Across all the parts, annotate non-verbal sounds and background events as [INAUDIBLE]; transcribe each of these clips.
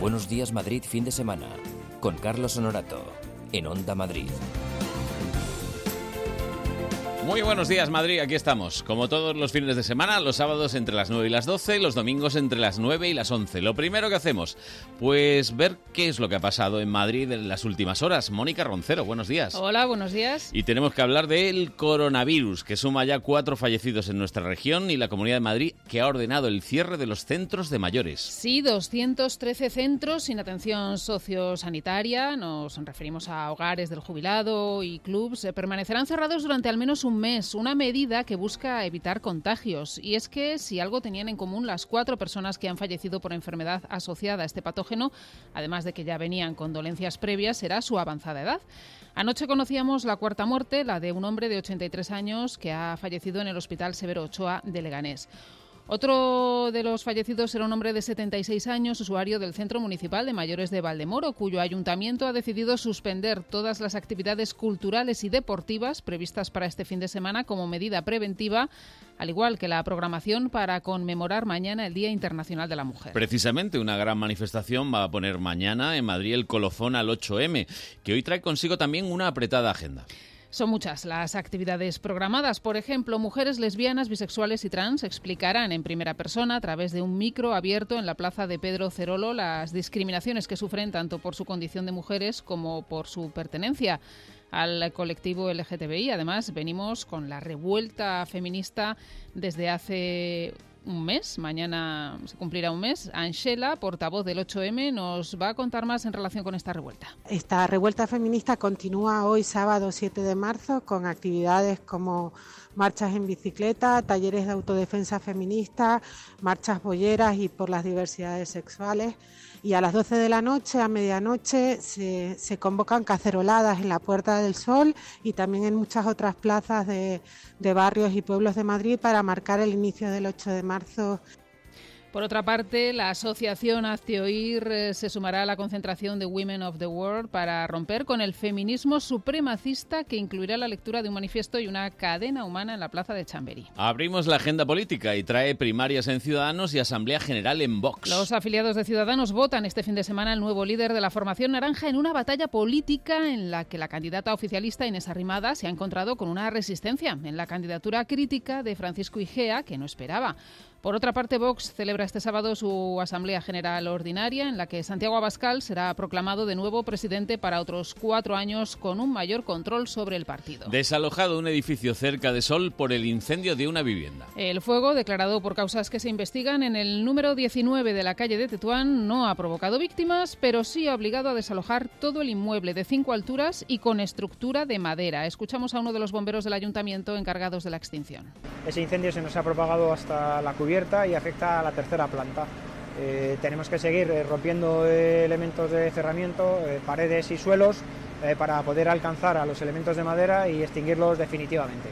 Buenos días Madrid fin de semana con Carlos Honorato en Onda Madrid. Muy buenos días Madrid, aquí estamos. Como todos los fines de semana, los sábados entre las 9 y las 12, los domingos entre las 9 y las 11. Lo primero que hacemos, pues ver qué es lo que ha pasado en Madrid en las últimas horas. Mónica Roncero, buenos días. Hola, buenos días. Y tenemos que hablar del coronavirus, que suma ya cuatro fallecidos en nuestra región y la Comunidad de Madrid, que ha ordenado el cierre de los centros de mayores. Sí, 213 centros sin atención sociosanitaria, nos referimos a hogares del jubilado y clubs, eh, permanecerán cerrados durante al menos un mes, una medida que busca evitar contagios. Y es que si algo tenían en común las cuatro personas que han fallecido por enfermedad asociada a este patógeno, además de que ya venían con dolencias previas, era su avanzada edad. Anoche conocíamos la cuarta muerte, la de un hombre de 83 años que ha fallecido en el Hospital Severo Ochoa de Leganés. Otro de los fallecidos era un hombre de 76 años, usuario del Centro Municipal de Mayores de Valdemoro, cuyo ayuntamiento ha decidido suspender todas las actividades culturales y deportivas previstas para este fin de semana como medida preventiva, al igual que la programación para conmemorar mañana el Día Internacional de la Mujer. Precisamente una gran manifestación va a poner mañana en Madrid el colofón al 8M, que hoy trae consigo también una apretada agenda. Son muchas las actividades programadas. Por ejemplo, mujeres lesbianas, bisexuales y trans explicarán en primera persona, a través de un micro abierto en la plaza de Pedro Cerolo, las discriminaciones que sufren tanto por su condición de mujeres como por su pertenencia al colectivo LGTBI. Además, venimos con la revuelta feminista desde hace un mes, mañana se cumplirá un mes, Angela, portavoz del 8M, nos va a contar más en relación con esta revuelta. Esta revuelta feminista continúa hoy sábado 7 de marzo con actividades como marchas en bicicleta, talleres de autodefensa feminista, marchas bolleras y por las diversidades sexuales. Y a las 12 de la noche, a medianoche, se, se convocan caceroladas en la Puerta del Sol y también en muchas otras plazas de, de barrios y pueblos de Madrid para marcar el inicio del 8 de marzo. Por otra parte, la asociación Hazte Oír eh, se sumará a la concentración de Women of the World para romper con el feminismo supremacista que incluirá la lectura de un manifiesto y una cadena humana en la plaza de Chamberí. Abrimos la agenda política y trae primarias en Ciudadanos y Asamblea General en Vox. Los afiliados de Ciudadanos votan este fin de semana el nuevo líder de la formación naranja en una batalla política en la que la candidata oficialista Inés Arrimada se ha encontrado con una resistencia en la candidatura crítica de Francisco Igea que no esperaba. Por otra parte, Vox celebra este sábado su Asamblea General Ordinaria, en la que Santiago Abascal será proclamado de nuevo presidente para otros cuatro años con un mayor control sobre el partido. Desalojado un edificio cerca de Sol por el incendio de una vivienda. El fuego, declarado por causas que se investigan en el número 19 de la calle de Tetuán, no ha provocado víctimas, pero sí ha obligado a desalojar todo el inmueble de cinco alturas y con estructura de madera. Escuchamos a uno de los bomberos del ayuntamiento encargados de la extinción. Ese incendio se nos ha propagado hasta la cubierta y afecta a la tercera planta. Eh, tenemos que seguir eh, rompiendo eh, elementos de cerramiento, eh, paredes y suelos eh, para poder alcanzar a los elementos de madera y extinguirlos definitivamente.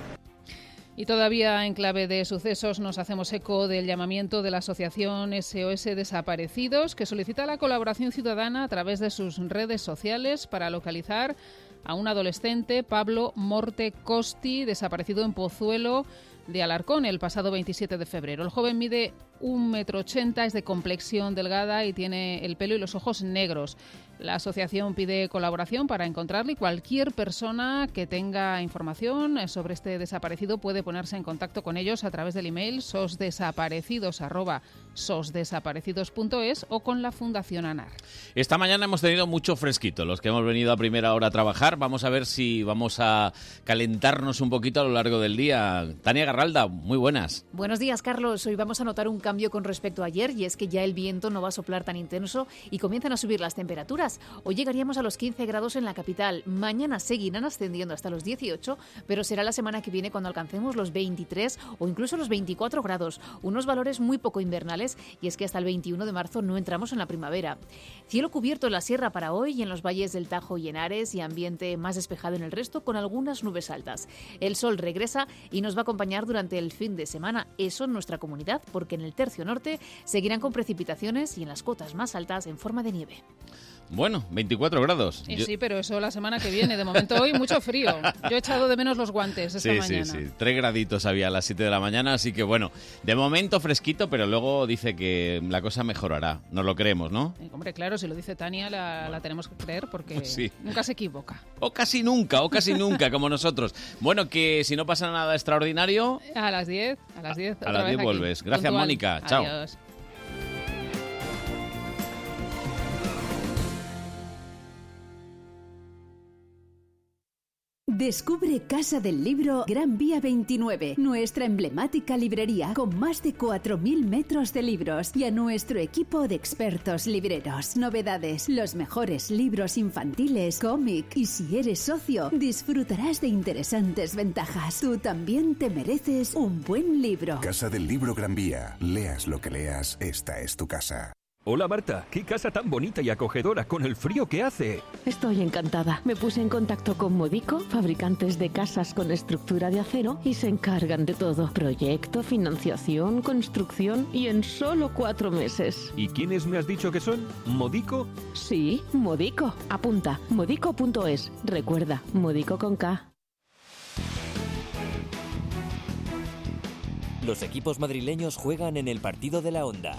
Y todavía en clave de sucesos nos hacemos eco del llamamiento de la Asociación SOS Desaparecidos que solicita la colaboración ciudadana a través de sus redes sociales para localizar a un adolescente, Pablo Morte Costi, desaparecido en Pozuelo de Alarcón el pasado 27 de febrero. El joven mide 1,80 m, es de complexión delgada y tiene el pelo y los ojos negros. La asociación pide colaboración para encontrarle y cualquier persona que tenga información sobre este desaparecido puede ponerse en contacto con ellos a través del email sosdesaparecidos.es o con la Fundación ANAR. Esta mañana hemos tenido mucho fresquito. Los que hemos venido a primera hora a trabajar, vamos a ver si vamos a calentarnos un poquito a lo largo del día. Tania Garralda, muy buenas. Buenos días, Carlos. Hoy vamos a notar un cambio con respecto a ayer y es que ya el viento no va a soplar tan intenso y comienzan a subir las temperaturas. Hoy llegaríamos a los 15 grados en la capital, mañana seguirán ascendiendo hasta los 18, pero será la semana que viene cuando alcancemos los 23 o incluso los 24 grados, unos valores muy poco invernales y es que hasta el 21 de marzo no entramos en la primavera. Cielo cubierto en la sierra para hoy y en los valles del Tajo y Henares y ambiente más despejado en el resto con algunas nubes altas. El sol regresa y nos va a acompañar durante el fin de semana, eso en nuestra comunidad, porque en el tercio norte seguirán con precipitaciones y en las cotas más altas en forma de nieve. Bueno, 24 grados. Eh, Yo- Sí, pero eso la semana que viene. De momento hoy mucho frío. Yo he echado de menos los guantes pues esta sí, mañana. sí, sí. Tres graditos había a las 7 de la mañana, así que bueno, de momento fresquito, pero luego dice que la cosa mejorará. Nos lo creemos, ¿no? Eh, Hombre, claro, si lo dice Tania la, la tenemos que creer porque [LAUGHS] Sí. nunca se equivoca. O casi nunca, o casi nunca, como nosotros. Bueno, que si no pasa nada extraordinario, A las 10, a las 10. otra las vez 10 aquí, vuelves. Gracias, puntual. Mónica. Chao. Adiós. Descubre Casa del Libro Gran Vía 29, nuestra emblemática librería con más de 4.000 metros de libros y a nuestro equipo de expertos libreros. Novedades, los mejores libros infantiles, cómic y si eres socio, disfrutarás de interesantes ventajas. Tú también te mereces un buen libro. Casa del Libro Gran Vía. Leas lo que leas, esta es tu casa. Hola Marta, qué casa tan bonita y acogedora con el frío que hace. Estoy encantada. Me puse en contacto con Modico, fabricantes de casas con estructura de acero, y se encargan de todo. Proyecto, financiación, construcción y en solo cuatro meses. ¿Y quiénes me has dicho que son? ¿Modico? Sí, Modico. Apunta, modico.es. Recuerda, Modico con K. Los equipos madrileños juegan en el partido de la onda.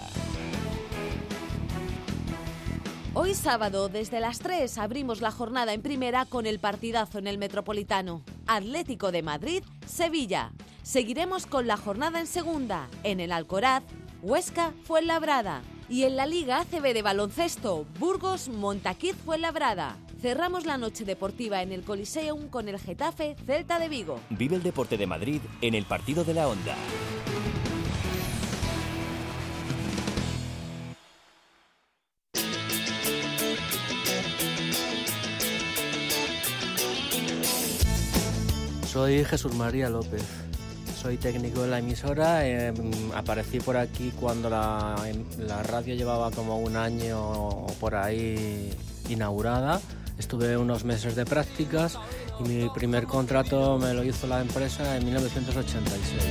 Hoy sábado, desde las 3, abrimos la jornada en primera con el partidazo en el Metropolitano. Atlético de Madrid, Sevilla. Seguiremos con la jornada en segunda, en el Alcoraz, Huesca, Fuenlabrada. Y en la Liga ACB de Baloncesto, Burgos, Montaquiz, Fuenlabrada. Cerramos la noche deportiva en el Coliseum con el Getafe, Celta de Vigo. Vive el deporte de Madrid en el partido de la onda. Soy Jesús María López. Soy técnico en la emisora. eh, aparecí por aquí cuando la, em, la radio llevaba como un año o por ahí inaugurada. Estuve unos meses de prácticas y mi primer contrato me lo hizo la empresa en 1986.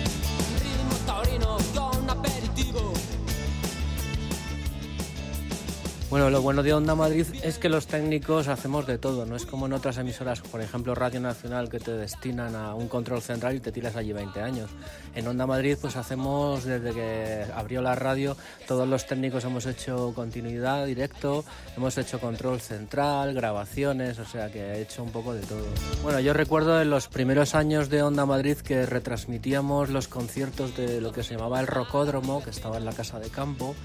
Bueno, lo bueno de Onda Madrid es que los técnicos hacemos de todo, no es como en otras emisoras, por ejemplo Radio Nacional, que te destinan a un control central y te tiras allí 20 años. En Onda Madrid pues hacemos, desde que abrió la radio, todos los técnicos hemos hecho continuidad, directo, hemos hecho control central, grabaciones, o sea que he hecho un poco de todo. Bueno, yo recuerdo en los primeros años de Onda Madrid que retransmitíamos los conciertos de lo que se llamaba el Rocódromo, que estaba en la Casa de Campo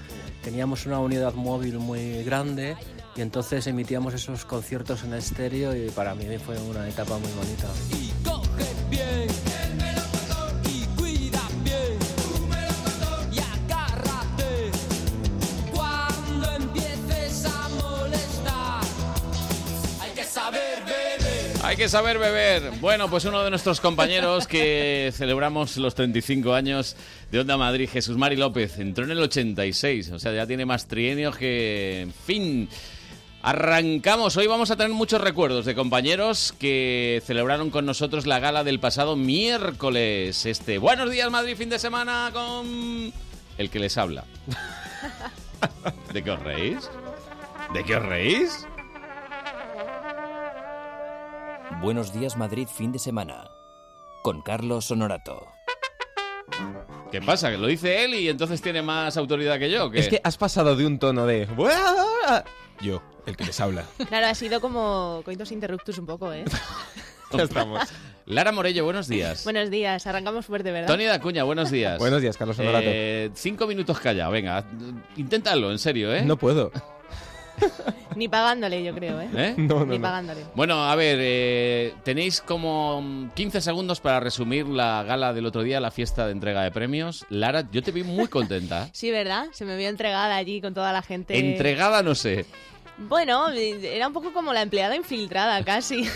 teníamos una unidad móvil muy grande y entonces emitíamos esos conciertos en estéreo y para mí fue una etapa muy bonita. Cuando empieces a molestar, hay que saber beber. Hay que saber beber. Bueno, pues uno de nuestros compañeros que celebramos los 35 años de Onda Madrid, Jesús Mari López, entró en el 86, o sea, ya tiene más trienios que... En fin, arrancamos. Hoy vamos a tener muchos recuerdos de compañeros que celebraron con nosotros la gala del pasado miércoles. Este, buenos días Madrid, fin de semana con... El que les habla. ¿De qué os reís? ¿De qué os reís? Buenos días Madrid fin de semana. Con Carlos Honorato. ¿Qué pasa? Que lo dice él y entonces tiene más autoridad que yo. ¿o qué? Es que has pasado de un tono de... "Buah", Yo, el que les habla. Claro, ha sido como coitos interruptus un poco, ¿eh? [LAUGHS] Ya estamos. Lara Morello, buenos días. Buenos días, arrancamos fuerte, ¿verdad? Tony Dacuña, buenos días. Buenos días, Carlos Honorato. Eh, cinco minutos callado, venga. Inténtalo, en serio, ¿eh? No puedo. Ni pagándole, yo creo, ¿eh? ¿Eh? Ni pagándole. Bueno, a ver, eh, tenéis como mm, 15 segundos para resumir la gala del otro día, la fiesta de entrega de premios. Lara, yo te vi [LAUGHS] muy contenta. Sí, ¿verdad? Se me vio entregada allí con toda la gente. Entregada, no sé. Bueno, era un poco como la empleada infiltrada, casi.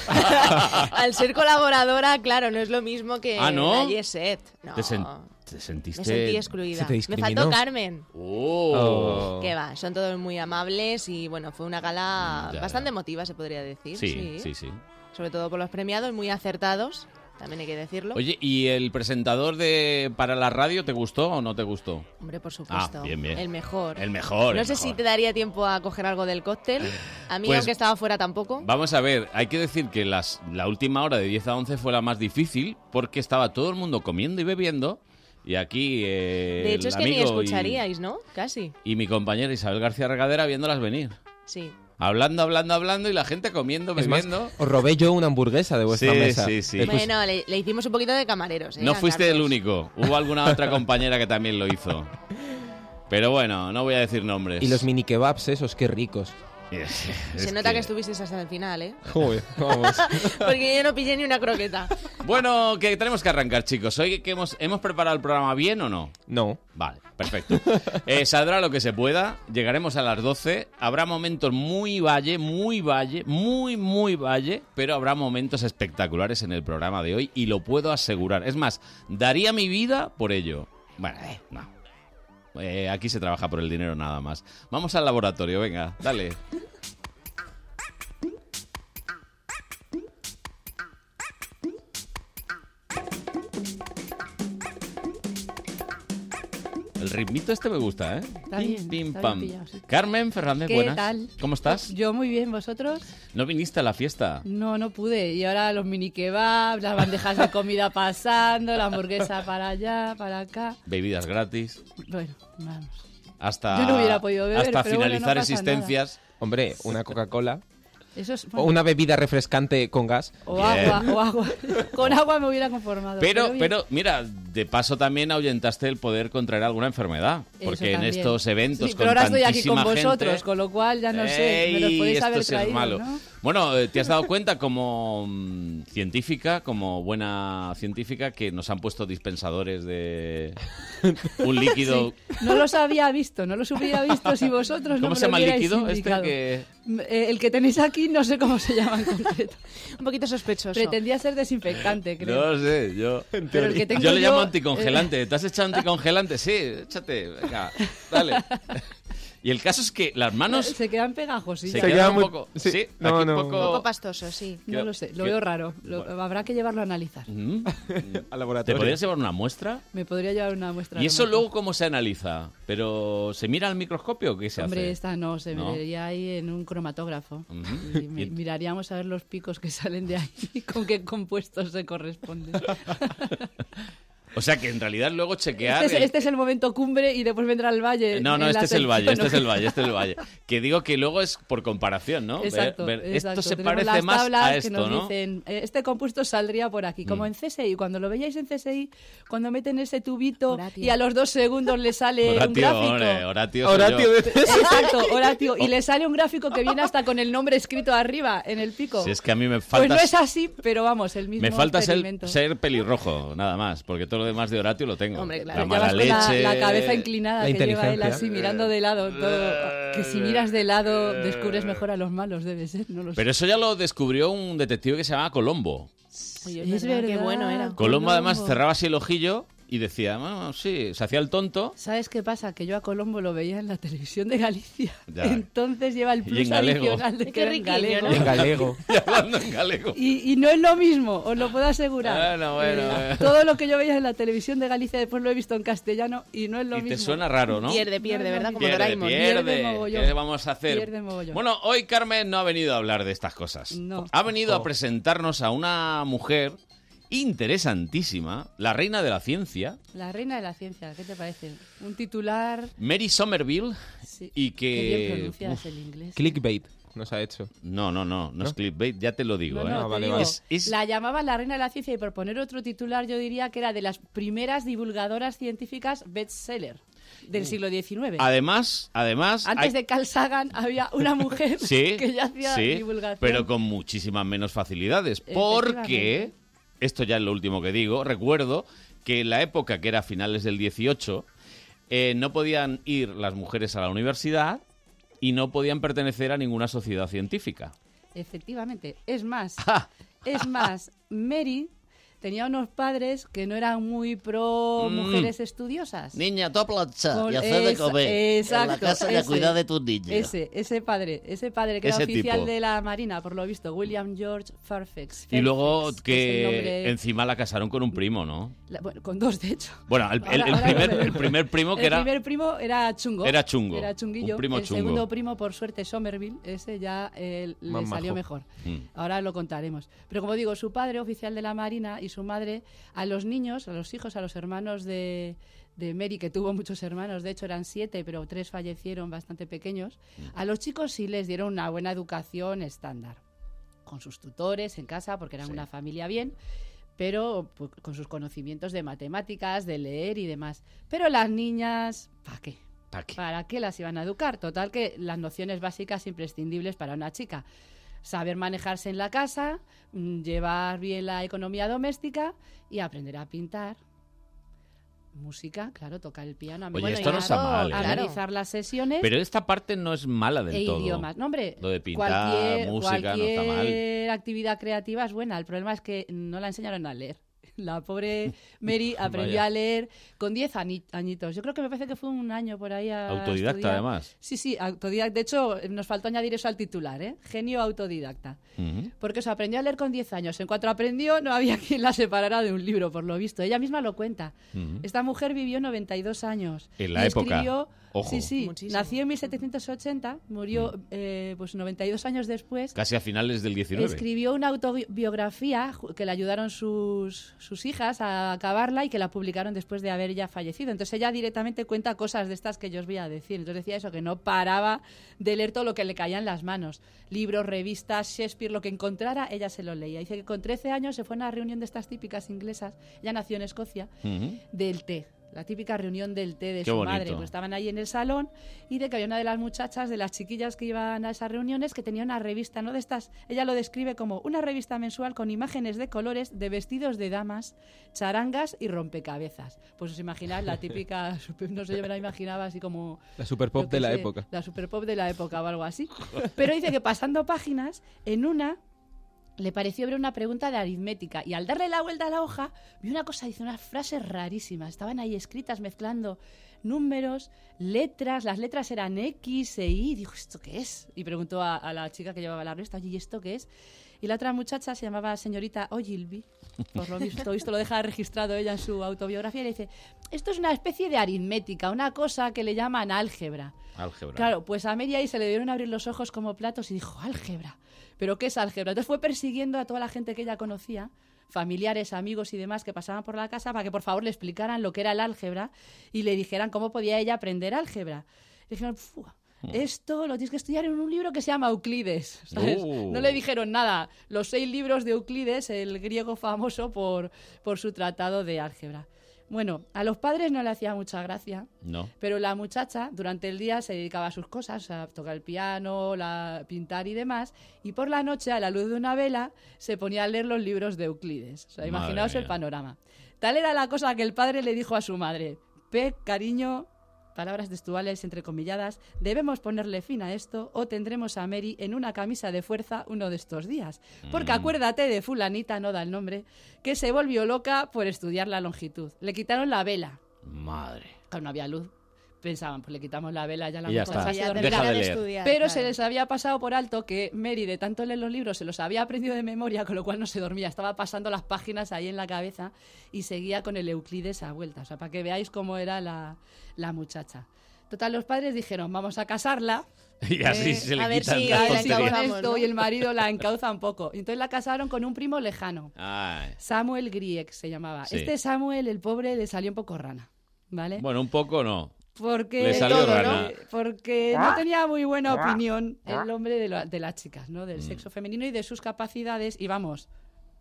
[LAUGHS] Al ser colaboradora, claro, no es lo mismo que Ah, ¿no? la Yeset. No, ¿Te, sen- te sentiste? me sentí excluida. me faltó Carmen. Oh. Que va, son todos muy amables y bueno, fue una gala bastante emotiva, se podría decir. Sí, sí, sí. Sobre todo por los premiados, muy acertados. también hay que decirlo. Oye, ¿y el presentador de para la radio te gustó o no te gustó? Hombre, por supuesto. Ah, bien, bien. El mejor. El mejor, No el sé mejor. si te daría tiempo a coger algo del cóctel. A mí, Pues- aunque estaba fuera tampoco. Vamos a ver, hay que decir que las, la última hora de 10 a 11 fue la más difícil porque estaba todo el mundo comiendo y bebiendo y aquí eh, de hecho, el es que ni amigo y- escucharíais, ¿no? Casi. Y, mi compañera Isabel García Regadera viéndolas venir. Sí. Hablando, hablando, hablando y la gente comiendo, Es más, bebiendo. os robé yo una hamburguesa de vuestra Sí, mesa. sí, sí. Escucha- Bueno, le, le hicimos un poquito de camareros. ¿eh? No a fuiste Carlos. el único, hubo alguna otra compañera que también lo hizo. Pero bueno, no voy a decir nombres. Y los mini kebabs esos, qué ricos. Se [LAUGHS] nota que... estuvisteis hasta el final, [LAUGHS] ¿eh? Joder, vamos. [LAUGHS] Porque yo no pillé ni una croqueta. Bueno, que tenemos que arrancar, chicos. Hoy que hemos, hemos preparado el programa bien o no? No. Vale, perfecto. Eh, saldrá lo que se pueda, llegaremos a las 12, habrá momentos muy valle, muy valle, muy, muy valle, pero habrá momentos espectaculares en el programa de hoy y lo puedo asegurar. Es más, daría mi vida por ello. Bueno, eh, no. Eh, aquí se trabaja por el dinero nada más. Vamos al laboratorio, venga, dale. El ritmito este me gusta, ¿eh? Está bien, Pim, pim, está bien pam. pillado, sí. Carmen Fernández, ¿Qué buenas. tal? ¿Cómo estás? Yo muy bien, ¿vosotros? ¿No viniste a la fiesta? No, no pude. Y ahora los mini kebabs, las bandejas de comida [LAUGHS] pasando, la hamburguesa para allá, para acá. Bebidas gratis. Bueno, vamos. Hasta, Yo no hubiera podido beber, hasta pero bueno, no finalizar pasa existencias. Hombre, una Coca-Cola. Eso es, O una bebida refrescante con gas. o Bien. agua, o agua. [LAUGHS] Con agua me hubiera conformado. Pero, bien. pero, mira, de paso también ahuyentaste el poder contraer alguna enfermedad. Eso Porque en también. estos eventos Sí, con pero ahora estoy aquí con tantísima gente- vosotros, con lo cual ya no sé, me los Ey, podéis esto haber sí es traído, malo. ¿no? Bueno, eh, ¿te has dado cuenta como mm, científica, como buena científica, que nos han puesto dispensadores de [LAUGHS] un líquido? No los había visto, no los hubiera visto si [LAUGHS] vosotros Pues no ¿Cómo me se lo llama el hubierais líquido este indicado. que- M- eh, El que tenéis aquí no sé cómo se llama en [LAUGHS] concreto. Un poquito sospechoso. Pretendía ser Eh, desinfectante, creo. No sé, yo. Pero el que tengo yo le llamo yo, eh, anticongelante. ¿Te has echado anticongelante? Sí, échate, venga, [LAUGHS] dale. Y el caso es que las manos Se quedan pegajosillas. Se Se quedan quedan un muy- poco- sí, sí, no, aquí un no. poco- Un poco pastoso, sí. No Queda- lo sé, lo queda- veo raro. Lo- Habrá que llevarlo a analizar. Mm. ¿Te podrías llevar una muestra? [LAUGHS] Me podría llevar una muestra. ¿Y eso remota. luego cómo se analiza? ¿Pero se mira al microscopio o qué se Hombre, hace? esta no, se ¿No? Mm-hmm. miraría ahí en un cromatógrafo. Ujú. [LAUGHS] Y mi- miraríamos a ver los picos que salen de ahí y con qué compuestos se [LAUGHS] corresponden. O sea que en realidad luego chequear... Este es, este es el momento cumbre y después vendrá el valle. No, no, en la este es el valle, este sección, es el valle, este es el valle. Que digo que luego es por [LAUGHS] comparación, ¿no? Ver- Exacto, ver- exacto. Esto se Tenemos parece las más tablas a que esto, nos ¿no? dicen, "Eh, este compuesto saldría por aquí, como Mm. en CSI. Cuando lo veíais en CSI, cuando meten ese tubito Horatio. y a los dos segundos le [LAUGHS] sale un Horatio, gráfico. hombre, Horatio soy Horatio yo. de [LAUGHS] Exacto, Horatio. Y le sale un gráfico que viene hasta con el nombre escrito arriba en el pico. Si es que a mí me falta... Pues no es así, pero vamos, el mismo Me falta ser, experimento. ser pelirrojo, nada más, porque todo lo demás de Horatio lo tengo. Hombre, claro, la ya mala vas con la- leche, la, cabeza inclinada la que lleva él inteligencia. así mirando de lado todo. Que si miras de lado descubres mejor a los malos, debe ser, no lo sé. Pero eso ya lo descubrió un detective que se llamaba Colombo. Oye, es verdad, qué bueno era. Pues, Colombo además cerraba así el ojillo y decía, "Ah, sí, se hacía el tonto. ¿Sabes qué pasa? Que yo a Colombo lo veía en la televisión de Galicia. [LAUGHS] Ya. Entonces lleva el Y en plus galego. adicional de Qué que era en riquiño, galego. ¿no? En galego. [LAUGHS] Y hablando en galego. Y, y no es lo mismo, os lo puedo asegurar. Eh, Bueno, bueno, bueno. Todo lo que yo veía en la televisión de Galicia después lo he visto en castellano y no es lo Y te mismo. suena raro, ¿no? Pierde, pierde, ¿verdad? Como Pierde, Doraemon. pierde. Pierde mogollón. ¿Qué vamos a hacer? Pierde mogollón. Bueno, hoy Carmen no ha venido a hablar de estas cosas. No. Ha venido Oh. a presentarnos a una mujer interesantísima, la reina de la ciencia, La reina de la ciencia, ¿qué te parece? Un titular Mary Somerville, Sí. y que... Qué bien pronuncias Eh, Uf, el inglés. Clickbait nos ha hecho. Ah, No, no, no, no, es clickbait, ya te lo digo. No, ¿eh? no, te digo, La llamaban la reina de la ciencia y por poner otro titular yo diría que era de las primeras divulgadoras científicas bestseller del siglo XIX. Uh. Además, además... Antes hay- de Carl Sagan había una mujer [LAUGHS] Sí, que ya hacía sí, divulgación. pero con muchísimas menos facilidades. Porque, Efectivamente. esto ya es lo último que digo, recuerdo que en la época que era finales del 18, eh, no podían ir las mujeres a la universidad y no podían pertenecer a ninguna sociedad científica. [LAUGHS] Ah. Efectivamente. Es más, es más, Mary tenía unos padres que no eran muy pro Mm. mujeres estudiosas. Niña, tú a planchar Con- y hacer de esa- comer. Exacto. En la casa y a ese. cuidar de tus niños. Ese, ese padre, ese padre que Ese era oficial tipo. de la Marina, por lo visto, William George Fairfax. Y luego es el que nombre- encima la casaron con un primo, ¿no? La- bueno, con dos, de hecho. Bueno, el, el- Ahora- el ahora primer, lo veo. el primer primo que El era... primer primo era chungo. era chungo, Era chunguillo. un primo el chungo. segundo primo, por suerte, Somerville, ese ya eh, le Más salió majo. mejor. Mm. Ahora lo contaremos. Pero como digo, su padre, oficial de la Marina, y su madre, a los niños, a los hijos, a los hermanos de, de Mary, que tuvo muchos hermanos, de hecho eran siete, pero tres fallecieron bastante pequeños, Mm. a los chicos sí les dieron una buena educación estándar, con sus tutores en casa, porque eran Sí. una familia bien pero pues, con sus conocimientos de matemáticas, de leer y demás. Pero las niñas, ¿para qué? ¿Para qué? las iban a educar? Total que las nociones básicas imprescindibles para una chica. Saber manejarse en la casa, mm, llevar bien la economía doméstica y aprender a pintar. Música, claro, tocar el piano, Oye, esto no está mal, ¿eh? analizar las sesiones Pero esta parte no es mala del e todo. idiomas. No, hombre, Lo de pintar, cualquier, música, no está mal. cualquier actividad creativa es buena. El problema es que no la enseñaron a leer. [LAUGHS] La [LAUGHS] pobre Mary aprendió Vaya. a leer con 10 ani- añitos. Yo creo que me parece que fue un año por ahí. a Autodidacta, estudiar. además. Sí, sí, autodidacta. De hecho, nos faltó añadir eso al titular, ¿eh? Genio autodidacta. Porque se aprendió a leer con 10 años. En cuanto aprendió, no había [LAUGHS] quien la separara de un libro, por lo visto. Ella misma lo cuenta. Esta mujer vivió 92 años. En la Y época. escribió- Ojo. Mm. Sí, sí. Nació en 1780, murió eh, pues 92 años después. Casi a finales del 19. Escribió una autobiografía ju- que le ayudaron sus, sus hijas a acabarla y que la publicaron después de haber ya fallecido. Entonces ella directamente cuenta cosas de estas que yo os voy a decir. Entonces decía eso, que no paraba de leer todo lo que le caía en las manos. Libros, revistas, Shakespeare, lo que encontrara, ella se lo leía. Dice que con 13 años se fue a una reunión de estas típicas inglesas. Ella nació en Escocia del té. La típica reunión del té de Qué su bonito. madre. Pues estaban ahí en el salón y de que había una de las muchachas, de las chiquillas que iban a esas reuniones, que tenía una revista, ¿no? De estas, ella lo describe como una revista mensual con imágenes de colores, de vestidos de damas, charangas y rompecabezas. Pues os imagináis la típica, [LAUGHS] super- no sé, yo me la imaginaba así como... La super pop yo qué de la época. La super pop de la época o algo así. Pero dice que pasando páginas, en una le pareció ver una pregunta de aritmética y al darle la vuelta a la hoja vi una cosa, dice unas frases rarísimas, estaban ahí escritas mezclando números, letras, las letras eran X e Y, dijo, ¿esto qué es? Y preguntó a, a la chica que llevaba la revista, oye, ¿y esto qué es? Y la otra muchacha se llamaba señorita Ogilvy, por lo visto, esto lo deja registrado ella en su autobiografía, y le dice, esto es una especie de aritmética, una cosa que le llaman álgebra. Álgebra. Claro, pues a Mary ahí se le dieron abrir los ojos como platos y dijo, álgebra, ¿pero qué es álgebra? Entonces fue persiguiendo a toda la gente que ella conocía, familiares, amigos y demás que pasaban por la casa para que por favor le explicaran lo que era el álgebra y le dijeran cómo podía ella aprender álgebra. Y dijeron, "Fua, esto lo tienes que estudiar en un libro que se llama Euclides. [LAUGHS] ¿sabes? Uh. No le dijeron nada. Los seis libros de Euclides, el griego famoso por, por su tratado de álgebra. Bueno, a los padres no le hacía mucha gracia, No. pero la muchacha durante el día se dedicaba a sus cosas, a tocar el piano, la, pintar y demás, y por la noche, a la luz de una vela, se ponía a leer los libros de Euclides. O sea, Madre imaginaos el mía. panorama. Tal era la cosa que el padre le dijo a su madre, Pep, cariño, palabras textuales entrecomilladas, debemos ponerle fin a esto o tendremos a Mary en una camisa de fuerza uno de estos días. Porque Mm. acuérdate de fulanita, no da el nombre, que se volvió loca por estudiar la longitud. Le quitaron la vela. Madre. Claro, no había luz. Pensaban, pues le quitamos la vela, ya la Y ya muchacha está. se Deja dormirá. de Deja de leer. estudiar, Pero claro. se les había pasado por alto que Mary, de tanto leer los libros, se los había aprendido de memoria, con lo cual no se dormía. Estaba pasando las páginas ahí en la cabeza y seguía con el Euclides a vuelta. O sea, para que veáis cómo era la, la muchacha. Total, los padres dijeron, vamos a casarla. [LAUGHS] Y así se le a ver quitan si las la tonterías. encauzan esto y el marido la encauza un poco. Entonces la casaron con un primo lejano. Ay. Samuel Grieg se llamaba. Sí. Este Samuel, el pobre, le salió un poco rana. ¿Vale? Bueno, un poco no. Porque, Le salió Todo, ¿no? rana. porque no tenía muy buena opinión el hombre de, la- de las chicas, ¿no? Del Mm. sexo femenino y de sus capacidades. Y vamos,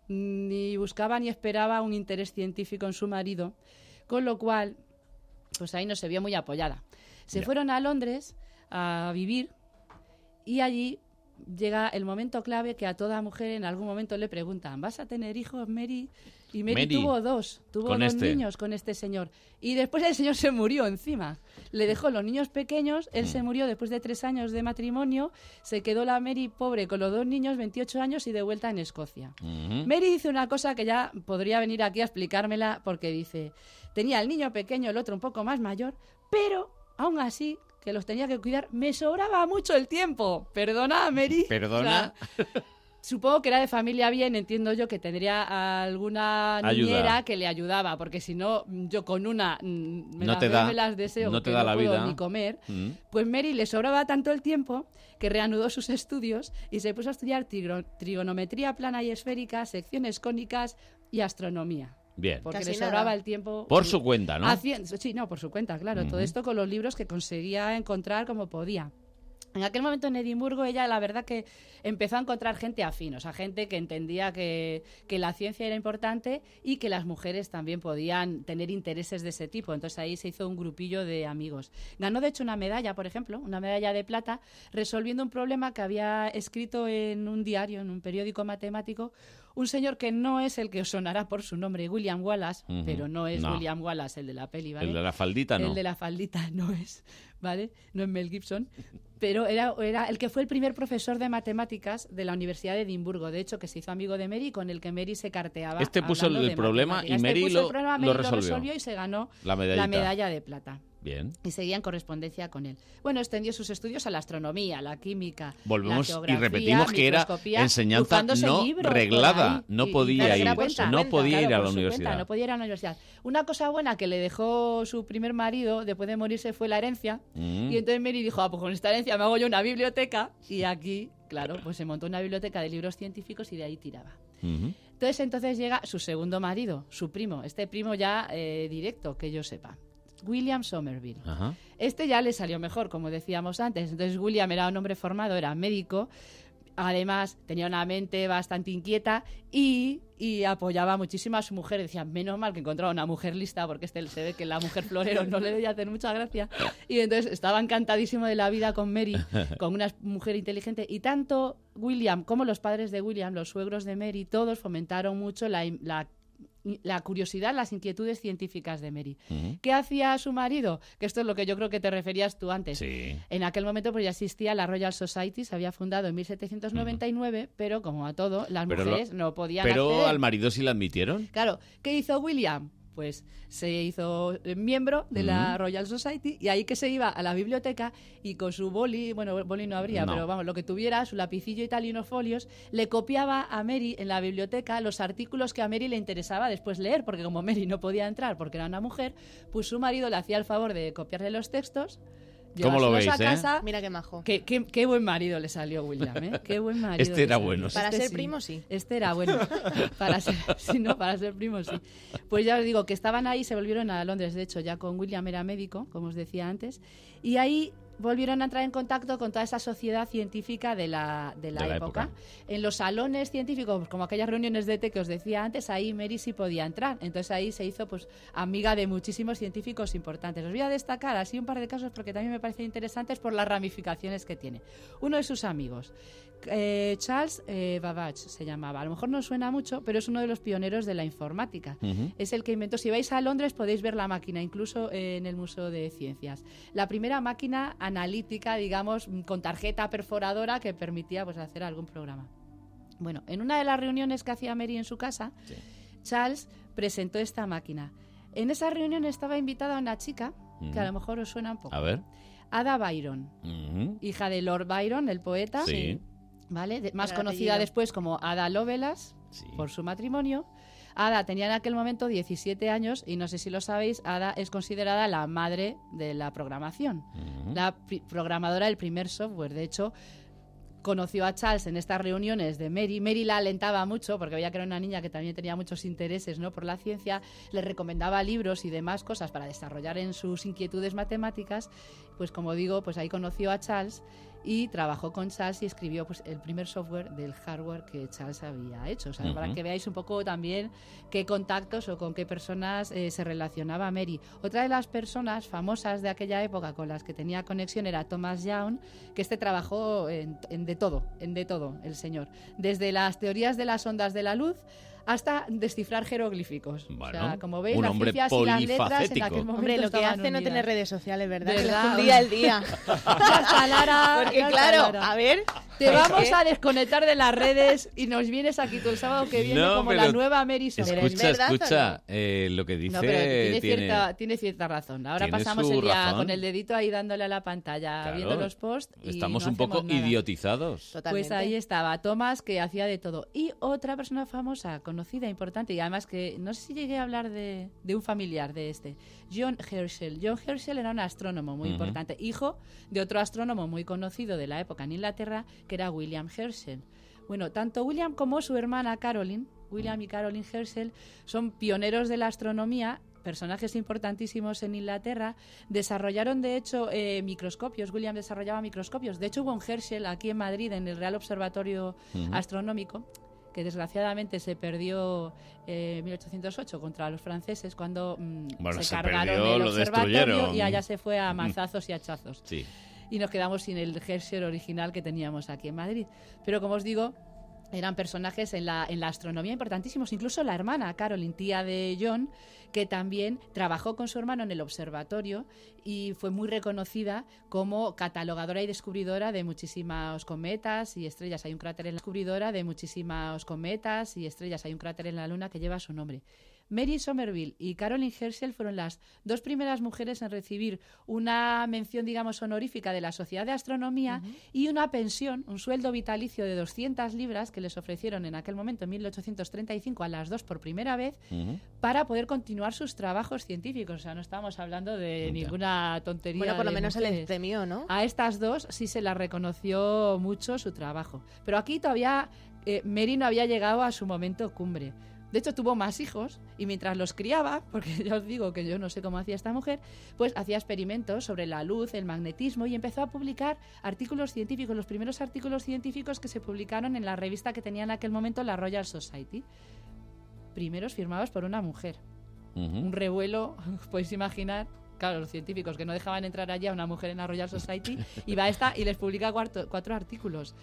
ni buscaba ni esperaba un interés científico en su marido. Con lo cual, pues ahí no se vio muy apoyada. Se Ya. fueron a Londres a vivir y allí llega el momento clave que a toda mujer en algún momento le preguntan, ¿vas a tener hijos, Mary? Y Mary, Mary, tuvo dos, tuvo con dos este. niños con este señor. Y después el señor [LAUGHS] se murió encima. Le dejó los niños pequeños, él Mm. se murió después de tres años de matrimonio, se quedó la Mary pobre con los dos niños, 28 años y de vuelta en Escocia. Mm. Mary dice una cosa que ya podría venir aquí a explicármela porque dice, tenía el niño pequeño, el otro un poco más mayor, pero aún así que los tenía que cuidar, me sobraba mucho el tiempo. Perdona, Mary. Perdona. O sea, Supongo que era de familia bien, entiendo yo que tendría alguna niñera Ayuda. que le ayudaba, porque si no, mm, yo con una mm, me, No las te veo, da- me las deseo, no te que da no la puedo vida. ni comer. Mm. Pues Mary le sobraba tanto el tiempo que reanudó sus estudios y se puso a estudiar tigro- trigonometría plana y esférica, secciones cónicas y astronomía. Bien. Porque Casi le sobraba nada. el tiempo. Por su cuenta, ¿no? Hacien- sí, no, por su cuenta, claro. Todo Ujú. esto con los libros que conseguía encontrar como podía. En aquel momento en Edimburgo ella la verdad que empezó a encontrar gente afín, o sea, gente que entendía que, que la ciencia era importante y que las mujeres también podían tener intereses de ese tipo. Entonces ahí se hizo un grupillo de amigos. Ganó de hecho una medalla, por ejemplo, una medalla de plata, resolviendo un problema que había escrito en un diario, en un periódico matemático, un señor que no es el que os sonará por su nombre, William Wallace, Ujú. pero no es No. William Wallace el de la peli, ¿vale? El de la faldita, no. El de la faldita [LAUGHS] no es, ¿vale? No es Mel Gibson. Pero era, era el que fue el primer profesor de matemáticas de la Universidad de Edimburgo, de hecho, que se hizo amigo de Mary, con el que Mary se carteaba. Este puso hablando el de problema matemáticas. y Este Mary puso lo- el problema, lo Mary resolvió. y se ganó la, La medallita. medalla de plata. Bien. Y seguía en correspondencia con él. Bueno, extendió sus estudios a la astronomía, la química. Volvemos la y geografía, repetimos que era microscopía, enseñanza buscándose no libros por reglada. ahí. No Y- y podía darse ir, la vuelta. no podía Claro, ir a por la su cuenta, universidad. no podía ir a la universidad. Una cosa buena que le dejó su primer marido después de morirse fue la herencia. Mm. Y entonces Mary dijo, ah, pues con esta herencia me hago yo una biblioteca. Y aquí, claro, pues se montó una biblioteca de libros científicos y de ahí tiraba. Ujú. Entonces, entonces llega su segundo marido, su primo, este primo ya eh, directo, que yo sepa, William Somerville. Ajá. Este ya le salió mejor, como decíamos antes. Entonces William era un hombre formado, era médico, además tenía una mente bastante inquieta y, y apoyaba muchísimo a su mujer. Decía, menos mal que encontraba una mujer lista, porque este se ve que la mujer florero no le debía hacer mucha gracia. Y entonces estaba encantadísimo de la vida con Mary, con una mujer inteligente. Y tanto William como los padres de William, los suegros de Mary, todos fomentaron mucho la... in- la- la curiosidad, las inquietudes científicas de Mary. ¿Qué hacía su marido? Que esto es lo que yo creo que te referías tú antes. En aquel momento pues ya existía la Royal Society, se había fundado en 1799, pero como a todo, las Pero lo- mujeres no podían Pero acceder. al marido sí la admitieron. Claro, ¿qué hizo William? Pues se hizo eh, miembro de la Royal Society y ahí que se iba a la biblioteca y con su boli, bueno, boli no habría, No. pero vamos, lo que tuviera, su lapicillo y tal y unos folios, le copiaba a Mary en la biblioteca los artículos que a Mary le interesaba después leer, porque como Mary no podía entrar porque era una mujer, pues su marido le hacía el favor de copiarle los textos. ¿Cómo lo llevárselos a veis, eh? casa. Mira qué majo. Qué, qué- qué buen marido le salió William, ¿eh? Qué buen marido. Este le era salió. bueno, sí. Para ser primo, sí. Este era [LAUGHS] bueno. Para ser, sí, no, para ser primo, sí. Pues ya os digo que estaban ahí, se volvieron a Londres, de hecho, ya con William era médico, como os decía antes, y ahí volvieron a entrar en contacto con toda esa sociedad científica de la, de la De la época. época. En los salones científicos, como aquellas reuniones de té que os decía antes, ahí Mary sí podía entrar. Entonces ahí se hizo pues amiga de muchísimos científicos importantes. Os voy a destacar así un par de casos porque también me parecen interesantes por las ramificaciones que tiene. Uno de sus amigos, eh, Charles eh, Babbage se llamaba. A lo mejor no suena mucho, pero es uno de los pioneros de la informática. Ujú. Es el que inventó, si vais a Londres podéis ver la máquina, incluso eh, en el Museo de Ciencias. La primera máquina analítica, digamos, mm, con tarjeta perforadora que permitía pues, hacer algún programa. Bueno, en una de las reuniones que hacía Mary en su casa, Charles presentó esta máquina. En esa reunión estaba invitada una chica, que a Mm. lo mejor os suena un poco. A ver. Ada Byron Ujú. hija de Lord Byron, el poeta, Sí. ¿vale? De- más Era el conocida apellido. después como Ada Lovelace por su matrimonio. Ada tenía en aquel momento 17 años y no sé si lo sabéis, Ada es considerada la madre de la programación, la pri- programadora del primer software. De hecho, conoció a Charles en estas reuniones de Mary. Mary la alentaba mucho porque veía que era una niña que también tenía muchos intereses ¿no? por la ciencia. Le recomendaba libros y demás cosas para desarrollar en sus inquietudes matemáticas. Pues como digo, pues ahí conoció a Charles y trabajó con Charles y escribió pues, el primer software del hardware que Charles había hecho. O sea, para Ujú. que veáis un poco también qué contactos o con qué personas eh, se relacionaba Mary. Otra de las personas famosas de aquella época con las que tenía conexión era Thomas Young, que este trabajó en, en de todo, en de todo, el señor. Desde las teorías de las ondas de la luz hasta descifrar jeroglíficos. o sea, Bueno, como veis, un las hombre cifras y las letras en polifacético. aquel momento Hombre, lo que estaban hace no unidas. tener redes sociales, ¿verdad? ¿Verdad? Un día [LAUGHS] al día. Hasta Lara, Porque hasta claro, Lara. a ver. Te vamos a desconectar de las redes y nos vienes aquí tú el sábado que viene No, como pero la nueva Mary Soler. Escucha, escucha, eh, lo que dice No, pero tiene, tiene- Cierta, tiene cierta razón. Ahora tiene pasamos su el día razón. con el dedito ahí dándole a la pantalla, Claro, viendo los posts. y Estamos no un poco hacemos nada. idiotizados. Pues ahí estaba Tomás, que hacía de todo. Y otra persona famosa, conocida, importante, y además que no sé si llegué a hablar de, de un familiar de este, John Herschel. John Herschel era un astrónomo muy Ujú. importante, hijo de otro astrónomo muy conocido de la época en Inglaterra, que era William Herschel. Bueno, tanto William como su hermana Caroline, William y Caroline Herschel, son pioneros de la astronomía, personajes importantísimos en Inglaterra. Desarrollaron, de hecho, eh, microscopios. William desarrollaba microscopios. De hecho, hubo un Herschel aquí en Madrid, en el Real Observatorio Ujú. Astronómico, que desgraciadamente se perdió eh, en 1808 contra los franceses cuando mm, Bueno, se, se cargaron perdió, el lo observatorio destruyeron. y allá se fue a mazazos y hachazos Sí. y nos quedamos sin el Herschel original que teníamos aquí en Madrid. Pero como os digo, eran personajes en la, en la astronomía importantísimos, incluso la hermana Caroline, tía de John, que también trabajó con su hermano en el observatorio y fue muy reconocida como catalogadora y descubridora de muchísimas cometas y estrellas. Hay un cráter en la descubridora de muchísimas cometas y estrellas. Hay un cráter en la luna que lleva su nombre. Mary Somerville y Caroline Herschel fueron las dos primeras mujeres en recibir una mención, digamos, honorífica de la Sociedad de Astronomía y una pensión, un sueldo vitalicio de 200 libras que les ofrecieron en aquel momento, en 1835, a las dos por primera vez, para poder continuar sus trabajos científicos. O sea, no estábamos hablando de ninguna tontería. Bueno, por lo de menos se les mujeres. premió, ¿no? A estas dos sí se las reconoció mucho su trabajo. Pero aquí todavía eh, Mary no había llegado a su momento cumbre. De hecho, tuvo más hijos y mientras los criaba, [LAUGHS] porque ya os digo que yo no sé cómo hacía esta mujer, pues hacía experimentos sobre la luz, el magnetismo y empezó a publicar artículos científicos, los primeros artículos científicos que se publicaron en la revista que tenía en aquel momento la Royal Society. Primeros firmados por una mujer un revuelo, [LAUGHS] os podéis imaginar. Claro, los científicos que no dejaban entrar allí a una mujer en la Royal Society, y va esta y les publica cuarto- cuatro artículos.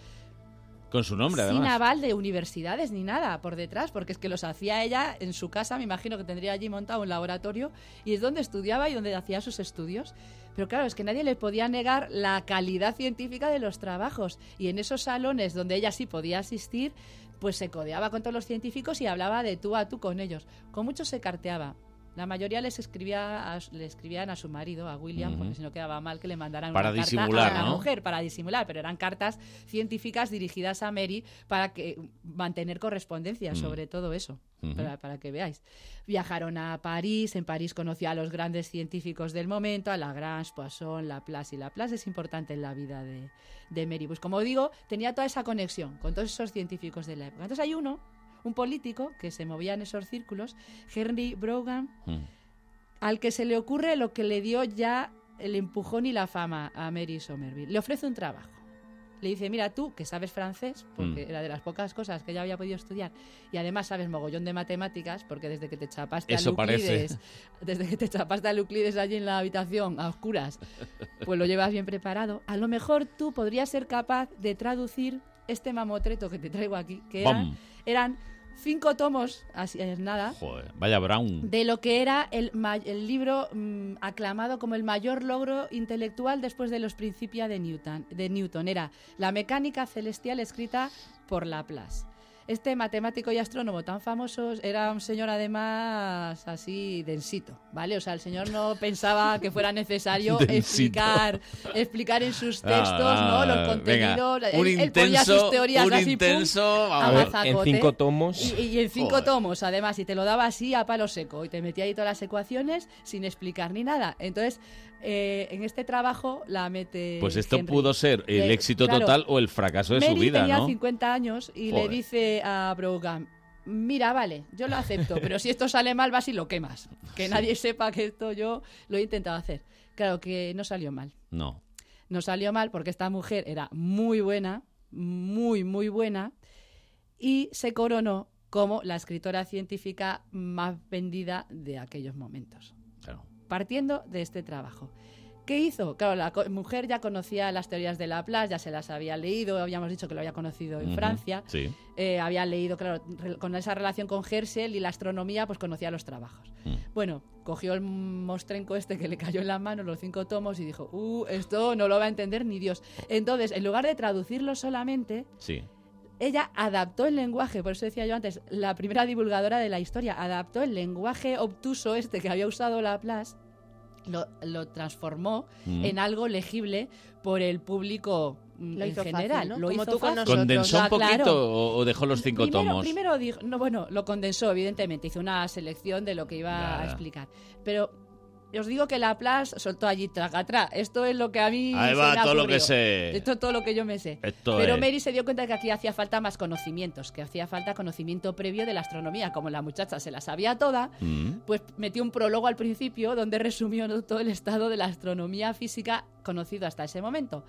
Con su nombre, Sin además. aval de universidades ni nada por detrás, porque es que los hacía ella en su casa, me imagino que tendría allí montado un laboratorio, y es donde estudiaba y donde hacía sus estudios. Pero claro, es que nadie le podía negar la calidad científica de los trabajos. Y en esos salones donde ella sí podía asistir, pues se codeaba con todos los científicos y hablaba de tú a tú con ellos. Con muchos se carteaba. La mayoría les escribía a- le escribían a su marido, a William, Ujú. porque si no quedaba mal que le mandaran Para una disimular, carta a la ¿no? mujer para disimular, pero eran cartas científicas dirigidas a Mary para que mantener correspondencia Mm. sobre todo eso, Ujú. para, para que veáis. Viajaron a París, en París conoció a los grandes científicos del momento, a Lagrange, Poisson, Laplace y Laplace es importante en la vida de, de Mary. Pues como digo, tenía toda esa conexión con todos esos científicos de la época. Entonces hay uno, un político que se movía en esos círculos, Henry Brougham, al que se le ocurre lo que le dio ya el empujón y la fama a Mary Somerville. Le ofrece un trabajo. Le dice, mira tú, que sabes francés, porque Mm. era de las pocas cosas que ya había podido estudiar, y además sabes mogollón de matemáticas, porque desde que te chapaste Eso a Euclides, [LAUGHS] parece. desde que te chapaste a Euclides allí en la habitación, a oscuras, pues lo llevas bien preparado. A lo mejor tú podrías ser capaz de traducir este mamotreto que te traigo aquí, que eran, Bam. eran cinco tomos, así es nada, Joder, vaya Brown. de lo que era el, ma- el libro mm, aclamado como el mayor logro intelectual después de los Principia de Newton. De Newton. Era La mecánica celestial escrita por Laplace. Este matemático y astrónomo tan famoso era un señor además así densito, ¿vale? O sea, el señor no pensaba que fuera necesario [LAUGHS] Densito. explicar, explicar en sus textos, Ah, ¿no? Los venga, contenidos. un él, él ponía intenso- sus teorías un así, pum, intenso, a vamos. A ver, mazacote. en cinco tomos. Y, y en cinco Joder. tomos, además, y te lo daba así a palo seco, y te metía ahí todas las ecuaciones sin explicar ni nada. Entonces, eh, en este trabajo la mete. Pues esto Henry. pudo ser el Eh, éxito claro, total o el fracaso de su Mary vida, tenía ¿no? 50 años y Joder. le dice a Brougham, mira, vale, yo lo acepto, pero si esto sale mal, vas y lo quemas. Que nadie sepa que esto yo lo he intentado hacer. Claro que no salió mal. No. nos salió mal porque esta mujer era muy buena, muy, muy buena, y se coronó como la escritora científica más vendida de aquellos momentos. Claro. Partiendo de este trabajo. ¿Qué hizo? Claro, la co- mujer ya conocía las teorías de Laplace, ya se las había leído, habíamos dicho que lo había conocido en Ujú, Francia. Sí. Eh, había leído, claro, re- con esa relación con Herschel y la astronomía, pues conocía los trabajos. Mm. Bueno, cogió el mostrenco este que le cayó en la mano, los cinco tomos, y dijo, uh, esto no lo va a entender ni Dios. Entonces, en lugar de traducirlo solamente, Sí. ella adaptó el lenguaje, por eso decía yo antes, la primera divulgadora de la historia, adaptó el lenguaje obtuso este que había usado Laplace, lo, lo transformó Mm. en algo legible por el público mm, Lo en hizo fácil, general. ¿no? Lo Como hizo tú con fácil. ¿Condensó un Ah, claro. poquito o, o dejó los cinco Primero- tomos? Primero dijo, no, bueno, lo condensó, evidentemente, hizo una selección de lo que iba Nada. a explicar. Pero os digo que Laplace soltó allí tracatrá. Esto es lo que a mí. Ahí se va me ha todo lo que ocurrido. sé. Esto es todo lo que yo me sé. Esto Pero es. Mary se dio cuenta que aquí hacía falta más conocimientos, que hacía falta conocimiento previo de la astronomía. Como la muchacha se la sabía toda, Mm. pues metió un prólogo al principio donde resumió ¿no? todo el estado de la astronomía física conocido hasta ese momento.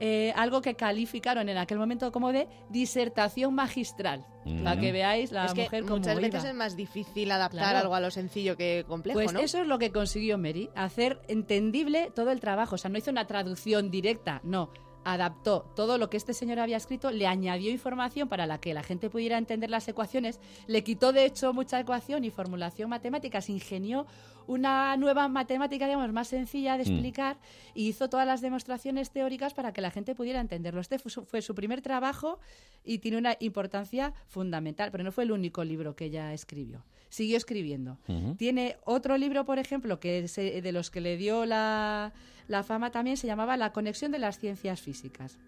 Eh, algo que calificaron en aquel momento como de disertación magistral. Mm. Para que veáis la es que mujer como muchas veces iba. es más difícil adaptar Claro. algo a lo sencillo que complejo, Pues ¿no? eso es lo que consiguió Mary, hacer entendible todo el trabajo. O sea, no hizo una traducción directa, no. Adaptó todo lo que este señor había escrito, le añadió información para la que la gente pudiera entender las ecuaciones, le quitó de hecho mucha ecuación y formulación matemática, se ingenió una nueva matemática, digamos, más sencilla de Mm. explicar y hizo todas las demostraciones teóricas para que la gente pudiera entenderlo. Este fu- fue su primer trabajo y tiene una importancia fundamental, pero no fue el único libro que ella escribió. Siguió escribiendo. Ujú. Tiene otro libro, por ejemplo, que es, eh, de los que le dio la, la fama también, se llamaba La conexión de las ciencias físicas.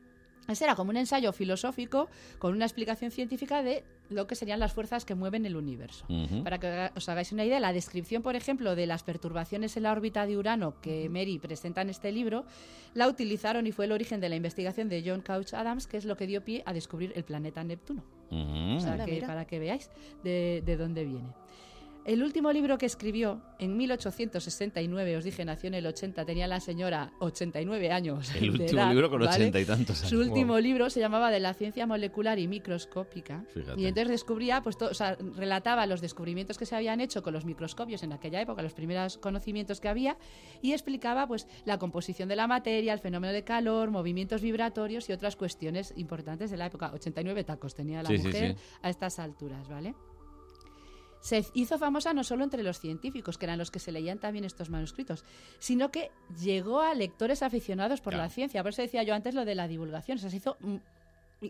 Ese era como un ensayo filosófico con una explicación científica de lo que serían las fuerzas que mueven el universo. Ujú. Para que haga- os hagáis una idea, la descripción, por ejemplo, de las perturbaciones en la órbita de Urano que Mary presenta en este libro, la utilizaron y fue el origen de la investigación de John Couch Adams, que es lo que dio pie a descubrir el planeta Neptuno. Ujú. Pues O sea, Anda, que- mira. para que veáis de, de dónde viene. El último libro que escribió en 1869, os dije, nació en el 80, tenía la señora 89 años. El de último edad, libro con ¿vale? ochenta y tantos años. Su último Wow. libro se llamaba De la ciencia molecular y microscópica. Fíjate. Y entonces descubría, pues, to- o sea, relataba los descubrimientos que se habían hecho con los microscopios en aquella época, los primeros conocimientos que había, y explicaba, pues, la composición de la materia, el fenómeno de calor, movimientos vibratorios y otras cuestiones importantes de la época. 89 tacos tenía la Sí, sí, mujer sí. a estas alturas, ¿vale? Se hizo famosa no solo entre los científicos, que eran los que se leían también estos manuscritos, sino que llegó a lectores aficionados por Claro. la ciencia. Por eso decía yo antes lo de la divulgación. O sea, se hizo mm,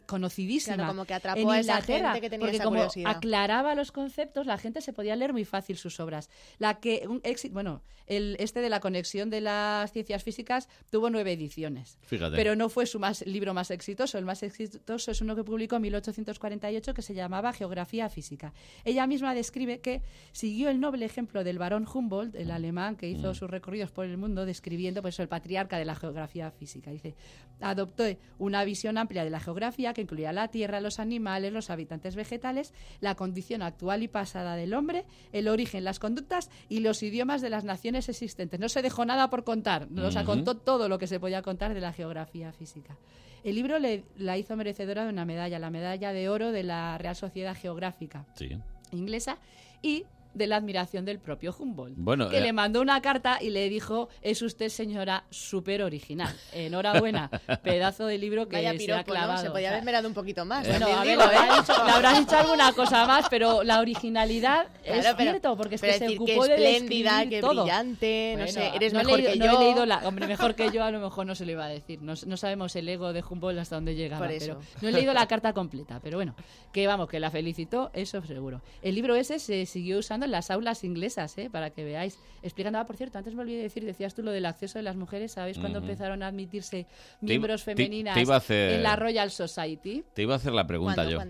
conocidísima. Claro, como que atrapó en a esa Inglaterra, gente que tenía porque esa como curiosidad. aclaraba los conceptos, la gente se podía leer muy fácil sus obras. La que un éxito, bueno, el este de la conexión de las ciencias físicas tuvo nueve ediciones. Fíjate. Pero no fue su más, libro más exitoso. El más exitoso es uno que publicó en 1848 que se llamaba Geografía Física. Ella misma describe que siguió el noble ejemplo del barón Humboldt, el alemán que hizo Mm. sus recorridos por el mundo describiendo pues, el patriarca de la geografía física. Dice, adoptó una visión amplia de la geografía que incluía la tierra, los animales, los habitantes vegetales, la condición actual y pasada del hombre, el origen, las conductas y los idiomas de las naciones existentes. No se dejó nada por contar, o sea, Ujú. contó todo lo que se podía contar de la geografía física. El libro le, la hizo merecedora de una medalla, la medalla de oro de la Real Sociedad Geográfica Sí. inglesa y de la admiración del propio Humboldt, Bueno, que eh, le mandó una carta y le dijo, es usted señora súper original, [LAUGHS] enhorabuena, pedazo de libro que Vaya se ha piropo, clavado. ¿no? Se podía O sea, haber merado un poquito más. bueno, también a ver, digo, le habrá ¿eh? dicho, le habrá dicho [LAUGHS] alguna cosa más, pero la originalidad es Claro, pero- cierto, porque es pero que se decir ocupó que de espléndida, describir que todo. brillante, no sé, eres he mejor leído- que no he yo. leído la- [LAUGHS] hombre, mejor que yo a lo mejor no se lo iba a decir. No, no sabemos el ego de Humboldt hasta dónde llegaba, Por eso. pero no he leído la carta completa, pero bueno, que vamos, que la felicitó, eso seguro. El libro ese se siguió usando en las aulas inglesas, ¿eh? para que veáis. Explicando, ah, por cierto, antes me olvidé de decir, decías tú lo del acceso de las mujeres, ¿sabéis cuándo Ujú. empezaron a admitirse iba- miembros te- te femeninas iba a hacer- en la Royal Society? Te iba a hacer la pregunta yo.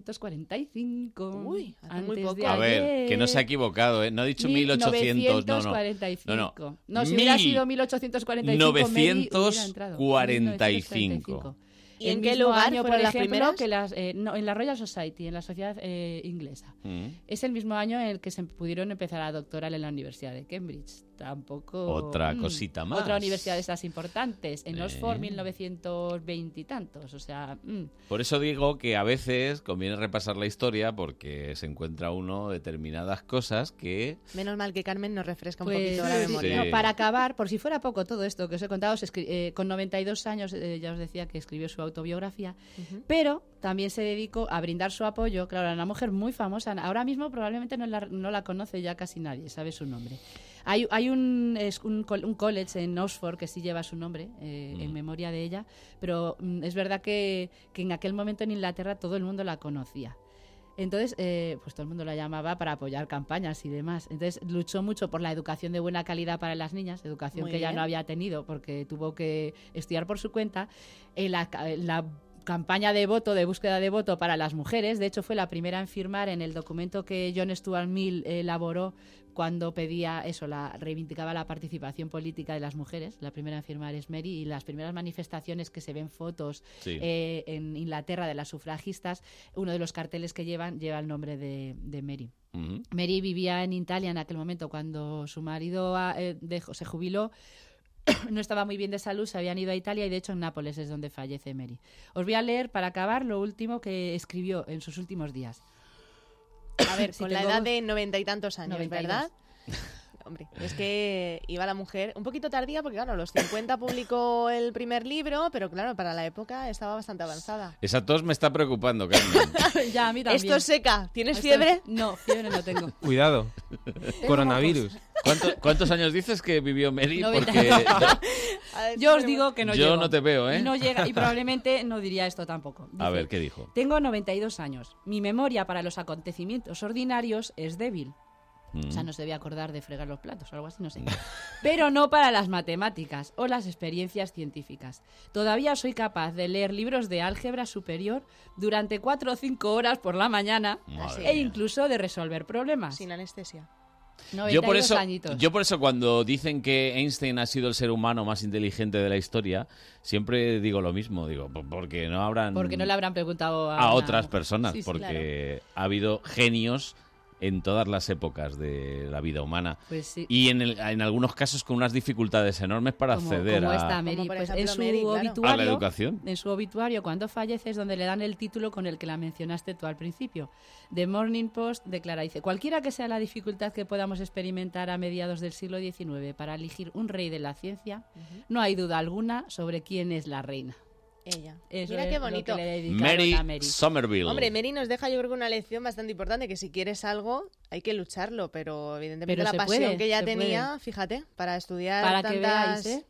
1945. Uy, hace muy poco. A ver, que no se ha equivocado, ¿eh? No ha dicho 1800, no, no. No, no. si hubiera Mil- sido 1845, Mary hubiera entrado. 945. ¿Y en El qué mismo lugar año, fueron por las ejemplo, primeras? que las, eh, no, en la Royal Society, en la sociedad eh, inglesa. Mm. Es el mismo año en el que se pudieron empezar a doctorar en la Universidad de Cambridge. tampoco... Otra mm, cosita más. Otra universidad de estas importantes, en Eh. Oxford 1920 y tantos, o sea... mm. Por eso digo que a veces conviene repasar la historia porque se encuentra uno determinadas cosas que... Menos mal que Carmen nos refresca un Pues, poquito la sí, memoria. no, Sí. para acabar, por si fuera poco todo esto que os he contado, os escri- eh, con 92 años eh, ya os decía que escribió su autobiografía, pero también se dedicó a brindar su apoyo, claro, a una mujer muy famosa. Ahora mismo probablemente no la, no la conoce ya casi nadie, sabe su nombre. Hay, hay un, es un, col- un college en Oxford que sí lleva su nombre, eh, Mm. en memoria de ella, pero mm, es verdad que, que en aquel momento en Inglaterra todo el mundo la conocía. Entonces, eh, pues todo el mundo la llamaba para apoyar campañas y demás. Entonces, luchó mucho por la educación de buena calidad para las niñas, educación Muy que ya bien. no había tenido porque tuvo que estudiar por su cuenta. Eh, la, ca- la campaña de voto, de búsqueda de voto para las mujeres, de hecho, fue la primera en firmar en el documento que John Stuart Mill elaboró cuando pedía eso, la, reivindicaba la participación política de las mujeres. La primera en firmar es Mary y las primeras manifestaciones que se ven fotos Sí. eh, en Inglaterra de las sufragistas, uno de los carteles que llevan lleva el nombre de, de Mary. Mary vivía en Italia en aquel momento cuando su marido ah, eh, dejó- se jubiló. [COUGHS] No estaba muy bien de salud, se habían ido a Italia y de hecho en Nápoles es donde fallece Mary. Os voy a leer para acabar lo último que escribió en sus últimos días. A [LAUGHS] ver, Si con la tengo edad voz- de noventa y tantos años, 92. [LAUGHS] ¿verdad? Hombre, es que iba la mujer un poquito tardía porque, claro, a los 50 publicó el primer libro, pero claro, para la época estaba bastante avanzada. Esa tos me está preocupando, [LAUGHS] Carmen. ya, a mí también. Esto es seca. ¿Tienes Esto- fiebre? [LAUGHS] No, fiebre no tengo. [LAUGHS] Cuidado. Coronavirus. ¿Cuánto- ¿Cuántos años dices que vivió Mary? Noventa. Porque [LAUGHS] Yo os digo que no yo llego. no te veo, ¿eh? No [LAUGHS] llega y probablemente no diría esto tampoco. A Dice, ver, ¿qué dijo? Tengo 92 años. Mi memoria para los acontecimientos ordinarios es débil. O Mm. sea, no se debe acordar de fregar los platos o algo así, no sé. [LAUGHS] Pero no para las matemáticas o las experiencias científicas. Todavía soy capaz de leer libros de álgebra superior durante 4 o 5 horas por la mañana Madre e mía. incluso de resolver problemas. Sin anestesia. Yo por, 92 eso, añitos. yo por eso cuando dicen que Einstein ha sido el ser humano más inteligente de la historia, siempre digo lo mismo, digo, "Por- porque no habrán Porque no le habrán preguntado a, Mm. a una otras mujer. personas, Sí, sí, porque ha habido genios en todas las épocas de la vida humana. Pues sí. Y en, el- en algunos casos con unas dificultades enormes para como, acceder como a... esta Mary. Como por Pues en ejemplo su Mary, claro. obituario, A la educación. En su obituario, cuando fallece, es donde le dan el título con el que la mencionaste tú al principio. The Morning Post declara, dice, cualquiera que sea la dificultad que podamos experimentar a mediados del siglo XIX para elegir un rey de la ciencia, no hay duda alguna sobre quién es la reina. Ella. Eso Mira es qué lo que bonito. le dedicaron Mary, a Mary. Somerville. Hombre, Mary nos deja yo creo que una lección bastante importante, que si quieres algo hay que lucharlo, pero evidentemente Pero la se pasión puede, que ella se tenía, puede. fíjate, para estudiar Para que tantas... veáis, ¿eh?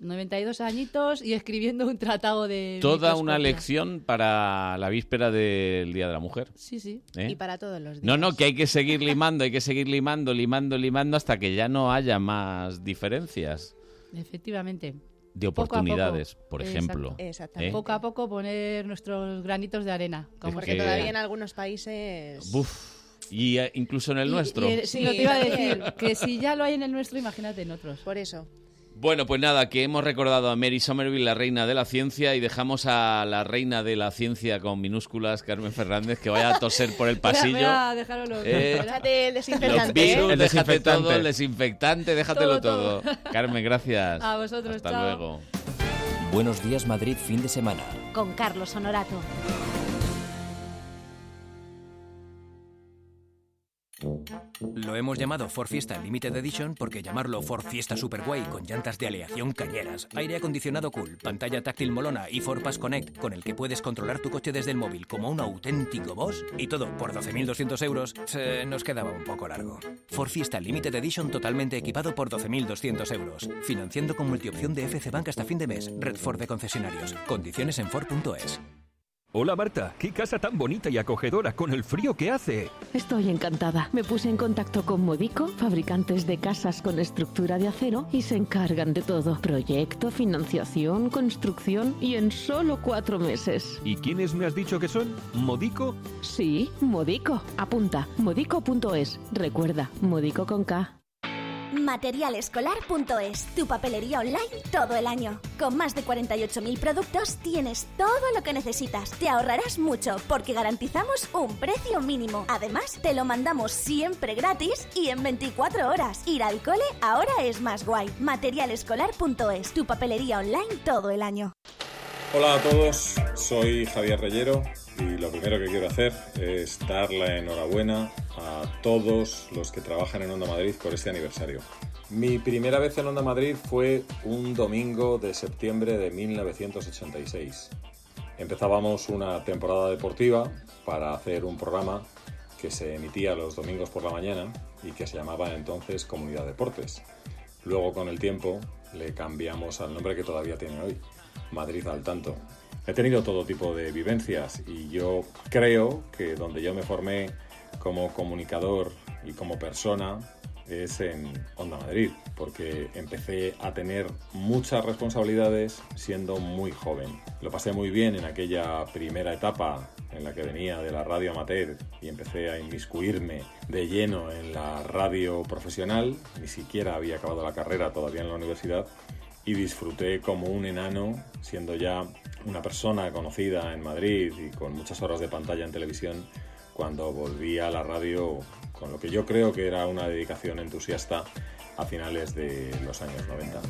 92 añitos y escribiendo un tratado de... Toda microscopía. una lección para la víspera del Día de la Mujer. Sí, sí. ¿Eh? Y para todos los días. No, no, que hay que seguir limando, hay que seguir limando, limando, limando hasta que ya no haya más diferencias Efectivamente. de Poco a poco. oportunidades, por ejemplo. Exacto. ¿Eh? Poco a poco poner nuestros granitos de arena. Como Es se que- pueda. Todavía en algunos países... Buf. Y eh, incluso en el Y- nuestro. y el- sí, lo te iba a decir, [LAUGHS] que si ya lo hay en el nuestro, imagínate en otros. Por eso. Bueno, pues nada, que hemos recordado a Mary Somerville, la reina de la ciencia, y dejamos a la reina de la ciencia con minúsculas, Carmen Fernández, que vaya a toser [LAUGHS] [LAUGHS] por el pasillo. Espera, espera, dejaros los- Eh, Déjate el Los desinfectante. virus, ¿eh? déjate todo, el desinfectante, déjatelo Todo, todo. Carmen, [LAUGHS] gracias. A vosotros, Hasta chao. luego. Buenos días Madrid fin de semana. Con Carlos Honorato. Lo hemos llamado Ford Fiesta Limited Edition porque llamarlo Ford Fiesta Superguay con llantas de aleación cañeras, aire acondicionado cool, pantalla táctil molona y Ford Pass Connect con el que puedes controlar tu coche desde el móvil como un auténtico boss y todo por 12.200 euros se nos quedaba un poco largo. Ford Fiesta Limited Edition totalmente equipado por 12.200 euros, financiando con multiopción de FC Bank hasta fin de mes, Red Ford de concesionarios, condiciones en Ford.es. Hola Marta, qué casa tan bonita y acogedora con el frío que hace. Estoy encantada. Me puse en contacto con Modico, fabricantes de casas con estructura de acero, y se encargan de todo. Proyecto, financiación, construcción y en solo cuatro meses. ¿Y quiénes me has dicho que son? ¿Modico? Sí, Modico. Apunta, modico.es. Recuerda, Modico con K. Materialescolar.es, tu papelería online todo el año. Con más de 48.000 productos tienes todo lo que necesitas. Te ahorrarás mucho porque garantizamos un precio mínimo. Además, te lo mandamos siempre gratis y en 24 horas. Ir al cole ahora es más guay. Materialescolar.es, tu papelería online todo el año. Hola a todos, soy Javier Reyero y lo primero que quiero hacer es dar la enhorabuena a todos los que trabajan en Onda Madrid por este aniversario. Mi primera vez en Onda Madrid fue un domingo de septiembre de 1986. Empezábamos una temporada deportiva para hacer un programa que se emitía los domingos por la mañana y que se llamaba entonces Comunidad Deportes. Luego con el tiempo le cambiamos al nombre que todavía tiene hoy, Madrid al tanto. He tenido todo tipo de vivencias y yo creo que donde yo me formé como comunicador y como persona es en Onda Madrid, porque empecé a tener muchas responsabilidades siendo muy joven. Lo pasé muy bien en aquella primera etapa en la que venía de la radio amateur y empecé a inmiscuirme de lleno en la radio profesional, ni siquiera había acabado la carrera todavía en la universidad, y disfruté como un enano, siendo ya una persona conocida en Madrid y con muchas horas de pantalla en televisión, cuando volví a la radio con lo que yo creo que era una dedicación entusiasta a finales de los años 90.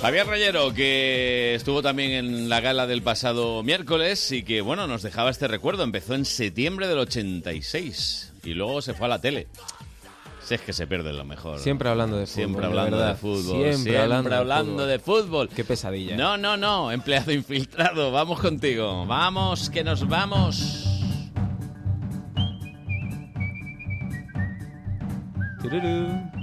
Javier Rayero, que estuvo también en la gala del pasado miércoles y que, bueno, nos dejaba este recuerdo. Empezó en septiembre del 86 y luego se fue a la tele. Si es que se pierde lo mejor. Siempre hablando de fútbol. Siempre la hablando verdad. de fútbol. Siempre, hablando, de fútbol. Qué pesadilla. No, no, no, empleado infiltrado, vamos contigo. Vamos, que nos vamos.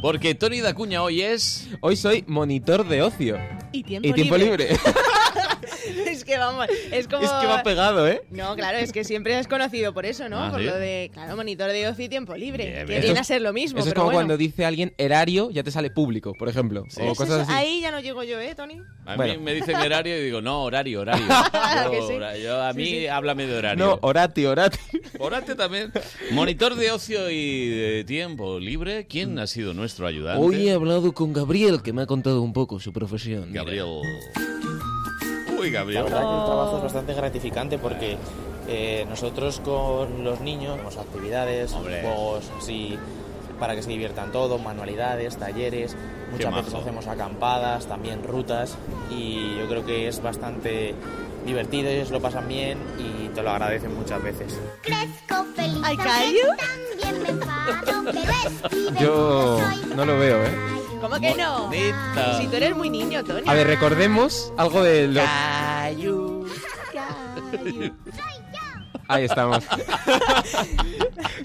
Porque Tony Dacuña hoy es... Hoy soy monitor de ocio. Y tiempo libre. libre. [LAUGHS] es que vamos, es como... es que va pegado, ¿eh? No, claro, es que siempre es conocido por eso, ¿no? Ah, por ¿sí? lo de, claro, monitor de ocio y tiempo libre. que Esto viene es- a ser lo mismo, Eso es pero como bueno. cuando dice alguien erario, ya te sale público, por ejemplo. O Pues cosas eso- así. Ahí ya no llego yo, ¿eh, Tony? A mí Bueno. me dicen horario y digo, no, [LAUGHS] horario, horario. que Yo, sí. hora- yo- a mí sí. háblame de horario. No, orati, orati. Orate también. Monitor de ocio y de tiempo libre. Mm. ¿Quién ha sido nuestro ayudante? Hoy he hablado con Gabriel, que me ha contado un poco su profesión. Gabriel. Uy, La Gabriel. verdad que el trabajo es bastante gratificante porque eh, nosotros con los niños hacemos actividades, juegos así para que se diviertan todo, manualidades, talleres, Qué muchas veces majo. hacemos acampadas, también rutas y yo creo que es bastante divertido, ellos lo pasan bien y te lo agradecen muchas veces. ¡Ay, Yo no lo veo, ¿eh? ¿Cómo que no? Bonita. Si tú eres muy niño, Tony. A ver, recordemos algo de los... Cayu, cayu. Ahí estamos.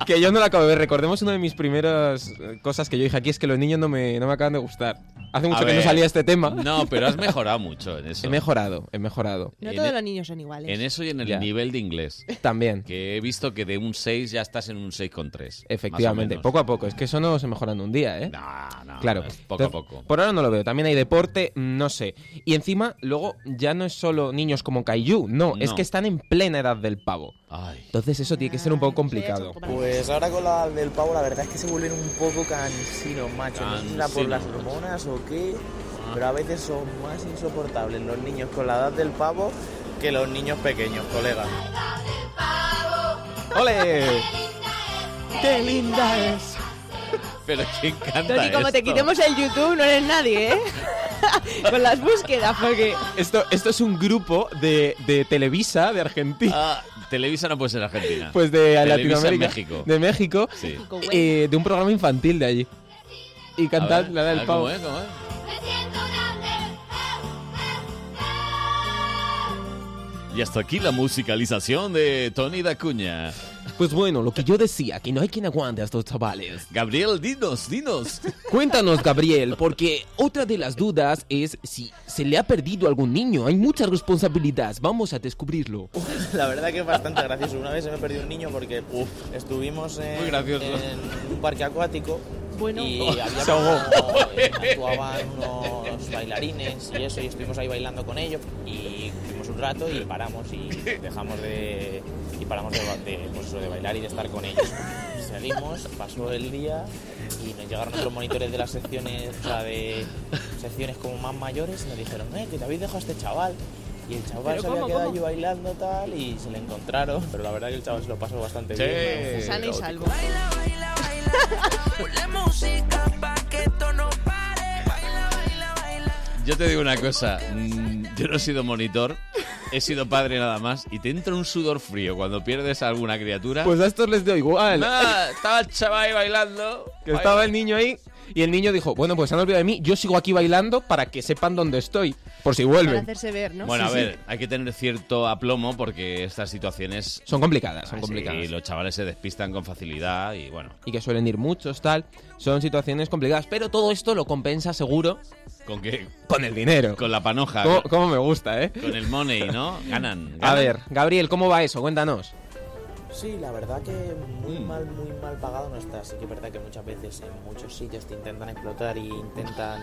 que yo no la acabo de ver. Recordemos una de mis primeras eh, cosas que yo dije aquí es que los niños no me, no me acaban de gustar. Hace mucho A que no ver. salía este tema. No, pero has mejorado mucho en eso. [LAUGHS] He mejorado, he mejorado. No En todos e- los niños son iguales. En eso y en el Ya. nivel de inglés. También. Que he visto que de un 6 ya estás en un 6,3. Efectivamente, más poco a poco. Es que eso no se mejora en un día, ¿eh? no, claro. es poco a poco. Por ahora no lo veo. También hay deporte, mm, no sé. Y encima, luego ya no es solo niños como Kaiju, no, es No. que están en plena edad del pavo. Entonces eso tiene que ser un poco complicado. Pues ahora con la del pavo la verdad es que se vuelven un poco cansinos, macho. No sé si será por Cansinos, Ah. las hormonas o qué, pero a veces son más insoportables los niños con la edad del pavo que los niños pequeños, colega. ¡Ole! ¡Qué linda es! Pero quién canta Tony, como te esto? quitemos el YouTube, no eres nadie, ¿eh? [LAUGHS] Con las búsquedas, porque... Esto, esto es un grupo de, de Televisa, de Argentina. Ah, Televisa no puede ser Argentina. [LAUGHS] Pues de Televisa en Latinoamérica. México. De México. Sí. eh, de un programa infantil de allí. Y A cantar ver, la a del ver, pavo. ¿cómo es? ¿Cómo es? Y hasta aquí la musicalización de Tony Dacuña. Pues bueno, lo que yo decía, que no hay quien aguante a estos chavales. Gabriel, dinos, dinos. Cuéntanos, Gabriel, porque otra de las dudas es si se le ha perdido algún niño. Hay mucha responsabilidad. Vamos a descubrirlo. [LAUGHS] La verdad que es bastante gracioso. Una vez se me perdió un niño porque estuvimos en, Muy gracioso. en un parque acuático Bueno. [LAUGHS] y había Se ahogó. como- eh, actuaban unos bailarines y eso y estuvimos ahí bailando con ellos y tuvimos un rato y paramos y dejamos de y paramos de, ba- de, pues eso, de bailar y de estar con ellos salimos pasó el día y nos llegaron otros monitores de las secciones o sea de secciones como más mayores y nos dijeron eh que te habéis dejado a este chaval y el chaval Pero se había ¿cómo, quedado cómo? allí bailando tal y se le encontraron pero la verdad que el chaval se lo pasó bastante Sí. bien Sano y salvo. [LAUGHS] Yo te digo una cosa, mm, yo no he sido monitor, he sido padre nada más y te entra un sudor frío cuando pierdes a alguna criatura. Pues a estos les dio igual. Nada, estaba el chaval ahí bailando. Que estaba el niño ahí y el niño dijo, bueno, pues se han olvidado de mí, yo sigo aquí bailando para que sepan dónde estoy, por si Para vuelven. hacerse ver, ¿no? Bueno, a Sí, ver, sí. hay que tener cierto aplomo porque estas situaciones Son complicadas, son Ah, sí, complicadas. Y los chavales se despistan con facilidad y bueno, Y que suelen ir muchos, tal. Son situaciones complicadas, pero todo esto lo compensa seguro con qué con el dinero. Con la panoja. ¿Cómo, con- cómo me gusta, eh? Con el money, ¿no? Ganan. A ganan. ver, Gabriel, ¿cómo va eso? Cuéntanos. Sí, la verdad que muy mal, muy mal pagado no está. Sí que es verdad que muchas veces en muchos sitios te intentan explotar y [LAUGHS] intentan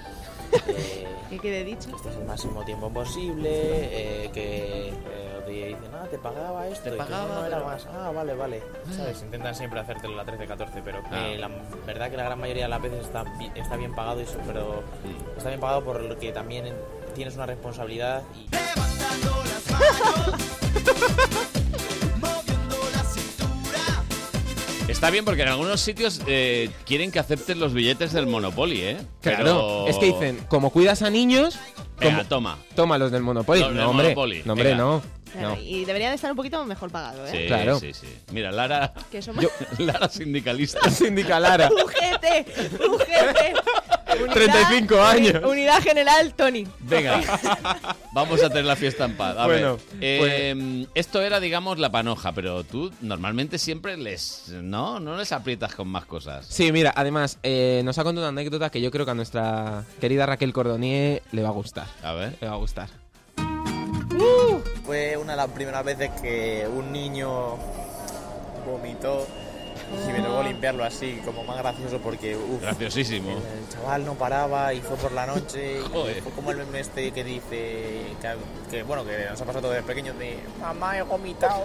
eh, ¿Qué quede dicho? que estés el máximo tiempo posible, eh, que eh, te dicen, ah, te pagaba esto, Te y tú, pagaba, no, no era pero- más, ah, vale, vale. Mm. ¿Sabes? Intentan siempre hacértelo la 13-14, pero Ah. eh, la verdad que la gran mayoría de las veces está, bi- está bien pagado, y eso, pero está bien pagado por lo que también tienes una responsabilidad y [LAUGHS] Está bien porque en algunos sitios eh, quieren que acepten los billetes del Monopoly, ¿eh? Claro, Pero- es que dicen, como cuidas a niños, Venga, como- toma. toma los del Monopoly. Los del no, hombre, Monopoly, no, hombre, venga. no. Claro, no. Y debería de estar un poquito mejor pagado, ¿eh? Sí, Claro. sí, sí. Mira, Lara. Que somos- [LAUGHS] Lara [LAUGHS] sindicalista. [LAUGHS] Sindicalara. ¡Ujete! ¡Ujete! Unidad- 35 años. Uni- Unidad General Tony. Venga, vamos a tener la fiesta en paz. A Bueno, pues- ver, eh, esto era, digamos, la panoja, pero tú normalmente siempre les, ¿no? No les aprietas con más cosas. Sí, mira, además, eh, nos ha contado una anécdota que yo creo que a nuestra querida Raquel Cordonier le va a gustar. A ver. Le va a gustar. Fue una de las primeras veces que un niño vomitó y me tocó limpiarlo así, como más gracioso porque uf, Graciosísimo. el chaval no paraba y fue por la noche y [LAUGHS] Joder. fue como el meme este que dice que, que, bueno, que nos ha pasado desde pequeños de mamá he vomitado.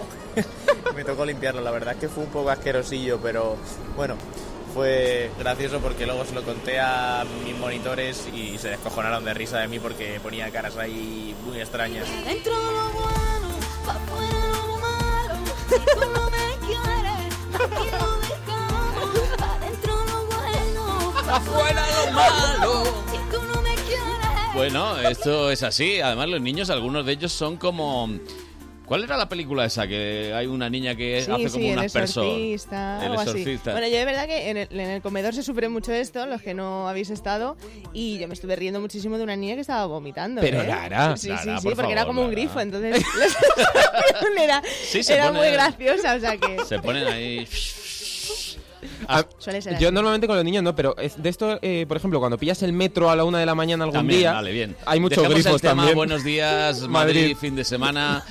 me tocó limpiarlo, la verdad es que fue un poco asquerosillo, pero bueno, fue gracioso porque luego se lo conté a mis monitores y se descojonaron de risa de mí porque ponía caras ahí muy extrañas. Dentro de lo bueno, pa' fuera lo malo. Si tú no me quieres, aquí lo dejamos. Pa' dentro lo bueno, pa' fuera lo malo. Si tú no me quieres. Bueno, esto es así. Además, los niños, algunos de ellos son como... ¿Cuál era la película esa? Que hay una niña que Sí, Eh, hace sí, como el una persona. exorcista, El algo así. exorcista. Bueno, yo de verdad que en el, en el comedor se sufre mucho esto, los que no habéis estado, y yo me estuve riendo muchísimo de una niña que estaba vomitando. Pero ¿eh? Lara, sí, sí, Lara, sí, por porque era favor, como un Lara. grifo, [LAUGHS] entonces [LAUGHS] era, Sí, se era pone- muy graciosa, o sea que [LAUGHS] Se ponen ahí... Ah, [LAUGHS] suele ser yo así. normalmente con los niños no, pero es- de esto, eh, por ejemplo, cuando pillas el metro a la una de la mañana algún También, día, vale, bien. hay muchos Dejemos grifos el tema, también. [LAUGHS] Buenos días, Madrid, Madrid. fin [LAUGHS] de semana,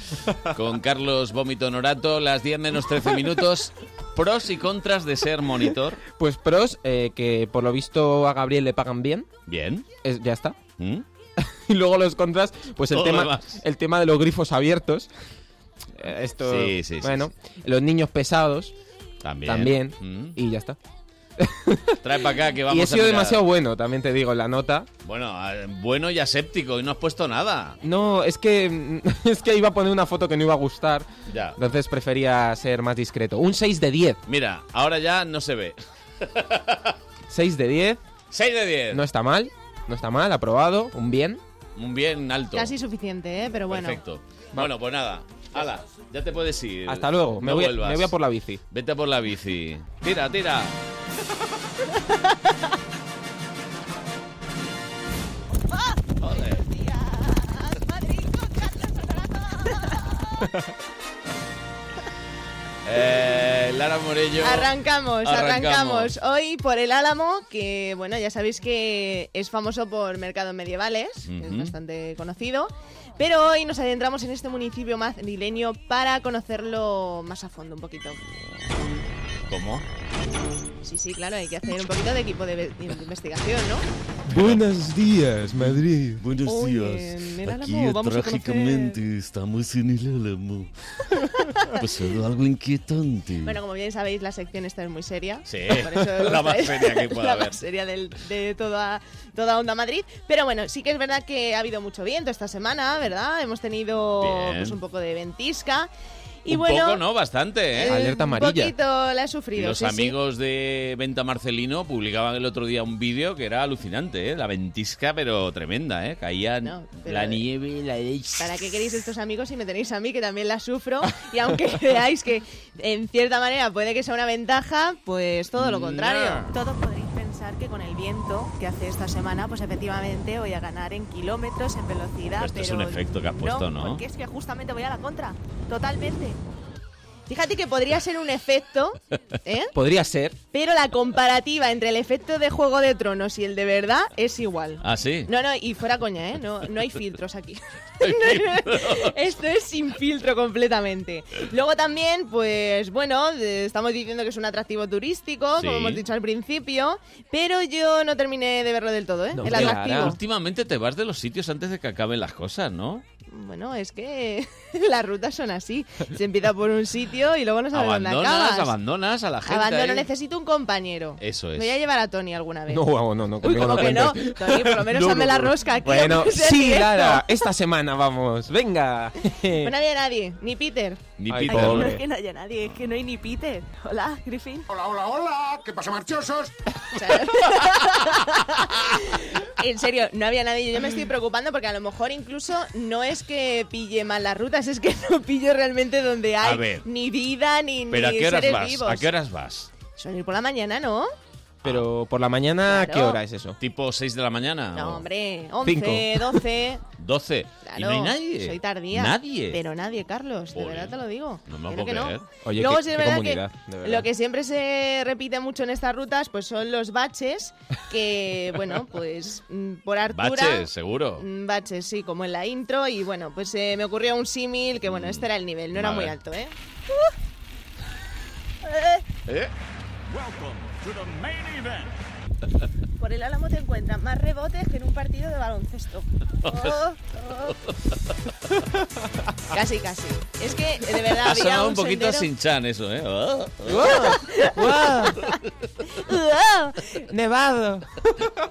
con Carlos Vómito Norato, las 10 menos 13 minutos. Pros y contras de ser monitor. Pues pros, eh, que por lo visto a Gabriel le pagan bien. Bien. Es- ya está. ¿Mm? [LAUGHS] y luego los contras, pues el Todo lo tema, demás. el tema de los grifos abiertos. Eh, Esto, Sí, sí, sí, bueno, los niños pesados. También. También. Mm. Y ya está. Trae para acá que vamos Y he sido a mirar. demasiado bueno, también te digo, en la nota. Bueno, eh, bueno y aséptico, y no has puesto nada. No, es que [LAUGHS] es que iba a poner una foto que no iba a gustar. Ya. Entonces prefería ser más discreto. Un 6 de 10. Mira, ahora ya no se ve. 6 de 10. 6 de 10. No está mal. No está mal, aprobado. Un bien. Un bien alto. casi suficiente, ¿eh? pero bueno. Perfecto. Bueno, pues nada. Hala, ya te puedes ir. Hasta luego. Me, No voy, vuelvas. me voy a por la bici. Vete a por la bici. Tira, tira. Eh, Lara Morello. Arrancamos, arrancamos, Hoy por el Álamo, que bueno, ya sabéis que es famoso por mercados medievales, que es Ujú. bastante conocido. Pero hoy nos adentramos en este municipio madrileño para conocerlo más a fondo un poquito. ¿Cómo? Sí, sí, claro, hay que hacer un poquito de equipo de ve- de investigación, ¿no? Buenos días, Madrid. Buenos Oye, días. en el Aquí Álamo vamos a trágicamente estamos en el [LAUGHS] Álamo. Ha pasado algo inquietante. Bueno, como bien sabéis, la sección esta es muy seria. Sí, Por [LAUGHS] eso la más seria que pueda [LAUGHS] La haber. más seria del- de toda, toda Onda Madrid. Pero bueno, sí que es verdad que ha habido mucho viento esta semana, ¿verdad? Hemos tenido Bien. pues, un poco de ventisca. Y un bueno, poco, ¿no? Bastante, ¿eh? eh, Un poquito la he sufrido. Los sí, sí. amigos de Venta Marcelino publicaban el otro día un vídeo que era alucinante, ¿eh? La ventisca, pero tremenda, ¿eh? Caían No, pero- la nieve, la ¿Para qué queréis estos amigos si me tenéis a mí, que también la [LAUGHS] sufro? Y aunque [LAUGHS] veáis que en cierta manera puede que sea una ventaja, pues todo lo contrario. No. Todos podréis pensar que con el viento que hace esta semana, pues efectivamente voy a ganar en kilómetros, en velocidad. Esto es un efecto que has puesto, ¿no? Porque es que justamente voy a la contra, totalmente. Fíjate que podría ser un efecto, [LAUGHS] ¿eh? Pues Podría ser. Pero la comparativa entre el efecto de Juego de Tronos y el de verdad es igual. Ah, sí. No, no, y fuera coña, ¿eh? No, no hay filtros [LAUGHS] aquí. [LAUGHS] Esto es sin filtro completamente. Luego también, pues bueno, eh, estamos diciendo que es un atractivo turístico, Sí. como hemos dicho al principio, pero yo no terminé de verlo del todo, ¿eh? el atractivo. Últimamente te vas de los sitios antes de que acaben las cosas, ¿no? Bueno, es que [LAUGHS] las rutas son así. Se empieza por un sitio y luego no sabes dónde Abandonas, Pues acabas. abandonas a la gente. Abandono, ahí. necesito un compañero. Eso es. Voy a llevar a Tony alguna vez. No, vamos, no, no. Uy, conmigo ¿cómo no que no? cuentes. Tony, por lo menos No, hazme no, la no. rosca aquí. Bueno, aunque sea sí, directo. Lara, esta semana vamos, venga. No había Pues nadie, ni Peter. Ni Ay, Peter. no es que no haya nadie, es que no hay ni Peter. Hola, Griffin. Hola, hola, hola. ¿Qué pasa, marchosos? [LAUGHS] en serio, no había nadie. Yo me estoy preocupando porque a lo mejor incluso no es que pille mal las rutas, es que [LAUGHS] no pillo realmente donde A hay ver. ni vida ni, Pero ¿a ni qué horas seres vas? vivos. ¿A qué horas vas? Suelo ir por la mañana, ¿no? Pero por la mañana, Claro. ¿qué hora es eso? ¿Tipo 6 de la mañana? No, hombre, 11, Cinco. 12. 12. Claro, [LAUGHS] y no hay nadie. Soy tardía. Nadie. Pero nadie, Carlos. De Joder. verdad te lo digo. No me Creo lo puedo que no. creer. Oye, Luego qué- sí es qué verdad comunidad, que de verdad. lo que siempre se repite mucho en estas rutas pues son los baches que, bueno, pues mm, por altura... Baches, seguro. [LAUGHS] mm, Baches, sí, como en la intro y bueno, pues eh, me ocurrió un símil que bueno, este era el nivel, no era Vale. muy alto, ¿eh? Uh. ¿Eh? Por el álamo te encuentran más rebotes que en un partido de baloncesto. Oh, Casi, casi. Es que de [LAUGHS] verdad ha había sonado un, un poquito sendero- sin chan eso, ¿eh? [LAUGHS] Ah, [LAUGHS] Nevado.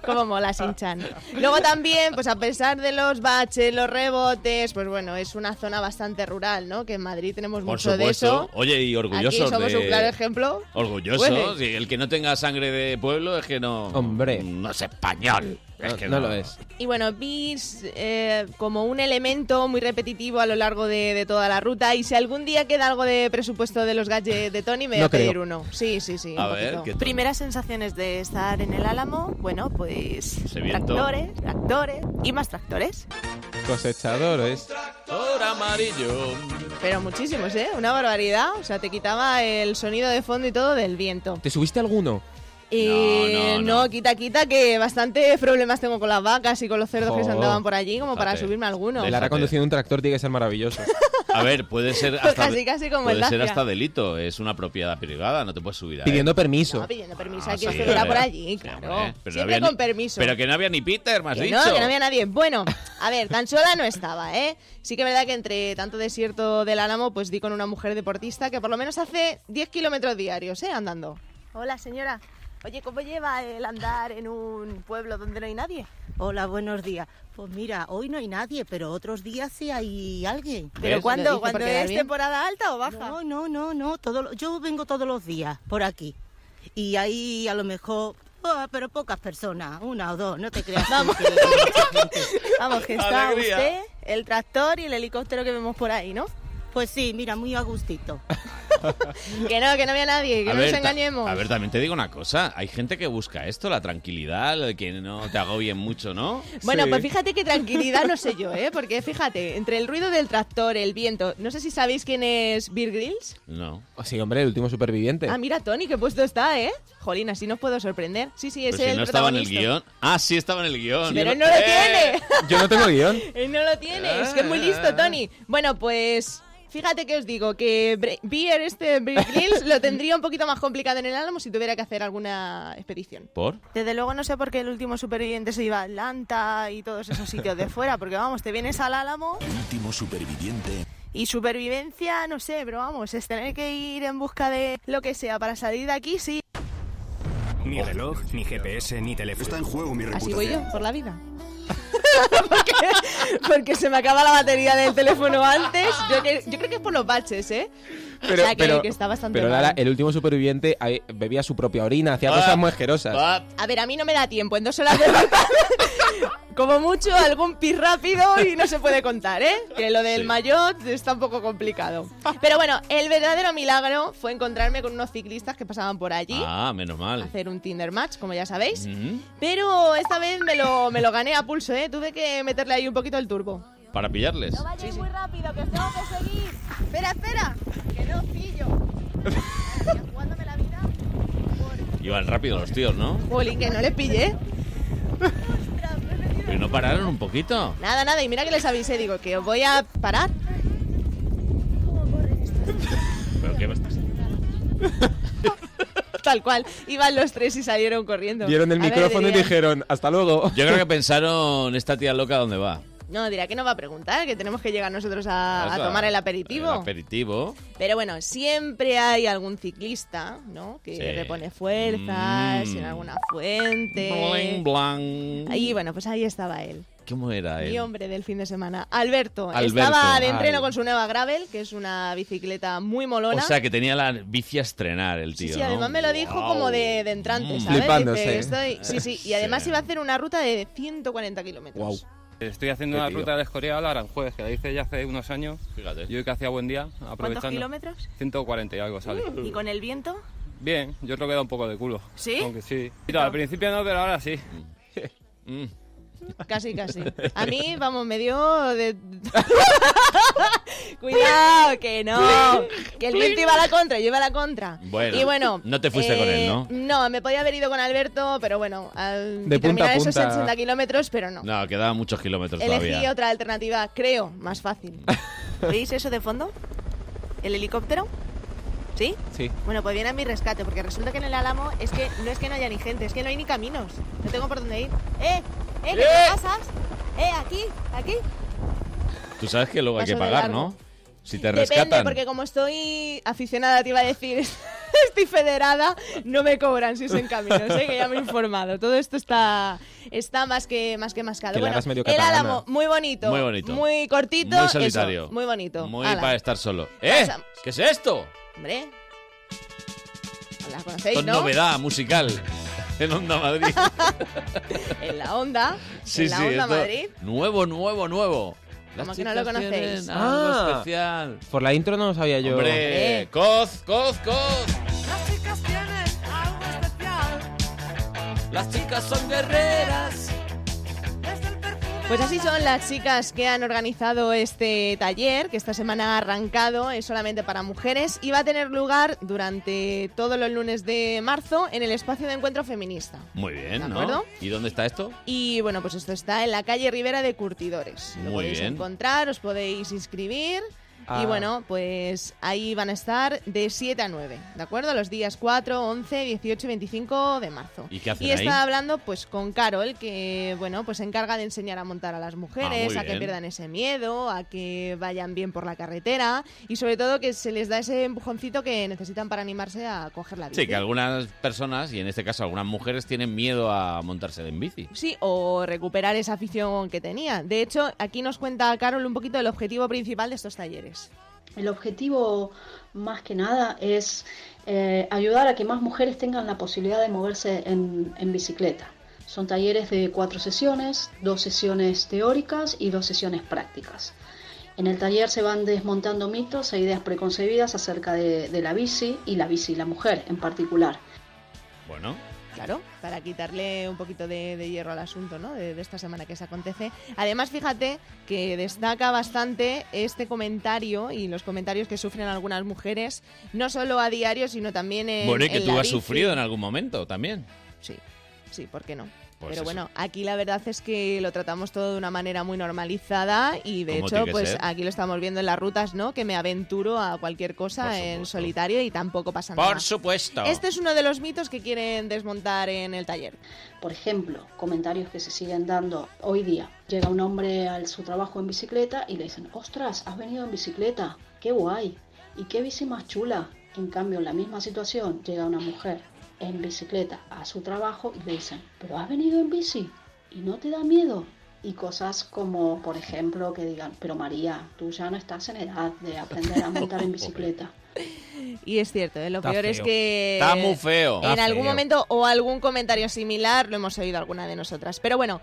Como mola Sinchan. Luego también, pues a pesar de los baches, los rebotes, pues bueno, es una zona bastante rural, ¿no? Que en Madrid tenemos Por mucho supuesto. de eso. Oye, y Aquí orgullosos somos de... un claro ejemplo. Orgulloso. Huele. sí, el que no tenga sangre de pueblo es que no. Hombre. No es español. Es que no, lo es. Y bueno, vi eh, como un elemento muy repetitivo a lo largo de, de toda la ruta. Y si algún día queda algo de presupuesto de los gadgets de Tony, me voy No a pedir creo. uno. Sí, sí, sí. A un ver, poquito. ¿qué tal? Primeras sensaciones de estar en el Álamo, bueno, pues Se viento. tractores, tractores y más tractores. Cosechador, ¿es? Ahora amarillo. Pero muchísimos, ¿eh? Una barbaridad. O sea, te quitaba el sonido de fondo y todo del viento. ¿Te subiste alguno? Eh, No, no, quita, quita, que bastantes problemas tengo con las vacas y con los cerdos que se Joder. andaban por allí, como para Fíjate. subirme a alguno. Lara conduciendo un tractor tiene que ser maravilloso. A ver, puede ser Pues [LAUGHS] hasta. casi, casi como el puede ser Dacia. hasta delito. Es una propiedad privada, no te puedes subir a él. Pidiendo permiso. No, pidiendo permiso a Ah, sí, quien estuviera hombre. por allí, Hombre, claro. Eh, pero no Siempre había ni- con permiso. Pero que no había ni Peter, me has Que dicho. no, que no había nadie. Bueno, a ver, tan sola no estaba, ¿eh? Sí que es verdad que entre tanto desierto del Álamo, pues di con una mujer deportista que por lo menos hace 10 kilómetros diarios, ¿eh? Andando. Hola, señora. Oye, ¿cómo lleva el andar en un pueblo donde no hay nadie? Hola, buenos días. Pues mira, hoy no hay nadie, pero otros días sí hay alguien. ¿Pero ¿Ves? cuándo? Lo dice ¿Cuándo por quedar es bien. temporada alta o baja? No, no, no, no. Todo, lo- yo vengo todos los días por aquí. Y ahí a lo mejor, ah, pero pocas personas, una o dos, no te creas. Vamos, [LAUGHS] Vamos, que está usted, el tractor y el helicóptero que vemos por ahí, ¿no? Pues sí, mira, muy a gustito. [LAUGHS] Que no, que no había nadie, que A no ver, nos ta- engañemos. A ver, también te digo una cosa. Hay gente que busca esto, la tranquilidad, lo de que no te agobien mucho, ¿no? Bueno, pues fíjate que tranquilidad no sé yo, [LAUGHS] ¿eh? Porque fíjate, entre el ruido del tractor, el viento, no sé si sabéis quién es Beer Grylls. No. Oh, Sí, hombre, el último superviviente. Ah, mira, Tony, qué puesto está, ¿eh? Jolín, así nos puedo sorprender. Sí, sí, es Pero si el no estaba en el protagonista. guión. Ah, sí estaba en el guión. Pero él no lo ¡Eh! tiene. [LAUGHS] Yo no tengo guión. Ah. Él no lo tiene. Es que es muy listo, Tony. Bueno, pues Fíjate que os digo que Bre- Beer, este Beer Grylls, lo tendría un poquito más complicado en el Álamo si tuviera que hacer alguna expedición. ¿Por? Desde luego no sé por qué el último superviviente se iba a Atlanta y todos esos sitios de fuera, porque vamos, te vienes al Álamo El último superviviente. y supervivencia, no sé, pero vamos, es tener que ir en busca de lo que sea para salir de aquí, sí. Ni reloj, ni GPS, ni teléfono. Está en juego mi Así voy yo, por la vida. [LAUGHS] porque, porque se me acaba la batería del teléfono antes. Yo, que- yo creo que es por los baches, ¿eh? o sea, que, que está bastante pero mal. Lara, el último superviviente ahí, bebía su propia orina, hacía Ah, cosas muy asquerosas. ah. A ver, a mí no me da tiempo, en dos horas de verdad. [LAUGHS] Como mucho, algún pi rápido y no se puede contar, ¿eh? Que lo del Sí. maillot está un poco complicado. Pero bueno, el verdadero milagro fue encontrarme con unos ciclistas que pasaban por allí. Ah, menos mal. Hacer un Tinder match, como ya sabéis. Mm. Pero esta vez me lo, me lo gané a pulso, ¿eh? Tuve que meterle ahí un poquito el turbo. Para pillarles. vayáis muy rápido, que os tengo que seguir. Espera, espera, que no os pillo. Iban rápido los tíos, ¿no? Jolín, que no les pillé. Pero no pararon un poquito. Nada, nada, y mira que les avisé, digo, que os voy a parar. Pero qué Tal cual. Iban los tres y salieron corriendo. Dieron el A ver, micrófono y dirían- dijeron, hasta luego. Yo creo que pensaron, esta tía loca, ¿dónde va? No, dirá que nos va a preguntar, que tenemos que llegar nosotros a, a Eso, tomar el El aperitivo. aperitivo. Pero bueno, siempre hay algún ciclista, ¿no? Que Sí. repone fuerzas Mm. en alguna fuente. Blan, blan. Ahí, bueno, pues ahí estaba él. ¿Cómo era Mi él? hombre del fin de semana, Alberto, Alberto. estaba de entreno Al- con su nueva Gravel, que es una bicicleta muy molona. O sea, que tenía la bici a estrenar el tío. Sí, sí, ¿no? además me lo dijo Guau. como de, de entrante, Mm. ¿sabes? Flipándose. Dice, estoy- Sí, sí, y además iba a hacer una ruta de 140 kilómetros. Estoy haciendo Qué una tío. ruta del Escorial ahora en jueves, que la hice ya hace unos años. Fíjate. Yo que hacía buen día, aprovechando. kilómetros? Mm. 140 y algo sale. ¿Y con el viento? Bien, yo creo que da un poco de culo. ¿Sí? Aunque sí. Mira, al principio no, pero ahora sí. Mm. [LAUGHS] Mm. Casi, casi. A [LAUGHS] mí, vamos, me dio [LAUGHS] de... Cuidado, que no. [LAUGHS] Que el viento iba a la contra, yo iba a la contra. Bueno, y bueno eh, no te fuiste con él, ¿no? No, me podía haber ido con Alberto, pero bueno, al De y punta a terminar esos punta. 60 kilómetros, pero no. No, quedaban muchos kilómetros Elegí todavía. otra alternativa, creo, más fácil. [LAUGHS] ¿Veis eso de fondo? ¿El helicóptero? ¿Sí? Sí. Bueno, pues viene a mi rescate, porque resulta que en el Álamo es que no es que no haya ni gente, es que no hay ni caminos. No tengo por dónde ir. ¡Eh! ¡Eh! ¿Qué ¡Eh! te pasas? ¡Eh! ¡Aquí! ¡Aquí! Tú sabes que luego hay Paso que de pagar, largo. ¿no? Si te Depende, rescatan. porque como estoy aficionada, te iba a decir, [LAUGHS] estoy federada, no me cobran si son caminos, ¿eh? que ya me he informado. Todo esto está, está más que más que mascado. Que la Bueno, hagas medio el catalana. Álamo, muy bonito. Muy bonito. Muy cortito. Muy eso, solitario. muy bonito. Muy Ala, para estar solo. ¡Eh! Pasamos. ¿Qué es esto? Hombre. La conocéis, Esto es ¿no? novedad musical [LAUGHS] en Onda Madrid. [LAUGHS] En la onda. Sí, en la sí, onda esto- Madrid. nuevo, nuevo, nuevo. Como que no lo conocéis. Ah. especial. Por la intro no lo sabía yo. Hombre, coz, coz, coz. Las chicas tienen algo especial. Las chicas son guerreras. Pues así son las chicas que han organizado este taller, que esta semana ha arrancado, es solamente para mujeres, y va a tener lugar durante todos los lunes de marzo en el espacio de encuentro feminista. Muy bien, ¿De ¿no? acuerdo? ¿Y dónde está esto? Y bueno, pues esto está en la calle Rivera de Curtidores. Lo Muy podéis bien. encontrar, os podéis inscribir. Ah. Y bueno, pues ahí van a estar de 7 a 9, ¿de acuerdo? Los días 4, 11, 18 y 25 de marzo. ¿Y qué hacen Y ahí? está hablando pues con Carol, que bueno, pues se encarga de enseñar a montar a las mujeres, Ah, muy a que bien. pierdan ese miedo, a que vayan bien por la carretera y sobre todo que se les da ese empujoncito que necesitan para animarse a coger la bici. Sí, que algunas personas, y en este caso algunas mujeres, tienen miedo a montarse en bici. Sí, o recuperar esa afición que tenía. De hecho, aquí nos cuenta Carol un poquito el objetivo principal de estos talleres. El objetivo, más que nada, es eh, ayudar a que más mujeres tengan la posibilidad de moverse en, en bicicleta. Son talleres de cuatro sesiones, dos sesiones teóricas y dos sesiones prácticas. En el taller se van desmontando mitos e ideas preconcebidas acerca de, de la bici y la bici y la mujer en particular. Bueno. Claro, para quitarle un poquito de, de hierro al asunto, ¿no? De, de esta semana que se acontece. Además, fíjate que destaca bastante este comentario y los comentarios que sufren algunas mujeres, no solo a diario, sino también en. bueno, y que en tú la has bici. sufrido en algún momento también. Sí, sí, ¿por qué no? Pues Pero eso. bueno, aquí la verdad es que lo tratamos todo de una manera muy normalizada y de Como hecho, tiene que pues ser. aquí lo estamos viendo en las rutas, ¿no? Que me aventuro a cualquier cosa en solitario y tampoco pasa nada. Por supuesto. Este es uno de los mitos que quieren desmontar en el taller. Por ejemplo, comentarios que se siguen dando hoy día. Llega un hombre a su trabajo en bicicleta y le dicen, ostras, has venido en bicicleta, qué guay, y qué bici más chula. En cambio, en la misma situación, llega una mujer en bicicleta a su trabajo y le dicen, pero has venido en bici y no te da miedo. Y cosas como, por ejemplo, que digan, pero María, tú ya no estás en edad de aprender a montar en bicicleta. Y es cierto, ¿eh? lo Está peor es feo. que Está muy feo. En Está algún feo. momento o algún comentario similar lo hemos oído alguna de nosotras. Pero bueno,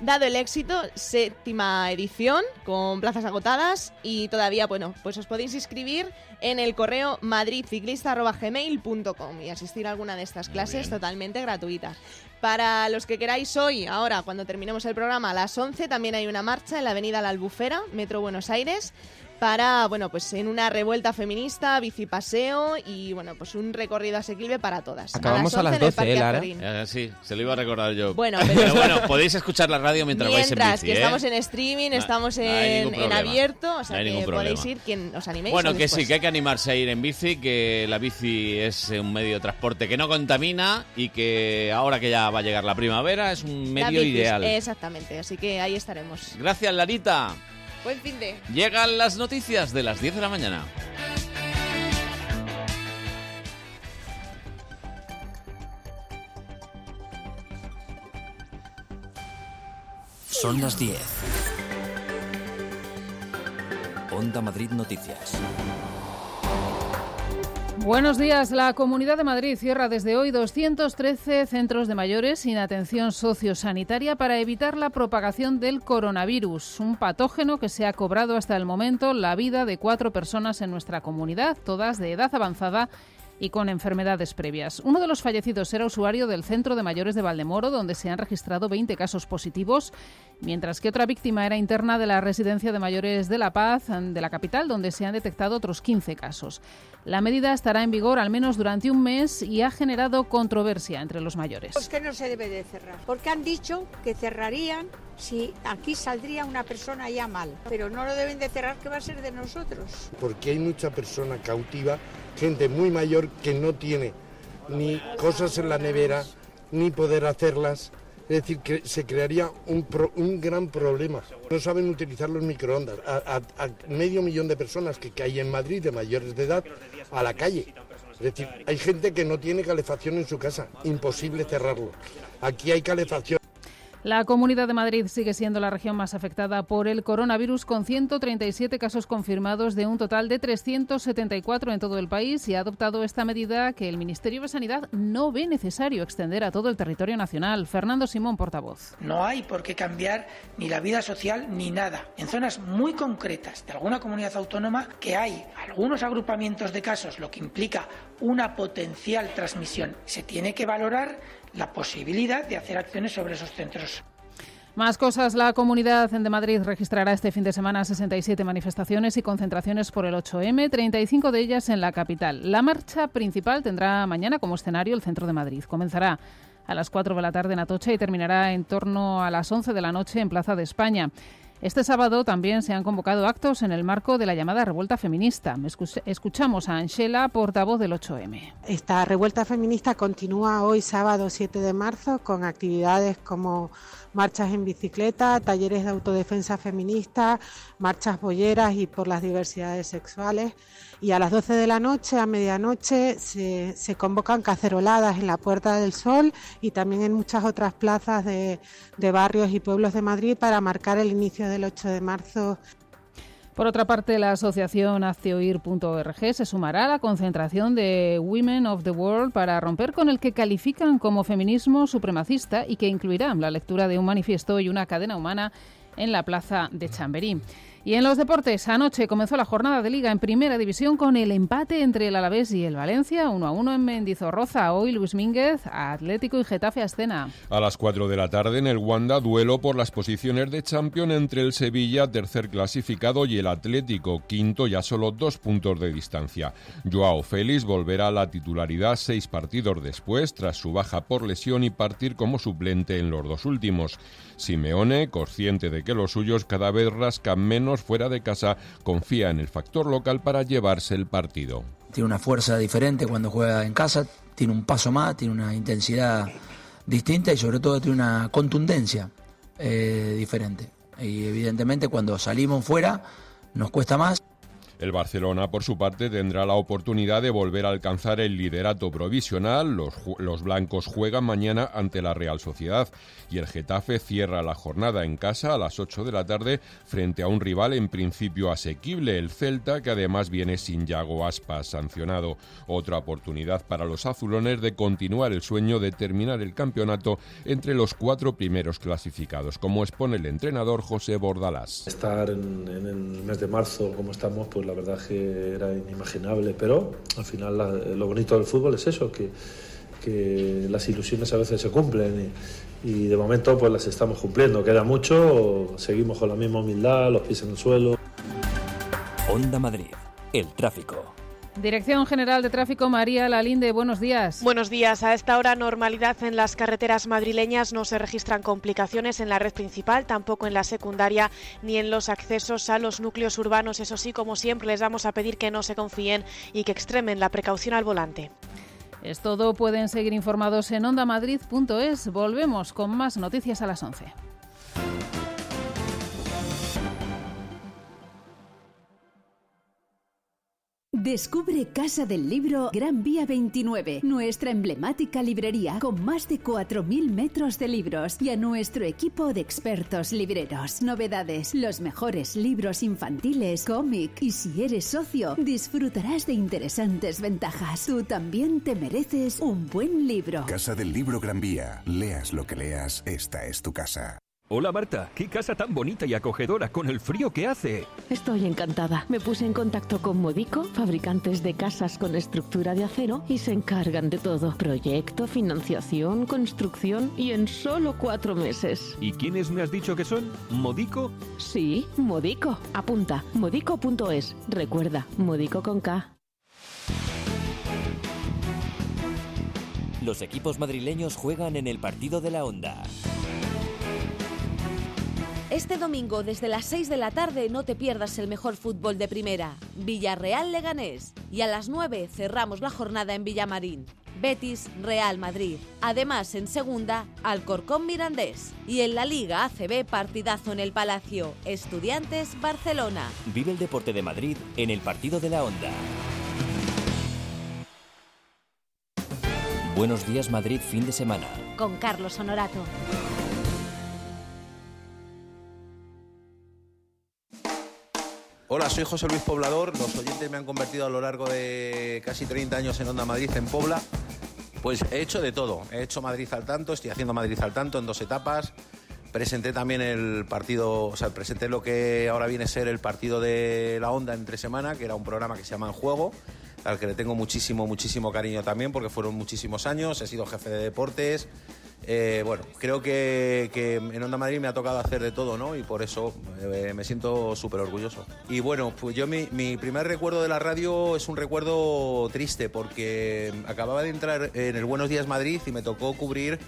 dado el éxito, séptima edición con plazas agotadas y todavía, bueno, pues os podéis inscribir en el correo madridciclista@gmail.com y asistir a alguna de estas clases bien. totalmente gratuitas. Para los que queráis hoy, ahora, cuando terminemos el programa, a las 11 también hay una marcha en la Avenida La Albufera, Metro Buenos Aires, para, bueno, pues en una revuelta feminista, bicipaseo y, bueno, pues un recorrido asequible para todas. Acabamos a 11 las en el 12, Parque ¿eh, Lara? Azorín. Ah, sí, se lo iba a recordar yo. [LAUGHS] Bueno, pero, pero- [LAUGHS] bueno, podéis escuchar la radio mientras, vais en Mientras bici, que ¿eh? estamos en streaming, estamos no hay en, ningún en problema. abierto, o No sea hay que ningún podéis problema. ir quien os animéis. Bueno, o que sí, después. que hay que animarse a ir en bici, que la bici es un medio de transporte que no contamina y que ahora que ya va a llegar la primavera es un La medio bicis, ideal. Exactamente, así que ahí estaremos. Gracias, Larita. Buen fin de. Llegan las noticias de las 10 de la mañana. Son las 10. Onda Madrid Noticias. Buenos días. La Comunidad de Madrid cierra desde hoy 213 centros de mayores sin atención sociosanitaria para evitar la propagación del coronavirus, un patógeno que se ha cobrado hasta el momento la vida de cuatro personas en nuestra comunidad, todas de edad avanzada y con enfermedades previas. Uno de los fallecidos era usuario del Centro de Mayores de Valdemoro, donde se han registrado 20 casos positivos, mientras que otra víctima era interna de la Residencia de Mayores de La Paz, de la capital, donde se han detectado otros 15 casos. La medida estará en vigor al menos durante un mes y ha generado controversia entre los mayores. Pues que no se debe de cerrar, porque han dicho que cerrarían si aquí saldría una persona ya mal, pero no lo deben de cerrar que va a ser de nosotros. porque hay mucha persona cautiva, gente muy mayor que no tiene ni cosas en la nevera, ni poder hacerlas. Es decir, que se crearía un, pro- un gran problema. No saben utilizar los microondas. A, a- a medio millón de personas que, que hay en Madrid de mayores de edad a la calle. Es decir, hay gente que no tiene calefacción en su casa. Imposible cerrarlo. Aquí hay calefacción. La Comunidad de Madrid sigue siendo la región más afectada por el coronavirus, con 137 casos confirmados de un total de 374 en todo el país y ha adoptado esta medida que el Ministerio de Sanidad no ve necesario extender a todo el territorio nacional. Fernando Simón, portavoz. No hay por qué cambiar ni la vida social ni nada. En zonas muy concretas de alguna comunidad autónoma que hay algunos agrupamientos de casos, lo que implica una potencial transmisión, se tiene que valorar la posibilidad de hacer acciones sobre esos centros. Más cosas. La Comunidad de Madrid registrará este fin de semana 67 manifestaciones y concentraciones por el 8M, 35 de ellas en la capital. La marcha principal tendrá mañana como escenario el centro de Madrid. Comenzará a las 4 de la tarde en Atocha y terminará en torno a las 11 de la noche en Plaza de España. Este sábado también se han convocado actos en el marco de la llamada revuelta feminista. Escu- Escuchamos a Angela, portavoz del 8M. Esta revuelta feminista continúa hoy sábado 7 de marzo con actividades como marchas en bicicleta, talleres de autodefensa feminista, marchas bolleras y por las diversidades sexuales. Y a las 12 de la noche, a medianoche, se, se convocan caceroladas en la Puerta del Sol y también en muchas otras plazas de- de barrios y pueblos de Madrid para marcar el inicio del 8 de marzo Por otra parte, la asociación hazteoir.org se sumará a la concentración de Women of the World para romper con el que califican como feminismo supremacista y que incluirá la lectura de un manifiesto y una cadena humana en la plaza de Chamberí. Y en los deportes, anoche comenzó la jornada de liga en primera división con el empate entre el Alavés y el Valencia, 1 a 1 en Mendizorroza. Hoy Luis Mínguez, Atlético y Getafe a escena. A las 4 de la tarde en el Wanda, duelo por las posiciones de champion entre el Sevilla, tercer clasificado, y el Atlético, quinto, ya solo dos puntos de distancia. Joao Félix volverá a la titularidad seis partidos después, tras su baja por lesión y partir como suplente en los dos últimos. Simeone, consciente de que los suyos cada vez rascan menos fuera de casa, confía en el factor local para llevarse el partido. tiene una fuerza diferente cuando juega en casa, tiene un paso más, tiene una intensidad distinta y sobre todo tiene una contundencia eh, diferente. Y evidentemente cuando salimos fuera nos cuesta más. El Barcelona, por su parte, tendrá la oportunidad de volver a alcanzar el liderato provisional. Los, ju- los blancos juegan mañana ante la Real Sociedad y el Getafe cierra la jornada en casa a las 8 de la tarde frente a un rival en principio asequible, el Celta, que además viene sin Yago Aspas sancionado. Otra oportunidad para los azulones de continuar el sueño de terminar el campeonato entre los cuatro primeros clasificados, como expone el entrenador José Bordalás. Estar en, en el mes de marzo como estamos, pues la verdad es que era inimaginable, pero al final la- lo bonito del fútbol es eso, que, que las ilusiones a veces se cumplen y, y de momento pues las estamos cumpliendo. Queda mucho, seguimos con la misma humildad, los pies en el suelo. Onda Madrid, el tráfico. Dirección General de Tráfico, María Lalinde, buenos días. Buenos días. A esta hora normalidad en las carreteras madrileñas. No se registran complicaciones en la red principal, tampoco en la secundaria ni en los accesos a los núcleos urbanos. Eso sí, como siempre, les vamos a pedir que no se confíen y que extremen la precaución al volante. Es todo, pueden seguir informados en ondamadrid.es. Volvemos con más noticias a las 11. Descubre Casa del Libro Gran Vía 29, nuestra emblemática librería con más de 4.000 metros de libros y a nuestro equipo de expertos libreros. Novedades, los mejores libros infantiles, cómic y si eres socio, disfrutarás de interesantes ventajas. Tú también te mereces un buen libro. Casa del Libro Gran Vía. Leas lo que leas, esta es tu casa. Hola Marta, qué casa tan bonita y acogedora con el frío que hace. Estoy encantada. Me puse en contacto con Modico, fabricantes de casas con estructura de acero, y se encargan de todo. Proyecto, financiación, construcción y en solo cuatro meses. ¿Y quiénes me has dicho que son? ¿Modico? Sí, Modico. Apunta, modico.es. Recuerda, Modico con K. Los equipos madrileños juegan en el partido de la Onda. Este domingo desde las 6 de la tarde no te pierdas el mejor fútbol de primera, Villarreal Leganés. Y a las 9 cerramos la jornada en Villamarín. Betis Real Madrid. Además en segunda, Alcorcón Mirandés. Y en la Liga ACB partidazo en el Palacio, Estudiantes Barcelona. Vive el deporte de Madrid en el partido de la Onda. Buenos días Madrid fin de semana. Con Carlos Honorato. Hola, soy José Luis Poblador. Los oyentes me han convertido a lo largo de casi 30 años en Onda Madrid, en Pobla. Pues he hecho de todo. He hecho Madrid al tanto, estoy haciendo Madrid al tanto en dos etapas. Presenté también el partido, o sea, presenté lo que ahora viene a ser el partido de la Onda entre semana, que era un programa que se llama En Juego, al que le tengo muchísimo, muchísimo cariño también, porque fueron muchísimos años. He sido jefe de deportes. Eh, bueno, creo que, que en Onda Madrid me ha tocado hacer de todo, ¿no? Y por eso eh, me siento súper orgulloso. Y bueno, pues yo mi, mi primer recuerdo de la radio es un recuerdo triste, porque acababa de entrar en el Buenos Días Madrid y me tocó cubrir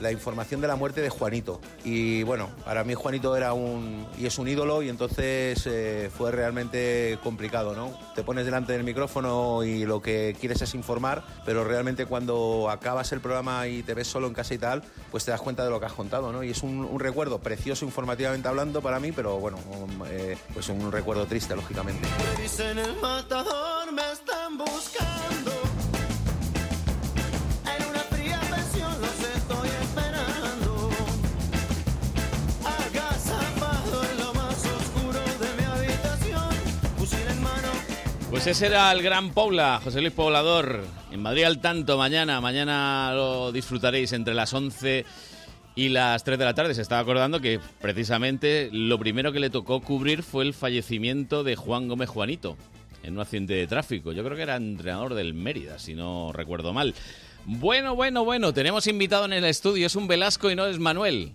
la información de la muerte de Juanito. Y bueno, para mí Juanito era un. y es un ídolo, y entonces eh, fue realmente complicado, ¿no? Te pones delante del micrófono y lo que quieres es informar, pero realmente cuando acabas el programa y te ves solo en casa y tal, pues te das cuenta de lo que has contado, ¿no? Y es un, un recuerdo precioso informativamente hablando para mí, pero bueno, um, eh, pues un recuerdo triste, lógicamente. Dicen el matador, me están buscando. En una fría pensión los estoy esperando. Agazapado en lo más oscuro de mi habitación. Fusil en mano. Pues ese era el Gran Pobla, José Luis Poblador. En Madrid al tanto, mañana. Mañana lo disfrutaréis entre las 11 Y las 3 de la tarde se estaba acordando que precisamente lo primero que le tocó cubrir fue el fallecimiento de Juan Gómez Juanito en un accidente de tráfico. Yo creo que era entrenador del Mérida, si no recuerdo mal. Bueno, bueno, bueno, tenemos invitado en el estudio, es un Velasco y no [LAUGHS] es Manuel.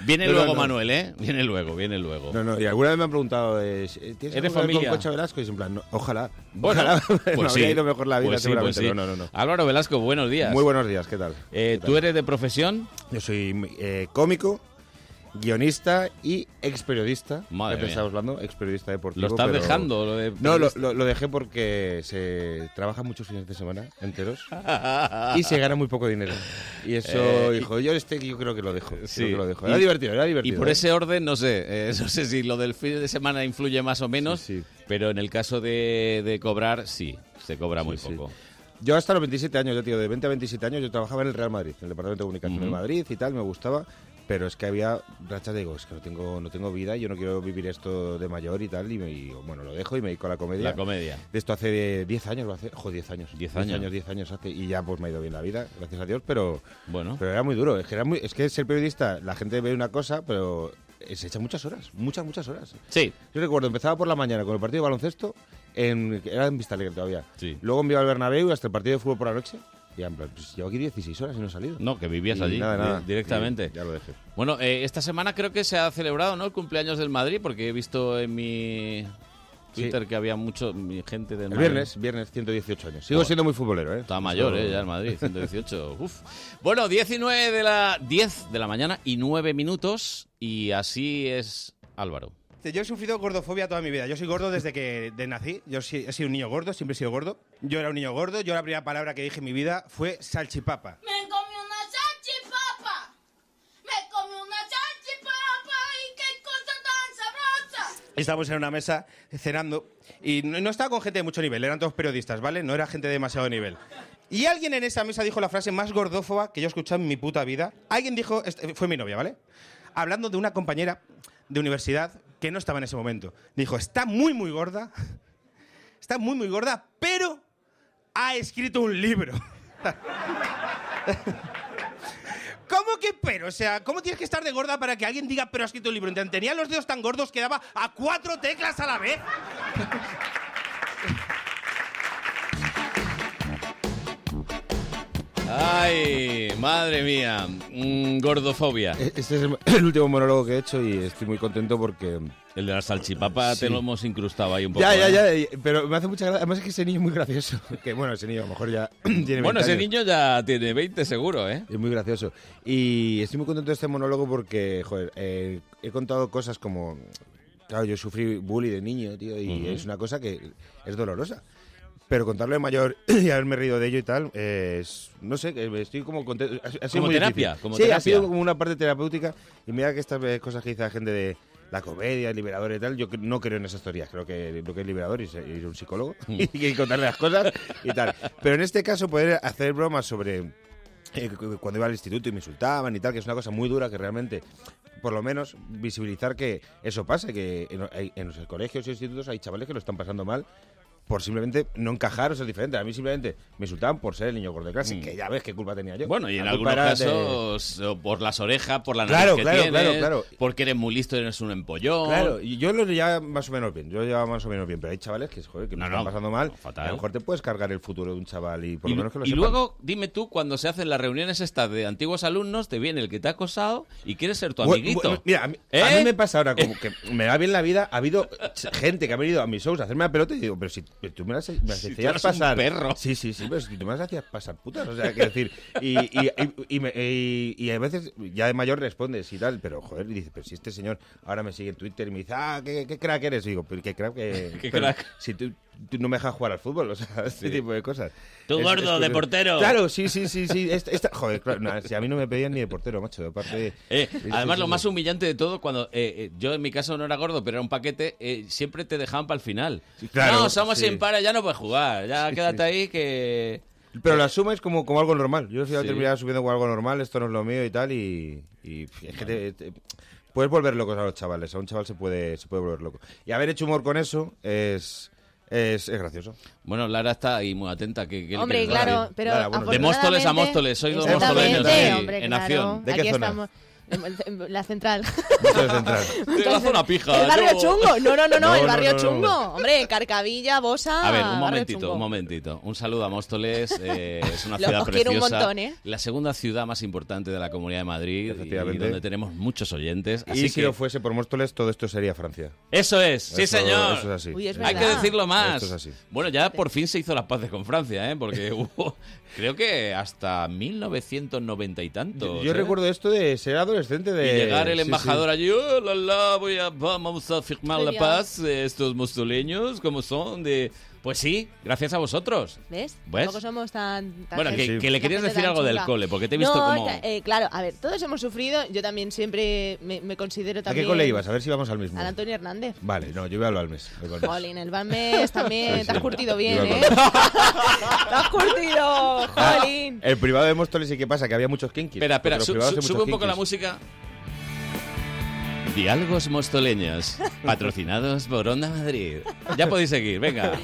viene No, no, luego no. Manuel, ¿eh? Viene luego, viene luego. No, no, y alguna vez me han preguntado, eh, ¿tienes ¿Eres algo que ver familia? con Concha Velasco? Y es en plan, no, ojalá. Bueno, ojalá. [LAUGHS] pues me sí. habría ido mejor la vida, Pues sí, seguramente. pues sí. No, no, no. Álvaro Velasco, buenos días. Muy buenos días, ¿qué tal? Eh, ¿Tú eres de profesión? Yo soy eh, cómico, guionista y ex periodista. Madre mía. estamos hablando, ex periodista deportivo. ¿Lo estás pero- dejando, lo de no, lo, periodista? lo- lo dejé porque se trabaja muchos fines de semana [LAUGHS] enteros y se gana muy poco dinero. Y eso, Eh, y- hijo, yo este yo creo que lo dejo. creo Sí. que lo dejo. Y- Era divertido, era divertido. Y por ¿eh? ese orden, no sé, eh, [LAUGHS] no sé si lo del fin de semana influye más o menos, pero en el caso de, de cobrar, sí, se cobra muy poco. Yo hasta los 27 años, yo tío, de 20 a 27 años yo trabajaba en el Real Madrid, en el Departamento de Comunicación del Ujú. Madrid y tal, me gustaba, pero es que había rachas de digo, es que no tengo, no tengo vida, yo no quiero vivir esto de mayor y tal, y, me, y, bueno, lo dejo y me dedico a la comedia. La comedia. De esto hace 10 años, lo hace, jo, 10 años. 10 años. 10 años, 10 años hace, y ya pues me ha ido bien la vida, gracias a Dios, pero, bueno. pero era muy duro, es que, era muy, es que ser periodista, la gente ve una cosa, pero eh, se echa muchas horas, muchas, muchas horas. Sí. Yo recuerdo, empezaba por la mañana con el partido de baloncesto, en, era en Vista Alegre todavía. Sí. Luego me iba al Bernabéu hasta el partido de fútbol por la noche. Y en plan, pues llevo aquí 16 horas y no he salido. No, que vivías Y allí nada, di- nada. directamente. Y ya lo dejé. Bueno, eh, esta semana creo que se ha celebrado ¿no? el cumpleaños del Madrid, porque he visto en mi Twitter que había mucho mi gente del El Madrid. viernes, viernes, 118 años. Sigo Joder. siendo muy futbolero, ¿eh? Está mayor, ¿eh? Ya el Madrid, [LAUGHS] 118. [LAUGHS] Uf. Bueno, 19 de la 10 de la mañana y 9 minutos, y así es Álvaro. Yo he sufrido gordofobia toda mi vida. Yo soy gordo desde que de- nací. Yo sí- he sido un niño gordo, siempre he sido gordo. Yo era un niño gordo. Yo la primera palabra que dije en mi vida fue salchipapa. Me comí una salchipapa. Me comí una salchipapa y qué cosa tan sabrosa. Estábamos en una mesa cenando y no, no estaba con gente de mucho nivel. Eran todos periodistas, ¿vale? No era gente de demasiado nivel. Y alguien en esa mesa dijo la frase más gordófoba que yo he escuchado en mi puta vida. Alguien dijo, este- fue mi novia, ¿vale? Hablando de una compañera de universidad que no estaba en ese momento. Dijo, está muy, muy gorda. Está muy, muy gorda, pero ha escrito un libro. ¿Cómo que pero? O sea, ¿cómo tienes que estar de gorda para que alguien diga pero ha escrito un libro? Entonces, Tenía los dedos tan gordos que daba a cuatro teclas a la vez. Ay, madre mía, Mm, gordofobia. Este es el, [LAUGHS] el último monólogo que he hecho y estoy muy contento porque... El de la salchipapa te Sí. lo hemos incrustado ahí un poco. Ya, ya, ¿eh? ya, y- pero me hace mucha gracia. Además es que ese niño es muy gracioso. [LAUGHS] Que bueno, ese niño a lo mejor ya [CLEARS THROAT] tiene 20 Bueno, ese años. niño ya tiene 20 seguro, ¿eh? Es muy gracioso. Y estoy muy contento de este monólogo porque, joder, eh, he contado cosas como. Claro, yo sufrí bully de niño, tío, y Ujú. es una cosa que es dolorosa. Pero contarlo de mayor [CLEARS THROAT] y haberme reído de ello y tal, eh, es- no sé, que estoy como contento. Ha, ha sido Como muy terapia, difícil. como sí, ha terapia. sido como una parte terapéutica. Y mira que estas eh, cosas que dice la gente de la comedia, el liberador y tal, yo cre- no creo en esas teorías. Creo que lo que es liberador es ir a un psicólogo [LAUGHS] y contarle las cosas y tal. Pero en este caso, poder hacer bromas sobre eh, cu- cuando iba al instituto y me insultaban y tal, que es una cosa muy dura que realmente, por lo menos, visibilizar que eso pasa, que en, hay- en los colegios y institutos hay chavales que lo están pasando mal por simplemente no encajar o ser diferente. A mí simplemente me insultaban por ser el niño gordo de clase, que ya ves qué culpa tenía yo. Mm. Bueno, y en La culpa algunos era de- casos, o por las orejas, por la nariz Claro, que claro, tienes, claro, claro. porque eres muy listo, eres un empollón. Claro, y yo lo llevaba más o menos bien, yo lo llevaba más o menos bien, pero hay chavales que, joder, que lo están pasando mal, a lo mejor te puedes cargar el futuro de un chaval y por Y, lo menos que lo y sepan. luego, dime tú, cuando se hacen las reuniones estas de antiguos alumnos, te viene el que te ha acosado y quieres ser tu Bu- bu- amiguito. mira, a mí, a ¿Eh? mí me pasa ahora como que me va bien la vida. Ha habido gente que ha venido a mis shows a hacerme la pelota y digo, pero si tú me las, me las Si tú hacías eras un pasar. perro. Sí, sí, sí, pero si tú me las hacías pasar putas. O sea, quiero decir, y, y, y, y me- y- y a veces ya de mayor respondes y tal, pero joder, y dices, pero si este señor ahora me sigue en Twitter y me dice, ah, qué, qué crack eres. Y digo, pero qué crack que. [LAUGHS] Qué pero crack. Si tú, tú no me dejas jugar al fútbol, o sea, [LAUGHS] ese tipo de cosas. Tú gordo, curioso. de portero. Claro, sí, sí, sí. sí esta- esta- joder, claro, nada, si a mí no me pedían ni de portero, macho, aparte. Eh, Sí, sí, además, sí, lo sí. más humillante de todo, cuando eh, eh, yo en mi caso no era gordo, pero era un paquete, eh, siempre te dejaban para el final. claro, no, somos sí. sin para, ya no puedes jugar, ya quédate ahí que... Eh, Pero lo asumes como, como algo normal. Yo al final Sí. terminaba subiendo como algo normal, esto no es lo mío y tal, y, y es que te- te- puedes volver locos a los chavales. A un chaval se puede, se puede volver loco. Y haber hecho humor con eso es, es, es gracioso. Bueno, Lara está ahí muy atenta. Que, que- Hombre, que- claro, pero de Móstoles a Móstoles, soy de Móstoles en, Exactamente, sí, hombre, en claro. acción. Aquí estamos. En- en La central. [LAUGHS] [LAUGHS] De la zona pija. El barrio yo- chungo. No, no, no, no, No, el no, barrio no, no. chungo. Hombre, Carcavilla, Bosa. A ver, un barrio momentito, chungo. un momentito. Un saludo a Móstoles. eh, es una [LAUGHS] Lo- ciudad os quiero un preciosa. montón, ¿eh? La segunda ciudad más importante de la Comunidad de Madrid. Y Efectivamente. donde tenemos muchos oyentes. Y Así si que... no fuese por Móstoles, todo esto sería Francia. Eso es, sí Eso- señor. eso es así. Uy, es Hay verdad. que decirlo más. Esto es así. Bueno, ya por fin se hizo las paces con Francia, ¿eh? Porque [LAUGHS] hubo, creo que hasta 1990 y tanto. ¿eh? Yo recuerdo esto de ser adolescente de... Y llegar el Sí, sí. embajador allí, "Oh, la, la, voy a- vamos a firmar Muy la bien. paz, eh, estos mostoleños, como son de... Pues sí, gracias a vosotros. ¿Ves? ¿Ves? Tampoco somos tan. tan Bueno, que- gente- que le la querías gente decir tan algo del chunga. cole, porque te he visto No, como- ta- eh, claro, a ver, todos hemos sufrido. Yo también siempre me, me considero ¿A también. qué cole ibas? A ver si vamos al mismo. Al Antonio Hernández. Vale, no, yo voy al Balmes. voy al Balmes. Jolín, el Balmes Sí, también. sí. Te has curtido bien, Yo ¿eh? [LAUGHS] me te has curtido, Ah, Jolín. el privado de Móstoles y qué pasa, que había muchos kinkis. Espera, espera, Porque los su- privados su- hay muchos sube un poco la kinkis. música. Diálogos mostoleños, patrocinados por Onda Madrid. Ya podéis [LAUGHS] seguir, venga.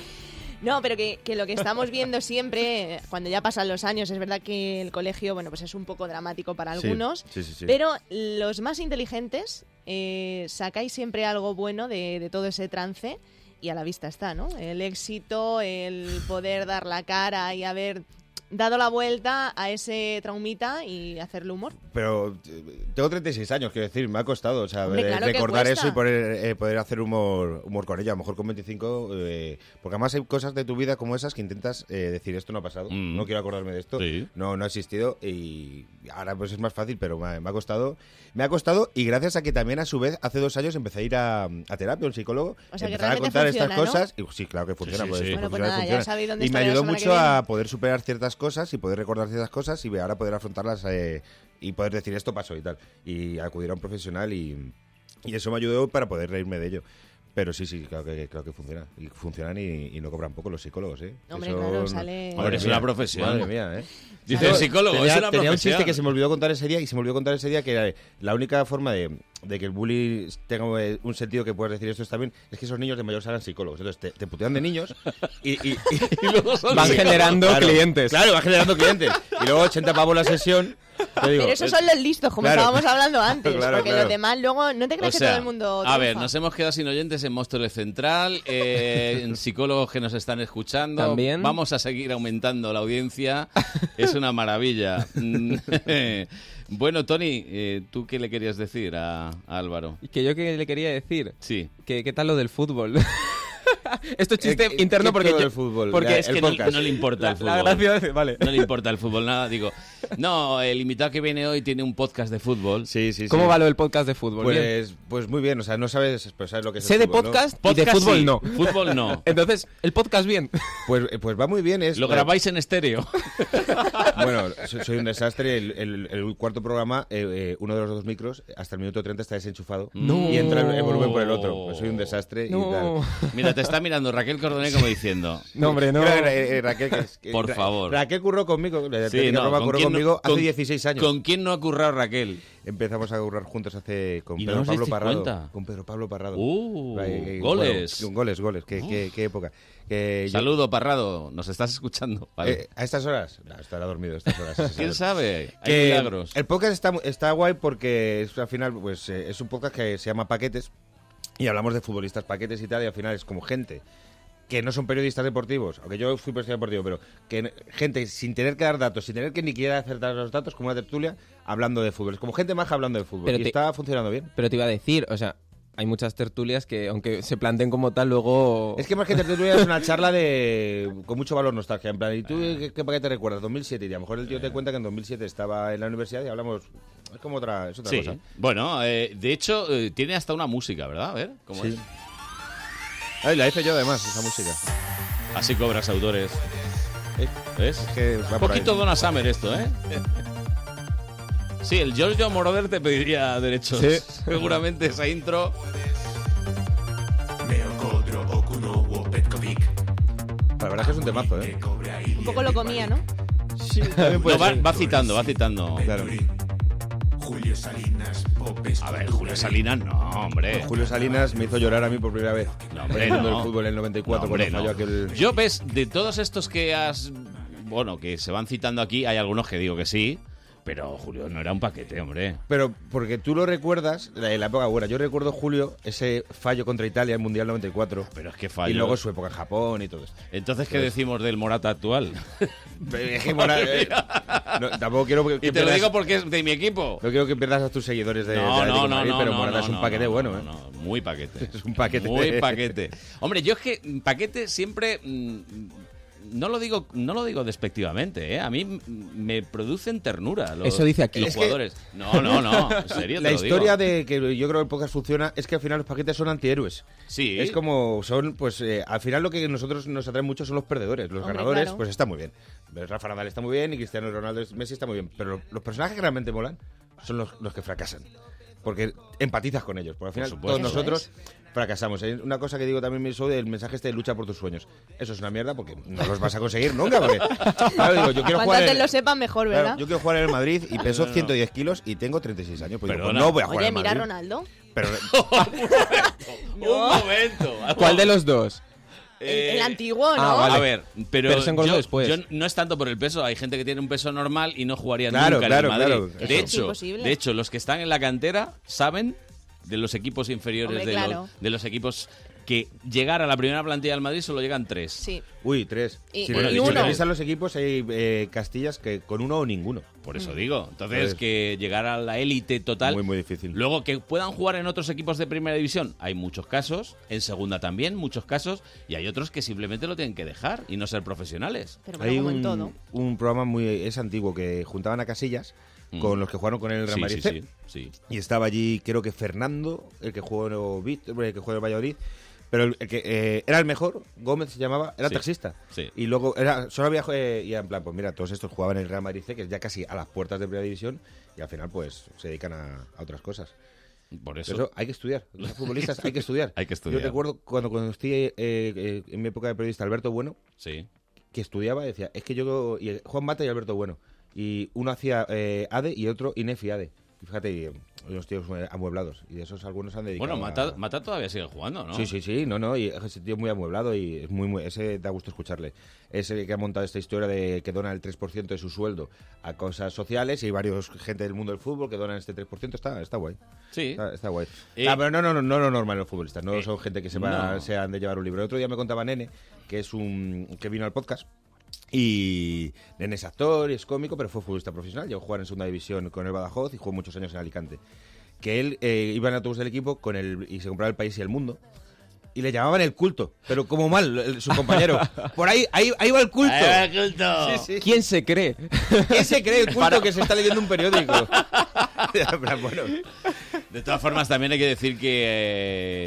No, pero que, que lo que estamos viendo siempre, eh, cuando ya pasan los años, es verdad que el colegio, bueno, pues es un poco dramático para Sí, algunos, sí, sí, sí. pero los más inteligentes eh, sacáis siempre algo bueno de, de todo ese trance y a la vista está, ¿no? El éxito, el poder dar la cara y haber dado la vuelta a ese traumita y hacerle humor. Pero eh, tengo 36 años, quiero decir, me ha costado o sea, Hombre, eh, claro que recordar cuesta. eso y poder, eh, poder hacer humor, humor con ella. A lo mejor con 25, eh, porque además hay cosas de tu vida como esas que intentas eh, decir, esto no ha pasado, Mm. no quiero acordarme de esto, no, no ha existido y ahora pues es más fácil, pero me, ha- me ha costado. Me ha costado y gracias a que también a su vez hace dos años empecé a ir a, a terapia, a un psicólogo, O sea, que empezar a realmente contar funciona, estas ¿no? cosas y sí, claro que funciona, sí, pues, sí. esto Bueno, pues funciona, nada, ya funciona. sabéis dónde y me estaré la ayudó semana que mucho a viene. poder superar ciertas cosas y poder recordar ciertas cosas y ahora poder afrontarlas eh, y poder decir esto pasó y tal. Y acudir a un profesional y, y eso me ayudó para poder reírme de ello. Pero sí, sí, claro que, claro que funciona. Y funcionan y, y no cobran poco los psicólogos, ¿eh? Hombre, Eso claro, no- sale- Hombre, es una profesión. Madre mía, ¿eh? Dice el psicólogo, tenía, es una tenía un profesión. chiste que se me olvidó contar ese día y se me olvidó contar ese día que era, eh, la única forma de, de que el bullying tenga eh, un sentido que puedas decir esto está bien es que esos niños de mayor salgan psicólogos. Entonces te, te putean de niños y, [LAUGHS] y- y- son Van psicólogos. generando Claro, clientes. Claro, van generando clientes. Y luego 80 pavos la sesión. Yo digo, pero esos eh, son los listos, como claro. estábamos [LAUGHS] hablando antes, Claro, porque claro. los demás luego, no te O creas que sea, todo el mundo... a ver, triunfa. nos hemos quedado sin oyentes en Móstoles Central, [LAUGHS] eh, en psicólogos que nos están escuchando. También. Vamos a seguir aumentando la audiencia. Es una maravilla. Mm, bueno, Tony, eh, ¿tú qué le querías decir a, a Álvaro? Que yo que le quería decir. Sí. Que qué tal lo del fútbol. [LAUGHS] Eh, Esto es Eh, chiste interno ¿Qué porque todo yo- el fútbol? Porque Ya, es el que no- podcast. no, le importa el La- fútbol. la gracia- vale. No le importa el fútbol nada, [LAUGHS] digo. No, el invitado que viene hoy tiene un podcast de fútbol. Sí, sí, ¿Cómo va lo del podcast de fútbol? Bien. Pues, pues muy bien, o sea, no sabes, pero sabes lo que es. el Sé de fútbol, ¿no? podcast y de fútbol sí. no. [LAUGHS] Entonces, el podcast bien. Pues, eh, pues va muy bien. Es, Lo grabáis en estéreo. [LAUGHS] Bueno, so- soy un desastre. El, el- el cuarto programa, eh, eh, uno de los dos micros, hasta el minuto 30 está desenchufado. No. Y entra el, el volumen por el otro. Pues soy un desastre. No. Y tal. [LAUGHS] Mira, te está mirando Raquel Cordonero como diciendo. Oh. [LAUGHS] No, hombre, no. Mira, eh, eh, Raquel, que es- que- Por Ra- favor. Raquel curró conmigo. La Sí, técnica no, Roma ¿con curró quién no- conmigo con- hace 16 años. ¿Con quién no ha currado Raquel? Empezamos a currar juntos hace con ¿Y no Pedro os Pablo disteis Parrado. cuenta? Con Pedro Pablo Parrado. Uh, Eh, eh, goles. bueno, goles, goles. Qué, qué- qué época. Que yo- Saludo, Parrado. Nos estás escuchando. Vale. Eh, ¿A estas horas? No, estará dormido a estas horas. ese [LAUGHS] ¿Quién señor. sabe? Hay Que milagros. El podcast está, mu- está guay porque es, al final pues eh, es un podcast que se llama Paquetes y hablamos de futbolistas paquetes y tal y al final es como gente que no son periodistas deportivos, aunque yo fui periodista deportivo, pero que n- gente sin tener que dar datos, sin tener que ni quiera acertar los datos, como una tertulia, hablando de fútbol. Es como gente maja hablando de fútbol. Pero y te- está funcionando bien. Pero te iba a decir, o sea, hay muchas tertulias que, aunque se planteen como tal, luego. Es que más que tertulia es una charla de con mucho valor nostalgia. En plan, ¿y tú Eh. qué, qué- para qué te recuerdas? 2007. Y a lo mejor el tío te cuenta que en 2007 estaba en la universidad y hablamos... Es como otra, es otra Sí. cosa. Bueno, eh, de hecho, eh, tiene hasta una música, ¿verdad? A ver, ¿cómo Sí. es? Ay, la hice yo además, esa música. ¿Eh? Así cobras autores. ¿Ves? va por poquito ahí. Donna Summer esto, ¿eh? Sí, el Giorgio Moroder te pediría derechos. Sí. Seguramente esa intro. La verdad es que es un temazo, ¿eh? Un poco lo comía, ¿no? [LAUGHS] también puede No, va, ser. va citando, va citando. Julio Salinas, popes. A ver, Julio Salinas, no, hombre. Julio Salinas me hizo llorar a mí por primera vez. No, hombre, en el mundo no. del fútbol en el 94 No, hombre, cuando falló no. aquel. Yo ves, de todos estos que has. Bueno, que se van citando aquí, hay algunos que digo que sí, pero Julio no era un paquete, hombre. Pero porque tú lo recuerdas, la, la época buena. Yo recuerdo, Julio, ese fallo contra Italia en Mundial 94. Pero es que fallo. Y luego su época en Japón y todo eso. Pues Entonces, ¿qué decimos del [LAUGHS] Morata actual? Es que [LAUGHS] Morata- eh, no, tampoco quiero que, y te lo pierdas- digo porque es de mi equipo. No quiero que pierdas a tus seguidores de, de No, Atlético no, de no, Madrid, no, pero no, Morata no, es un no, paquete no, bueno, no, ¿eh? no, muy paquete. [LAUGHS] Es un paquete. Muy paquete. Hombre, yo es que mm, paquete siempre mm, no lo digo no lo digo despectivamente, ¿eh? A mí mm, me producen ternura los, Eso dice aquí. los Es que- jugadores. No, no, no, en [LAUGHS] serio te La lo digo. historia de que yo creo que pocas funciona es que al final los paquetes son antihéroes. Sí. Es como son, pues eh, al final lo que nosotros nos atrae mucho son los perdedores. Los Hombre, ganadores, claro. pues está muy bien. Pero Rafa Nadal está muy bien y Cristiano Ronaldo y Messi está muy bien. Pero los personajes que realmente molan son los, los que fracasan. Porque empatizas con ellos. Porque al Por final supuesto. todos Eso nosotros fracasamos. Hay Una cosa que digo también en mi show del mensaje este de lucha por tus sueños. Eso es una mierda porque no los vas a conseguir [LAUGHS] nunca. Porque, claro, digo, yo quiero Cuanto jugar en- antes lo sepan, mejor, Claro, ¿verdad? yo quiero jugar en el Madrid [LAUGHS] y peso No, no, no. 110 kilos y tengo 36 años. Pues digo, pues Perdona. no voy a jugar Oye, en el mira a Madrid. Ronaldo. Pero Un momento. [LAUGHS] ¿Cuál de los dos? [LAUGHS] Eh, El antiguo, ¿no? Ah, vale. A ver, pero, Pero se engordó yo, después. yo no es tanto por el peso. Hay gente que tiene un peso normal y no jugaría Claro, nunca claro, en el Madrid. claro, De eso. hecho, Imposible. de hecho, los que están en la cantera saben de los equipos inferiores Hombre, de, claro. los, de los equipos que llegar a la primera plantilla del Madrid solo llegan tres. Sí. Uy, tres. [LAUGHS] Y- si y si uno. revisan los equipos, hay eh, castillas que con uno o ninguno. Por eso digo. Entonces, Mm. Pues- que llegar a la élite total. Muy, muy difícil. Luego, que puedan jugar en otros equipos de primera división. Hay muchos casos. En segunda también, muchos casos. Y hay otros que simplemente lo tienen que dejar y no ser profesionales. hay un, un programa muy es antiguo que juntaban a casillas Mm. con los que jugaron con el Real Sí, Madrid. sí, C. sí, sí. Y estaba allí, creo que Fernando, el que jugó en Ovid- el que jugó en el Valladolid. Pero el que eh, era el mejor, Gómez se llamaba, era Sí, taxista. sí. Y luego era, solo había eh, y era en plan, pues mira, todos estos jugaban en el Real Madrid, C, que es ya casi a las puertas de primera división, y al final pues se dedican a, a otras cosas. Por Pero eso hay que estudiar. Los futbolistas hay que estudiar. [LAUGHS] Hay que estudiar. Yo recuerdo cuando conocí eh, eh, en mi época de periodista Alberto Bueno, Sí. que estudiaba, decía, es que yo, y Juan Mata y Alberto Bueno, y uno hacía eh, ADE y otro INEF y ADE. Y fíjate, y, eh, unos tíos eh, amueblados, y de esos algunos han dedicado Bueno, a- Mata, Mata todavía sigue jugando, ¿no? Sí, sí, sí, no, no, y ese tío es muy amueblado y es muy, muy, ese da gusto escucharle. Es el que ha montado esta historia de que dona el 3% de su sueldo a cosas sociales y hay varios gente del mundo del fútbol que donan este 3%, está, está guay. Sí. Está, está guay. Eh, ah, pero no, no, no, no, no normal los futbolistas, no son gente que se, va, no. se han de llevar un libro. El otro día me contaba Nene, que es un que vino al podcast. Y Nene es actor y es cómico, pero fue futbolista profesional. Llegó a jugar en segunda división con el Badajoz y jugó muchos años en Alicante que él eh, iba en autobús del equipo con el y se compraba el país y el mundo. Y le llamaban el culto, pero como mal, el- su [LAUGHS] compañero. Por ahí, ahí, ahí va el culto. Ahí va el culto. ¿Quién se cree? [LAUGHS] ¿Quién se cree el culto que se está leyendo un periódico? En plan, bueno, De todas formas, también hay que decir que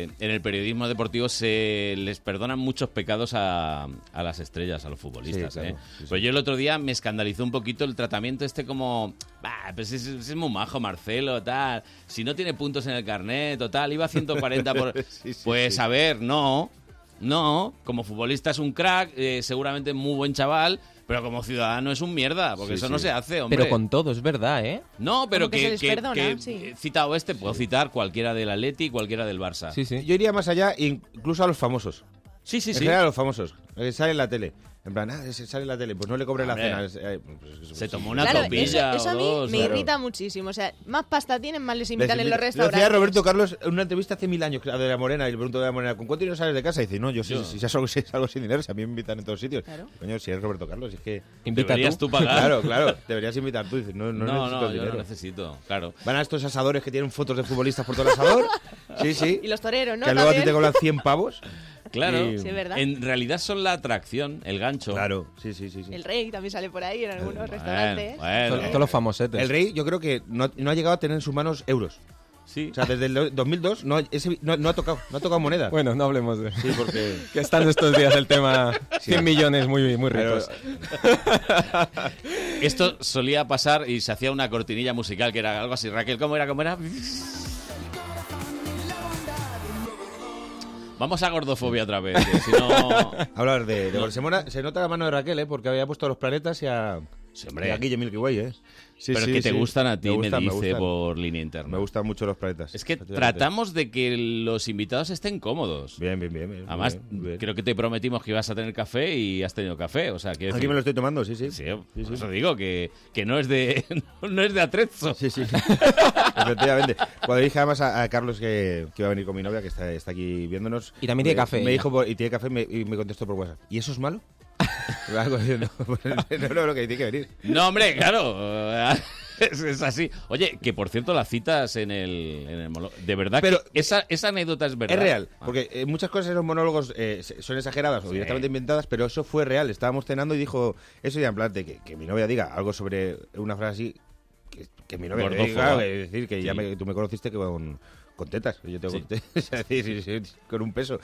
eh, en el periodismo deportivo se les perdonan muchos pecados a, a las estrellas, a los futbolistas. Sí, claro, ¿eh? Pues yo el otro día me escandalizó un poquito el tratamiento este como... Bah, pues es, es muy majo Marcelo, tal. Si no tiene puntos en el carnet, o tal, iba a [LAUGHS] 140 por... Sí, sí, pues sí. a ver, no. No, como futbolista es un crack, eh, seguramente muy buen chaval, pero como ciudadano es un mierda, Sí, porque eso sí. no se hace, hombre. Pero con todo, es verdad, ¿eh? No, pero Como que que, se les que- perdona, que, sí. eh, citado este, puedo citar cualquiera del Atleti y cualquiera del Barça. Yo iría más allá, incluso a los famosos. Sí, sí, en sí. general a los famosos. El que sale en la tele. En plan, ah, ese sale en la tele, pues no le cobre la Hombre. cena. es- eh, pues es que- Se tomó una claro, copilla eso, eso a o mí dos, me claro. irrita muchísimo. O sea, más pasta tienen, más les Les invitan en los invita- Lo decía restaurantes. Roberto Carlos en una entrevista hace mil años, la de la Morena, y le pregunto de la Morena, ¿con cuánto dinero sales de casa? Y dice, no, yo sí, Yo. sí, sí, salgo, sí, salgo sin dinero, si a mí me invitan en todos sitios. Coño, si eres Roberto Carlos, es que... Invita Deberías tú. tú pagar. Claro, claro, deberías invitar tú. Dices, no, no, No, necesito no, yo dinero. no necesito, claro. Van a estos asadores que tienen fotos de futbolistas por todo [LAUGHS] el asador. sí, sí. Y los toreros, ¿no? Que luego a ti También. te cobran 100 pavos. Claro, Y- Sí, ¿verdad? en realidad son la atracción, el gancho. Claro, sí, sí, sí. El rey también sale por Eh, ahí en algunos restaurantes. Bueno. Todos los famosetes. El Rey, yo creo que no, ha- no ha llegado a tener en sus manos euros. Sí. O sea, desde el do- 2002 no, ha- ese- no- no ha tocado, no ha tocado moneda. Bueno, no hablemos de... Sí, porque... [LAUGHS] Que están estos días el tema 100 millones muy, muy ricos. [LAUGHS] Esto solía pasar y se hacía una cortinilla musical que era algo así. Raquel, ¿cómo era? ¿Cómo era? Vamos a gordofobia otra vez, que si no... [LAUGHS] Hablar de, de Barcelona. Se nota la mano de Raquel, ¿eh? Porque había puesto a los planetas y a, hombre. Y aquí y Milky Way, ¿eh? Sí, Pero sí, que te sí. gustan a ti, me, gustan, dice gustan. por línea interna. Me gustan mucho los planetas. Es que tratamos de que los invitados estén cómodos. Bien, bien, bien. bien, Además, bien, bien. creo que te prometimos que ibas a tener café y has tenido café. O sea, que Aquí me lo estoy tomando, sí, sí. Sí, Por sí. eso digo que, que no es de [LAUGHS] no es de atrezo. Sí, [LAUGHS] sí. Efectivamente. Cuando dije además a, a Carlos que, que iba a venir con mi novia, que está, está aquí viéndonos. Y también tiene me- café, ¿eh? Me ella. dijo, por- y tiene café me- y me contestó por WhatsApp. ¿Y eso es [LAUGHS] malo? Me va corriendo. no, [LAUGHS] no, no, que tiene que venir. No, hombre, claro. [LAUGHS] Es, es así. Oye, que por cierto, las citas en el, en el monólogo- De verdad, pero esa, esa anécdota es verdad. Ah. Es real, porque eh, muchas cosas en los monólogos eh, se- son exageradas o directamente inventadas, pero eso fue real. Estábamos cenando y dijo, eso ya en plan de que, que mi novia diga algo sobre una frase así, que, que mi novia Gordófoba. diga, es decir, que ya Sí. me- tú me conociste con, con tetas, yo te Sí. conté, [LAUGHS] es decir, sí, sí, sí, con un peso.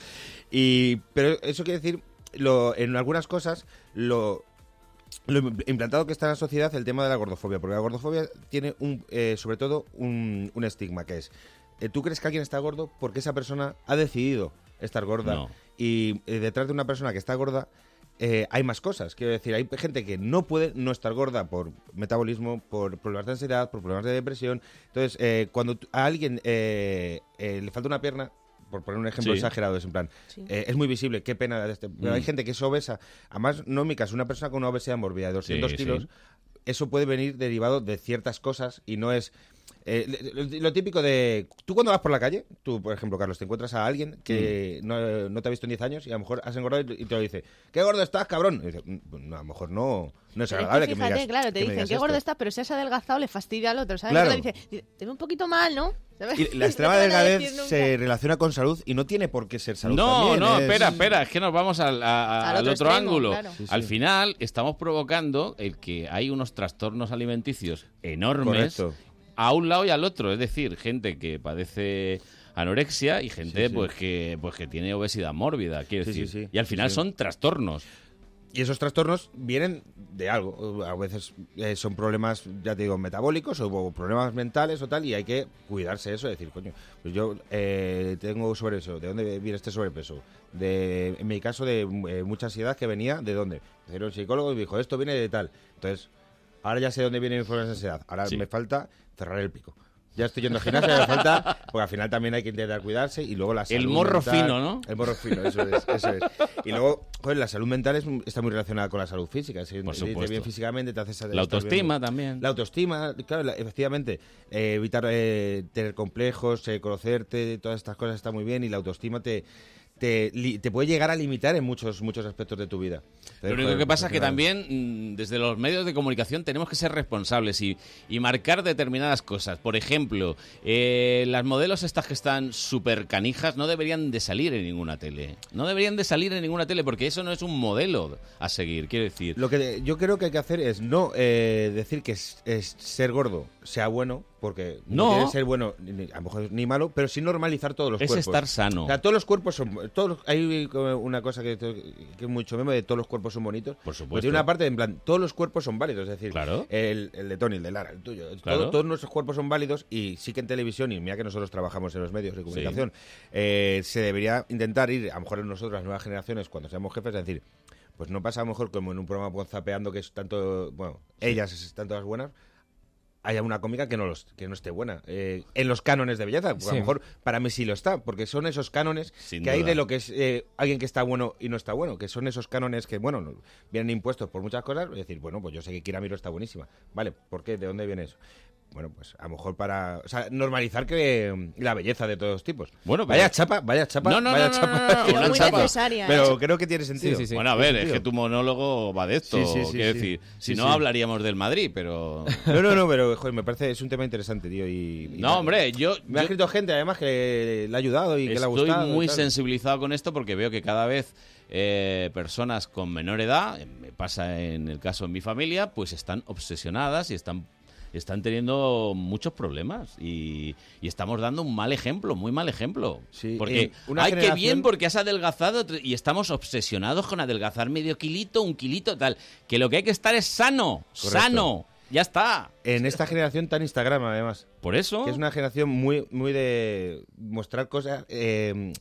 Y, pero eso quiere decir, lo, en algunas cosas, lo, lo im- implantado que está en la sociedad el tema de la gordofobia, porque la gordofobia tiene un, eh, sobre todo un, un estigma que es, eh, tú crees que alguien está gordo porque esa persona ha decidido estar gorda No. y eh, detrás de una persona que está gorda eh, hay más cosas, quiero decir, hay gente que no puede no estar gorda por metabolismo, por problemas de ansiedad, por problemas de depresión, entonces eh, cuando tú- a alguien eh, eh, le falta una pierna, por poner un ejemplo Sí. exagerado, es en plan, Sí. eh, es muy visible, qué pena. de este- pero Hay Mm. gente que es obesa. Además, no en mi caso, una persona con una obesidad mórbida de 200 Sí, kilos, sí. eso puede venir derivado de ciertas cosas y no es... eh, lo, lo típico de... Tú cuando vas por la calle, tú, por ejemplo, Carlos, te encuentras a alguien Mm. que no, no te ha visto en 10 años y a lo mejor has engordado y te lo dice, qué gordo estás, cabrón. Y dice, "Mm, a lo mejor no, no es Pero es agradable que que, me fíjate, digas claro, te que me dicen digas qué esto". gordo estás, pero si has adelgazado le fastidia al otro, ¿sabes? Claro. Entonces dice, te ve un poquito mal, ¿no? ¿Sabes? Y [LAUGHS] No la extrema te van a delgadez decir nunca. se relaciona con salud y no tiene por qué ser salud. No, también, no, es- espera, espera, es que nos vamos al, a- a- Al al otro otro, extremo, ángulo. claro. Sí, sí. Al final estamos provocando el que hay unos trastornos alimenticios enormes Correcto. a un lado y al otro, es decir, gente que padece anorexia y gente sí. pues que pues que tiene obesidad mórbida, quiero Sí, decir. sí, sí. Y al final Sí. son trastornos. Y esos trastornos vienen de algo. A veces eh, son problemas, ya te digo, metabólicos o problemas mentales o tal, y hay que cuidarse eso. Decir, coño, pues yo eh, tengo sobrepeso. ¿De dónde viene este sobrepeso? De, en mi caso, de eh, mucha ansiedad que venía, ¿de dónde? Era un psicólogo y me dijo, esto viene de tal. Entonces, ahora ya sé dónde viene mi problema de ansiedad. Ahora me falta cerrar el pico. Ya estoy yendo al gimnasio, me falta, porque al final también hay que intentar cuidarse y luego la El salud morro mental- fino, ¿no? El morro fino, eso es, eso es. Y luego, joder, la salud mental es- está muy relacionada con la salud física. Si te- supuesto. Te bien físicamente, te haces La autoestima también. La autoestima, claro, la- efectivamente. eh, evitar eh, tener complejos, eh, conocerte, todas estas cosas está muy bien y la autoestima te... Te, li- te puede llegar a limitar en muchos muchos aspectos de tu vida. Lo único que pasa es que también mm, desde los medios de comunicación tenemos que ser responsables y, y marcar determinadas cosas. Por ejemplo, eh, las modelos estas que están súper canijas no deberían de salir en ninguna tele. No deberían de salir en ninguna tele porque eso no es un modelo a seguir, quiero decir. Lo que yo creo que hay que hacer es no eh, decir que es, es ser gordo sea bueno, porque no, No. tiene que ser bueno, ni- ni- a lo mejor ni malo, pero sí normalizar todos los Es cuerpos. estar sano. O sea, todos los cuerpos son. Todos, los- hay como una cosa que, que es mucho meme de todos los cuerpos son bonitos. Por supuesto. tiene una parte en plan, todos los cuerpos son válidos, es decir, Claro. el, el de Tony, el de Lara, el tuyo. todo- Claro. todos nuestros cuerpos son válidos y sí que en televisión, y mira que nosotros trabajamos en los medios de comunicación, eh, se debería intentar ir, a lo mejor nosotros, las nuevas generaciones, cuando seamos jefes, a decir, pues no pasa a lo mejor como en un programa pues, zapeando que es tanto, bueno, ellas están todas buenas, haya una cómica que no los que no esté buena eh, en los cánones de belleza porque a Sí. lo mejor para mí sí lo está porque son esos cánones Sin que hay duda. de lo que es eh, alguien que está bueno y no está bueno que son esos cánones que bueno no- vienen impuestos por muchas cosas es decir bueno pues yo sé que Kira Miro está buenísima vale ¿por qué de dónde viene eso bueno pues a lo mejor para o sea, normalizar que eh, la belleza de todos tipos Bueno, pero- vaya chapa vaya chapa No, no, vaya no, no, chapa no, no, Pero una muy chapa. necesaria, ¿eh? pero creo que tiene sentido Bueno, a ver, Tiene es que sentido. tu monólogo va de esto. Sí, sí, sí, quiero sí. decir, si Sí, no sí. hablaríamos del Madrid, [LAUGHS] pero. No, no, no, pero joder, me parece es un tema interesante, tío. Y, y- No, hombre, yo. Me ha yo- escrito gente, además, que le ha ayudado y que le ha Estoy gustado. y muy tal. sensibilizado con esto porque veo que cada vez eh, personas con menor edad, eh, me pasa en el caso de mi familia, pues están obsesionadas y están están teniendo muchos problemas y, y estamos dando un mal ejemplo, muy mal ejemplo. porque eh, una hay que bien generación- porque has adelgazado tre- y estamos obsesionados con adelgazar medio kilito, un kilito, tal. Que lo que hay que estar es sano, Correcto. sano, ya está. En esta generación tan Instagram, además. Por eso. Que es una generación muy, muy de mostrar cosas. eh,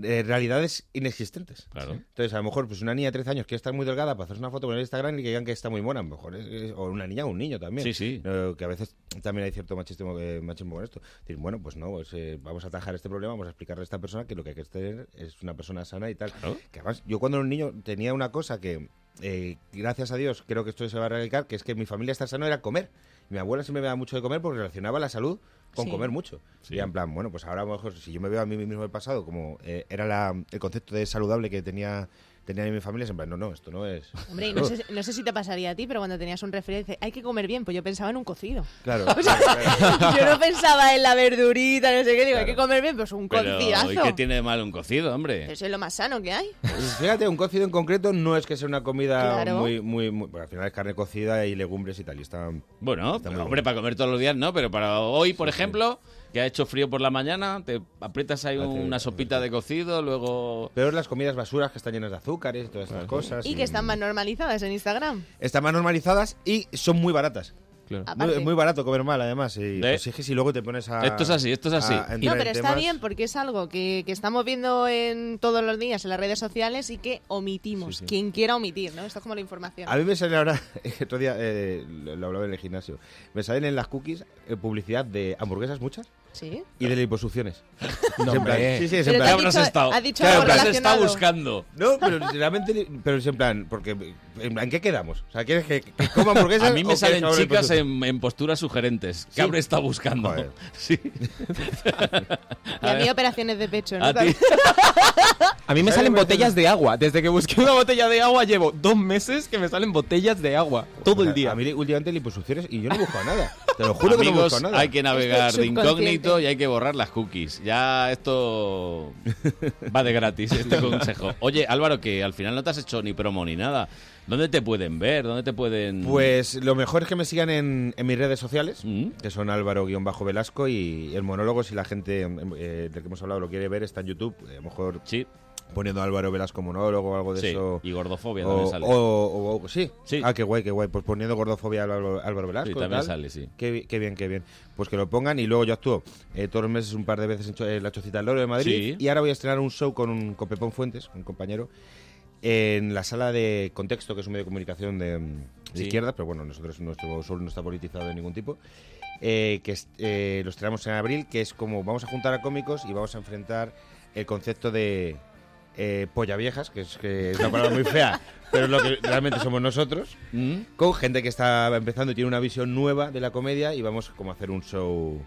eh, realidades inexistentes. Claro. Entonces, a lo mejor, pues una niña de 13 años quiere estar muy delgada para hacerse una foto en Instagram y que digan que está muy mona, a lo mejor es- es- o una niña o un niño también. Sí, sí. Eh, que a veces también hay cierto machismo, eh, machismo con esto. Decir, bueno, pues no, pues, eh, vamos a atajar este problema, vamos a explicarle a esta persona que lo que hay que tener es una persona sana y tal. Que además, yo cuando era un niño tenía una cosa que, eh, gracias a Dios, creo que esto se va a erradicar, que es que mi familia estar sana era comer. Mi abuela siempre me daba mucho de comer porque relacionaba la salud con Sí. comer mucho. Y en plan, bueno, pues ahora a lo mejor, si yo me veo a mí mismo el pasado, como eh, era la- el concepto de saludable que tenía, tenía en mi familia, es en plan, no, no, esto no es. Hombre, y no sé, no sé si te pasaría a ti, pero cuando tenías un referente, hay que comer bien, pues yo pensaba en un cocido. Claro. [LAUGHS] O sea, [LAUGHS] yo no pensaba en la verdurita, no sé qué, digo, hay que Claro. comer bien, pues un [LAUGHS] Pero, ¿y cocidazo. qué tiene de malo un cocido, hombre? Eso es lo más sano que hay. Pues Fíjate, un cocido en concreto no es que sea una comida Claro. muy, muy, muy- bueno, al final es carne cocida y legumbres y tal, y está... Bueno, Hombre, para comer todos los días no, pero para hoy, por ejemplo, que ha hecho frío por la mañana, te aprietas ahí una sopita de cocido, luego... Peor las comidas basuras que están llenas de azúcares y todas estas cosas. Y que están más normalizadas en Instagram. están más normalizadas y son muy baratas. Aparte. Muy, muy barato comer mal, además. Y ¿Eh? exiges y luego te pones a. Esto es así, esto es así. a entrar No, en pero está temas. bien porque es algo que, que estamos viendo en todos los días en las redes sociales y que omitimos. Sí, sí. Quien quiera omitir, ¿no? Esto es como la información. A mí me sale ahora, [LAUGHS] el otro día eh, lo, lo hablaba en el gimnasio, me salen en las cookies eh, publicidad de hamburguesas muchas Sí. y de [LAUGHS] liposucciones. No, Es en plan- hombre. sí, sí, es Pero en plan- te ha dicho- ¿Qué habrás estado? ha dicho algo en plan- relacionado. Te has estado buscando. No, pero realmente, li- pero es en plan, porque, en plan, ¿qué quedamos? O sea, ¿quieres que, que [LAUGHS] coma hamburguesas? A mí o me quieres salen que hable chicas liposucción? en, en posturas sugerentes. ¿Qué ¿Sí? habré estado buscando? [LAUGHS] Joder. Sí. Y a mí operaciones de pecho, ¿no? [LAUGHS] A ti. A mí me salen botellas de agua. Desde que busqué una botella de agua llevo dos meses que me salen botellas de agua. Todo el día. A mí últimamente liposucciones y yo no busco [LAUGHS] nada. Te lo juro que no Amigos, busco nada. hay que navegar de incógnito y hay que borrar las cookies. Ya [LAUGHS] esto va de gratis, este consejo. Oye, Álvaro, que al final no te has hecho ni promo ni nada. ¿Dónde te pueden ver? ¿Dónde te pueden...? Pues lo mejor es que me sigan en, en mis redes sociales, Mm. que son Álvaro-Velasco y el monólogo, si la gente eh, del que hemos hablado lo quiere ver, está en YouTube. A lo mejor poniendo Álvaro Velasco monólogo o algo de Sí, eso. y gordofobia o, también sale. o- o- sí. Ah, qué guay, qué guay. Pues poniendo gordofobia Álvaro, Álvaro Velasco. Sí, también tal. sale, sí. Qué, bi- qué bien, qué bien. Pues que lo pongan y luego yo actúo eh, todos los meses un par de veces en, Cho- en la Chocita del Loro de Madrid. Sí. Y ahora voy a estrenar un show con, un, con Pepón Fuentes, un compañero, en la sala de Contexto, que es un medio de comunicación de, mm, de Sí. izquierda, pero bueno, nosotros nuestro show no está politizado de ningún tipo. eh, que es- eh, lo estrenamos en abril, que es como vamos a juntar a cómicos y vamos a enfrentar el concepto de eh, polla viejas, que es, que es una palabra muy fea, pero es lo que realmente somos nosotros, Mm. con gente que está empezando y tiene una visión nueva de la comedia y vamos como a hacer un show,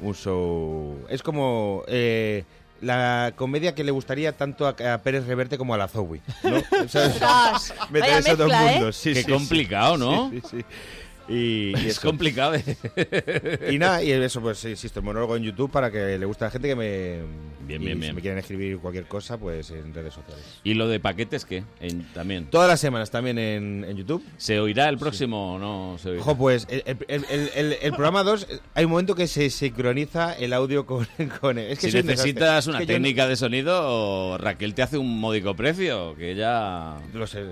un show, es como eh, la comedia que le gustaría tanto a, a Pérez Reverte como a la Zoe, [LAUGHS] ¿no? O sea, Ostras, meter vaya esos dos mezcla, ¿eh? mundos, sí, Qué sí, sí. complicado, ¿no? Sí, sí, sí. Y, y Es eso. complicado. ¿eh? Y nada, y eso, pues insisto, el monólogo en YouTube para que le guste a la gente que me. Bien, y bien, si bien. me quieren escribir cualquier cosa, pues en redes sociales. ¿Y lo de paquetes qué? En- también. Todas las semanas también en, en YouTube. ¿Se oirá el próximo o no se oirá? Ojo, pues el, el- el- el- el- el programa 2, hay un momento que se sincroniza el audio con. [LAUGHS] con es que si soy un necesitas desastre. una Es que yo no- técnica de sonido, Raquel te hace un módico precio, que ya... Lo sé,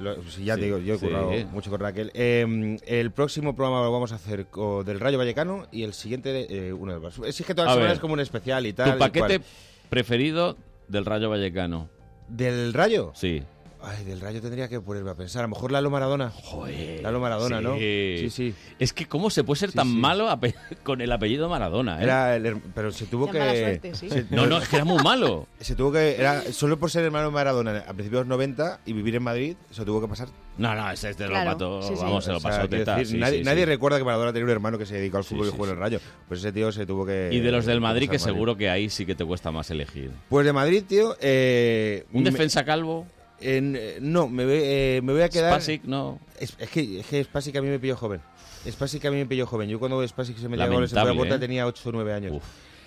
ya te digo, yo he sí. currado mucho con Raquel. Eh, el próximo programa lo vamos a hacer co- del Rayo Vallecano y el siguiente, eh, uno de los. Es que todas las A semanas ver, es como un especial y tal. ¿Tu y paquete cual. preferido del Rayo Vallecano? ¿Del Rayo? Sí. Ay, del Rayo tendría que ponerme a pensar. A lo mejor Lalo Maradona. Joder. Lalo Maradona, ¿no? Sí, sí. Es que cómo se puede ser tan malo ape- [LAUGHS] con el apellido Maradona, ¿eh? Era el her- pero se tuvo Ya que. mala suerte, sí. se- No, no, es que era muy malo. [LAUGHS] Se tuvo que. Era, solo por ser hermano de Maradona a principios de los 90 y vivir en Madrid, se lo tuvo que pasar. No, no, ese te Claro, lo mató, sí, sí. vamos, se O lo sea, pasó quiero teta, decir, sí, nadie, sí, nadie sí. recuerda que Maradona tenía un hermano que se dedicó al fútbol Sí, y sí, jugó en el rayo. Pues ese tío se tuvo que. eh, Y de los del Madrid, que pasar seguro que ahí sí que te cuesta más elegir. Pues de Madrid, tío. Eh, ¿Un me- defensa calvo? en- eh, no, me, voy- eh, me voy a quedar. Spasic, no. Es, es que, es que Spasic a mí me pilló joven. Spasic a mí me pilló joven. Yo cuando Spasic se me llegó a la Lamentable, puerta ¿eh? tenía 8 o 9 años.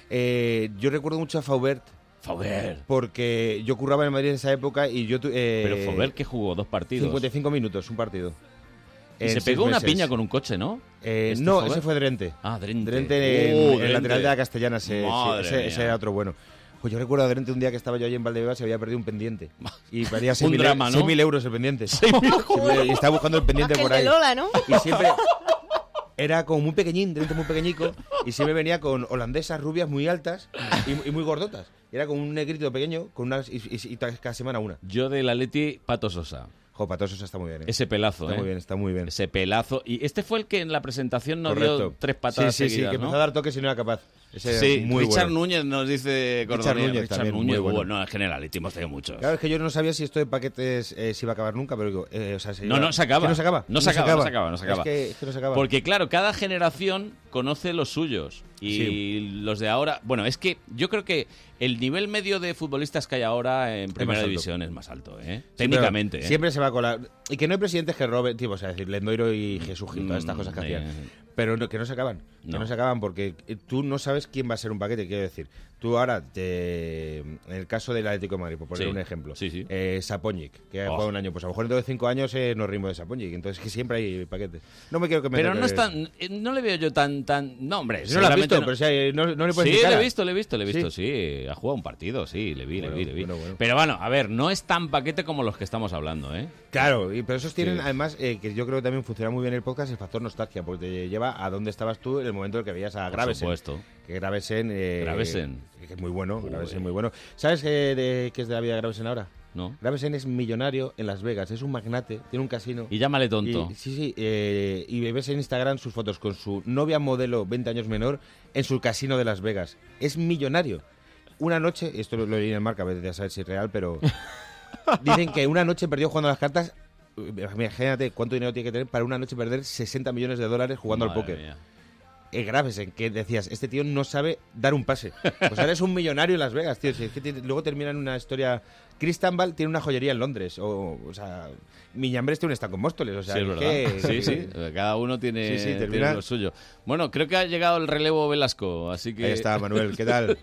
Eh, yo recuerdo mucho a Faubert. Faubert. Porque yo curraba en Madrid en esa época y yo. tu- eh, Pero Faubert que jugó dos partidos. 55 minutos, un partido. Y En se seis pegó una meses. piña con un coche, ¿no? Eh, Este no, Faubert. ese fue Drente. Ah, Drente. Drente en Oh, el Drente. lateral de la Castellana, ese, sí, Madre ese- ese mía. era otro bueno. Pues yo recuerdo a Drente un día que estaba yo allí en Valdebebas y había perdido un [LAUGHS] pendiente. Y valía Un 6.000 drama, ¿no? 6.000 euros el [LAUGHS] pendiente. 6.000 [LAUGHS] y estaba buscando el pendiente Más que por el ahí. de Lola, ¿no? Y [LAUGHS] siempre era como muy pequeñín, Drente muy pequeñico. Y siempre venía con holandesas rubias muy altas y, y muy gordotas. Y Era como un negrito pequeño con una, y, y- y cada semana una. Yo del Atleti, Pato Sosa. Jo, Pato Sosa está muy bien. ¿eh? Ese pelazo, Está ¿eh? muy bien, está muy bien. Ese pelazo. Y este fue el que en la presentación nos dio Correcto. tres patadas Sí, sí, sí, seguidas, que ¿no? empezó a dar toques y no era capaz. Ese Sí, es muy Richard bueno. Núñez nos dice Richard Cordonía, Núñez también, muy bueno. bueno. No, en general, Atleti hemos tenido muchos. Claro, es que yo no sabía si esto de paquetes eh, se iba a acabar nunca, pero digo, eh, o sea, se No, iba- no se acaba. Que no se acaba. No se acaba, no se acaba, no se acaba. Es que, es que no se acaba. Porque, claro, cada generación conoce los suyos. Y Sí. los de ahora. Bueno, es que yo creo que el nivel medio de futbolistas que hay ahora en primera alto. división es más alto, ¿eh? Sí, Técnicamente. pero ¿eh? Siempre se va a colar. Y que no hay presidentes que roben, tipo, o sea, decir, Lendoiro y Jesús Gil, todas estas cosas que Mm, hacían. eh. Pero no- que no se acaban. No. Que no se acaban porque eh, tú no sabes quién va a ser un paquete, quiero decir. Tú ahora, te- en el caso del Atlético de Madrid, por poner Sí. un ejemplo, Sí, sí. eh, Sapoñic, que ha Oh. jugado un año, pues a lo mejor dentro de cinco años eh, nos rimos de Sapoñic. Entonces, que siempre hay paquetes. No me quiero que me Pero no es toque- tan, eh, no le veo yo tan tan no hombre, Si no lo has seguramente visto, pero si hay- no- no le puedes Sí, ni cara. le he visto, le he visto, le he Sí. visto, sí, ha jugado un partido, sí, le vi, Bueno, le vi, le vi. bueno, bueno. Pero bueno, a ver, no es tan paquete como los que estamos hablando, ¿eh? Claro, y, pero esos tienen, Sí. además, eh, que yo creo que también funciona muy bien el podcast, el factor nostalgia, porque te lleva a dónde estabas tú en el momento en el que veías a Por Gravesen. supuesto. Que Gravesen... eh, Gravesen. Que es muy bueno, Gravesen muy bueno. ¿Sabes qué, de- qué es de la vida de Gravesen ahora? No. Gravesen es millonario en Las Vegas, es un magnate, tiene un casino. Y llámale tonto. Y- sí, sí, eh, y ves en Instagram sus fotos con su novia modelo 20 años menor en su casino de Las Vegas. Es millonario. Una noche, esto lo, lo leí en el marca, vete a saber si es real, [LAUGHS] pero dicen que una noche perdió jugando a las cartas. eh, Imagínate cuánto dinero tiene que tener para una noche perder 60 millones de dólares jugando Madre al póker. mía. Es graves en que decías, este tío no sabe dar un pase. Pues ahora es un millonario en Las Vegas, tío. Si es que tiene- luego termina en una historia. Chris Tambal tiene una joyería en Londres. O, o sea, Miñambres tiene un stand con Móstoles. O sea, sí, es es verdad. que- [LAUGHS] sí, sí, cada uno tiene, Sí, sí, tiene termina- lo suyo. Bueno, creo que ha llegado el relevo Velasco, así que Ahí está, Manuel, ¿qué tal?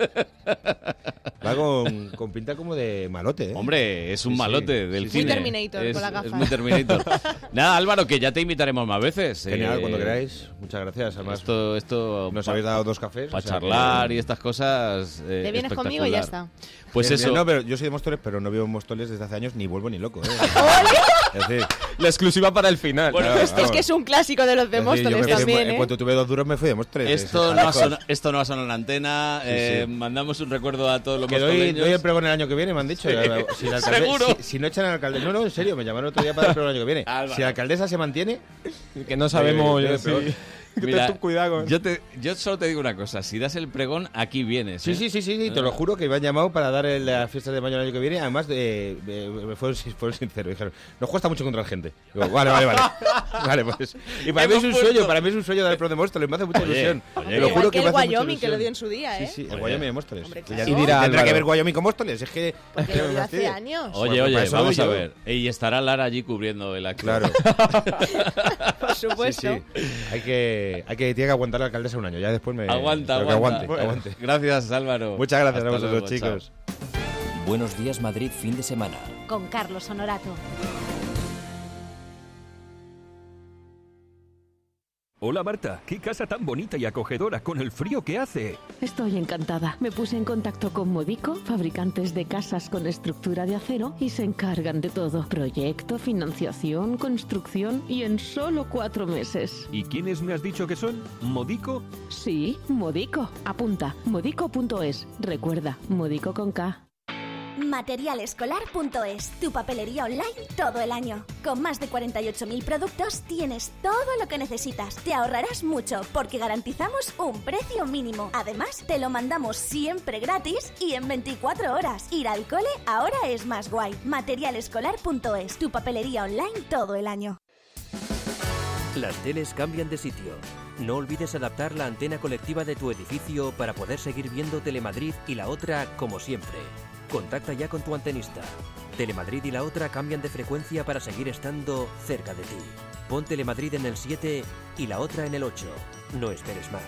Va con, con pinta como de malote, ¿eh? [LAUGHS] Hombre, es un Sí, sí. malote del Sí, sí. Muy cine. Terminator, es, con la gafa. es muy [LAUGHS] Terminator. Nada, Álvaro, que ya te invitaremos más veces. Genial, eh, cuando queráis. Muchas gracias. Además, esto, esto nos pa- habéis dado dos cafés. Para o sea que- charlar y estas cosas. eh, Te vienes conmigo y ya espectacular. está. Pues Eh, eso. No, pero yo soy de Móstoles, pero no vivo en Móstoles desde hace años, ni vuelvo [LAUGHS] ni loco, ¿eh? Es decir, La exclusiva para el final. Bueno, Claro, esto Es que es un clásico de los de es decir, yo me Móstoles fui de Mo- también, En ¿eh? cuanto tuve dos duros me fui de Móstoles. Esto Es- no, ha Caracol. sonado, esto no ha sonado en la antena. Sí, eh, sí. Mandamos un recuerdo a todos los Que doy, mostoleños. doy el pregón el año que viene, me han dicho. Sí. Si la alcalde- Seguro. Si, si no echan al alcalde. No, no, en serio, me llamaron otro día para el pregón el año que viene. Álvaro. Si la alcaldesa se mantiene. Eh, Que no sabemos. doy- doy yo el pregón. sí. [LAUGHS] Mira, Ten tu cuidado eh. con- Yo, te, yo solo te digo una cosa. Si das el pregón, aquí vienes. Sí, ¿eh? sí, sí, sí, sí, Ah. te lo juro que me han llamado para dar el- las fiestas de mayo el año que viene. Además, eh, eh, me fueron, sin- fueron sinceros. Dijeron, nos cuesta mucho encontrar gente. Digo, vale, vale, [LAUGHS] vale. vale pues. Y para mí es Hemos un puesto- sueño, para mí es un sueño dar el pro de Móstoles. Me hace mucha Oye, ilusión. oye. Te lo Igual que juro que, me el hace mucha Wyoming, que lo dio en ilusión. su día, ¿eh? Sí, sí, el Oye. Wyoming de Móstoles. Hombre, Que ya claro. digo, Y dirá Tendrá que Álvaro. ver Wyoming con Móstoles. Es que. Porque [LAUGHS] que lo me dio hace fastidia. años. Oye, Pues para oye, eso vamos doy a yo. [LAUGHS] ver. Y estará Lara allí cubriendo el acto. Claro. Por supuesto. Sí, sí. Hay que, hay que, tiene que aguantar la alcaldesa un año. Ya después me. Aguanta, pero que aguanta. aguante, aguante. Gracias, Álvaro. Muchas gracias a Hasta vosotros, luego, chao. chicos. Buenos días Madrid fin de semana. Con Carlos Honorato. Hola Marta, qué casa tan bonita y acogedora con el frío que hace. Estoy encantada. Me puse en contacto con Modico, fabricantes de casas con estructura de acero, y se encargan de todo. Proyecto, financiación, construcción y en solo cuatro meses. ¿Y quiénes me has dicho que son? ¿Modico? Sí, Modico. Apunta, modico.es. Recuerda, Modico con K. Materialescolar.es, tu papelería online todo el año. Con más de 48.000 productos tienes todo lo que necesitas. Te ahorrarás mucho porque garantizamos un precio mínimo. Además, te lo mandamos siempre gratis y en 24 horas. Ir al cole ahora es más guay. Materialescolar.es, tu papelería online todo el año. Las teles cambian de sitio. No olvides adaptar la antena colectiva de tu edificio para poder seguir viendo Telemadrid y la otra como siempre. Contacta ya con tu antenista. Telemadrid y la otra cambian de frecuencia para seguir estando cerca de ti. Pon Telemadrid en el 7 y la otra en el 8. No esperes más.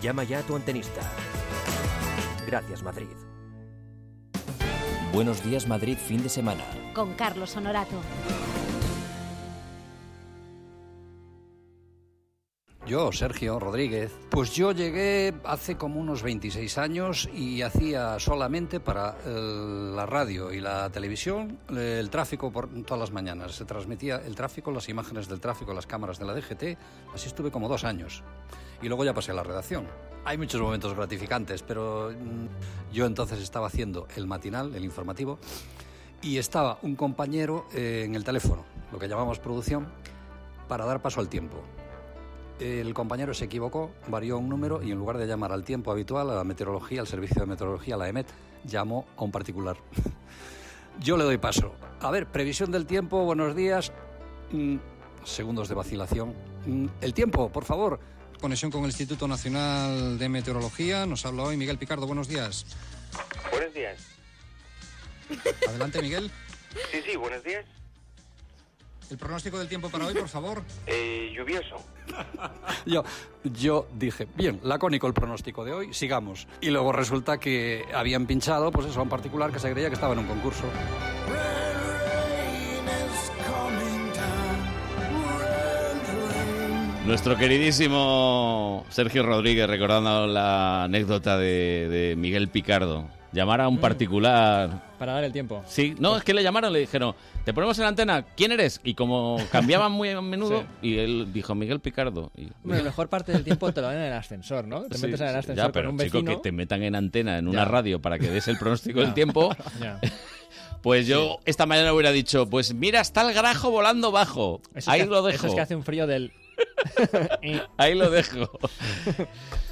Llama ya a tu antenista. Gracias Madrid. Buenos días Madrid fin de semana. Con Carlos Honorato. Yo, Sergio Rodríguez. Pues yo llegué hace como unos 26 años y hacía solamente para eh, la radio y la televisión eh, el tráfico por todas las mañanas. Se transmitía el tráfico, las imágenes del tráfico, las cámaras de la DGT. Así estuve como dos años. Y luego ya pasé a la redacción. Hay muchos momentos gratificantes, pero mm, yo entonces estaba haciendo el matinal, el informativo, y estaba un compañero eh, en el teléfono, lo que llamamos producción, para dar paso al tiempo. El compañero se equivocó, varió un número y en lugar de llamar al tiempo habitual, a la meteorología, al servicio de meteorología, a la EMET, llamó a un particular. [LAUGHS] Yo le doy paso. A ver, previsión del tiempo, buenos días. Mm, segundos de vacilación. Mm, el tiempo, por favor. Conexión con el Instituto Nacional de Meteorología. Nos habla hoy Miguel Picardo. Buenos días. Buenos días. Adelante, Miguel. Sí, sí, buenos días. El pronóstico del tiempo para hoy, por favor. [LAUGHS] Eh, lluvioso. [LAUGHS] Yo, yo dije, bien, lacónico el pronóstico de hoy, sigamos. Y luego resulta que habían pinchado, pues eso, a un particular que se creía que estaba en un concurso. [LAUGHS] Nuestro queridísimo Sergio Rodríguez, recordando la anécdota de, de Miguel Picardo. Llamar Mm. a un particular. Para dar el tiempo. Sí, no, es que le llamaron, le dijeron, te ponemos en la antena, ¿quién eres? Y como cambiaban muy a menudo, y él dijo, Miguel Picardo. Y- pues Hombre, la mejor parte del tiempo te lo dan en el ascensor, ¿no? Te Sí, metes en el sí, ascensor ya, pero con un chico, vecino. que te metan en antena, en una Ya. radio, para que des el [LAUGHS] pronóstico Ya. del tiempo. Ya. Pues yo esta mañana hubiera dicho, pues mira, está el grajo volando bajo. Eso es Ahí que- lo dejo. Eso es que hace un frío del... [LAUGHS] Ahí [LAUGHS] lo dejo.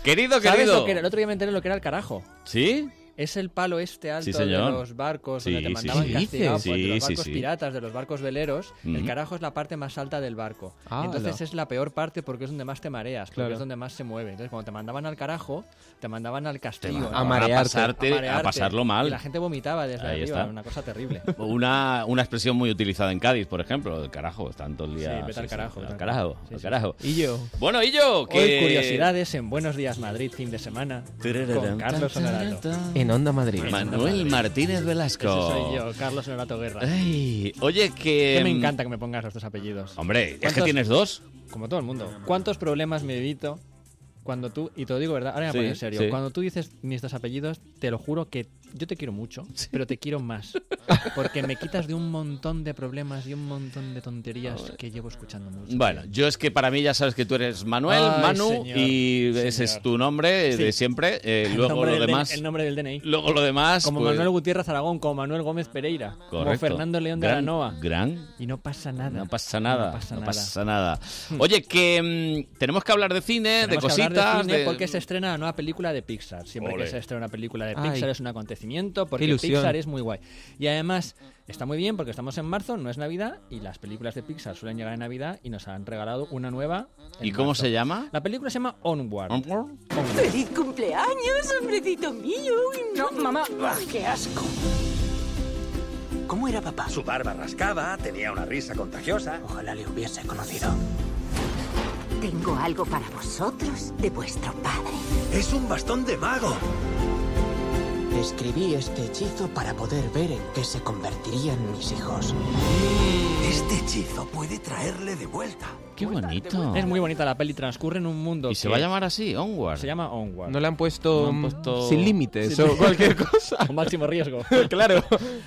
querido, ¿Sabes querido. lo que era? El otro día me enteré lo que era el carajo. ¿Sí? Es el palo este alto Sí, señor. de los barcos Sí, donde te sí, mandaban sí. castigado Sí, por- de los sí, barcos sí. piratas, de los barcos veleros. Ujú. El carajo es la parte más alta del barco. Ah, Y entonces ala. es la peor parte porque es donde más te mareas, porque Claro. es donde más se mueve. Entonces cuando te mandaban al carajo, te mandaban al castigo. mandaban ¿no? a A marearte. pasarte, a pasarlo mal. Y la gente vomitaba desde Ahí arriba, está. una cosa terrible. Una, una expresión muy utilizada en Cádiz, por ejemplo, el carajo, están todo el día. Sí, vete al carajo, al vete al carajo, carajo. Sí, al sí. carajo. Y yo. Bueno, y yo, que. Hoy curiosidades en Buenos Días Madrid, fin de semana. Con Carlos Honorato. En Onda Madrid. Manuel Martínez Velasco. Ese soy yo, Carlos Honorato Guerra. Ay, oye, que. mm, Que me encanta que me pongas los dos apellidos. Hombre, es que ¿Cuántos- tienes dos. Como todo el mundo. ¿Cuántos problemas me evito cuando tú, y te lo digo verdad, ahora me Sí, voy a poner en serio, sí. cuando tú dices mis dos apellidos, te lo juro que yo te quiero mucho, pero te quiero [LAUGHS] más. Porque me quitas de un montón de problemas y un montón de tonterías que llevo escuchando mucho. Bueno, yo es que para mí ya sabes que tú eres Manuel, Ay, Manu, señor, y ese es tu nombre eh, de Sí. siempre. eh, El luego nombre lo del D- demás. el nombre del DNI. Luego lo demás. Como pues, Manuel Gutiérrez Aragón, como Manuel Gómez Pereira, como correcto. Fernando León de Gran- Aranoa. Gran Y no pasa nada. No pasa nada, no pasa pasa nada. nada. Oye, que mm, tenemos que hablar de cine, de Tenemos que cositas. hablar de cine de- porque se estrena la nueva película de Pixar. Siempre Ole. que se estrena una película de Ay. Pixar es un acontecimiento Qué porque ilusión. Pixar es muy guay. Y además está muy bien porque estamos en marzo, no es Navidad y las películas de Pixar suelen llegar en Navidad y nos han regalado una nueva. en ¿Y cómo marzo. se llama? La película se llama Onward. ¡Feliz cumpleaños, hombrecito mío! No, mamá, Ah, qué asco. ¿Cómo era papá? Su barba rascaba, tenía una risa contagiosa. Ojalá le hubiese conocido. Tengo algo para vosotros de vuestro padre. ¡Es un bastón de mago! Escribí este hechizo para poder ver en qué se convertirían mis hijos. Este hechizo puede traerle de vuelta. Qué bonito. Es muy bonita la peli, transcurre en un mundo. ¿Y se va a llamar así? Onward. Se llama Onward. No le han puesto, No han mm, puesto- sin límites Sin o límites. cualquier cosa. Con máximo riesgo. [LAUGHS] claro.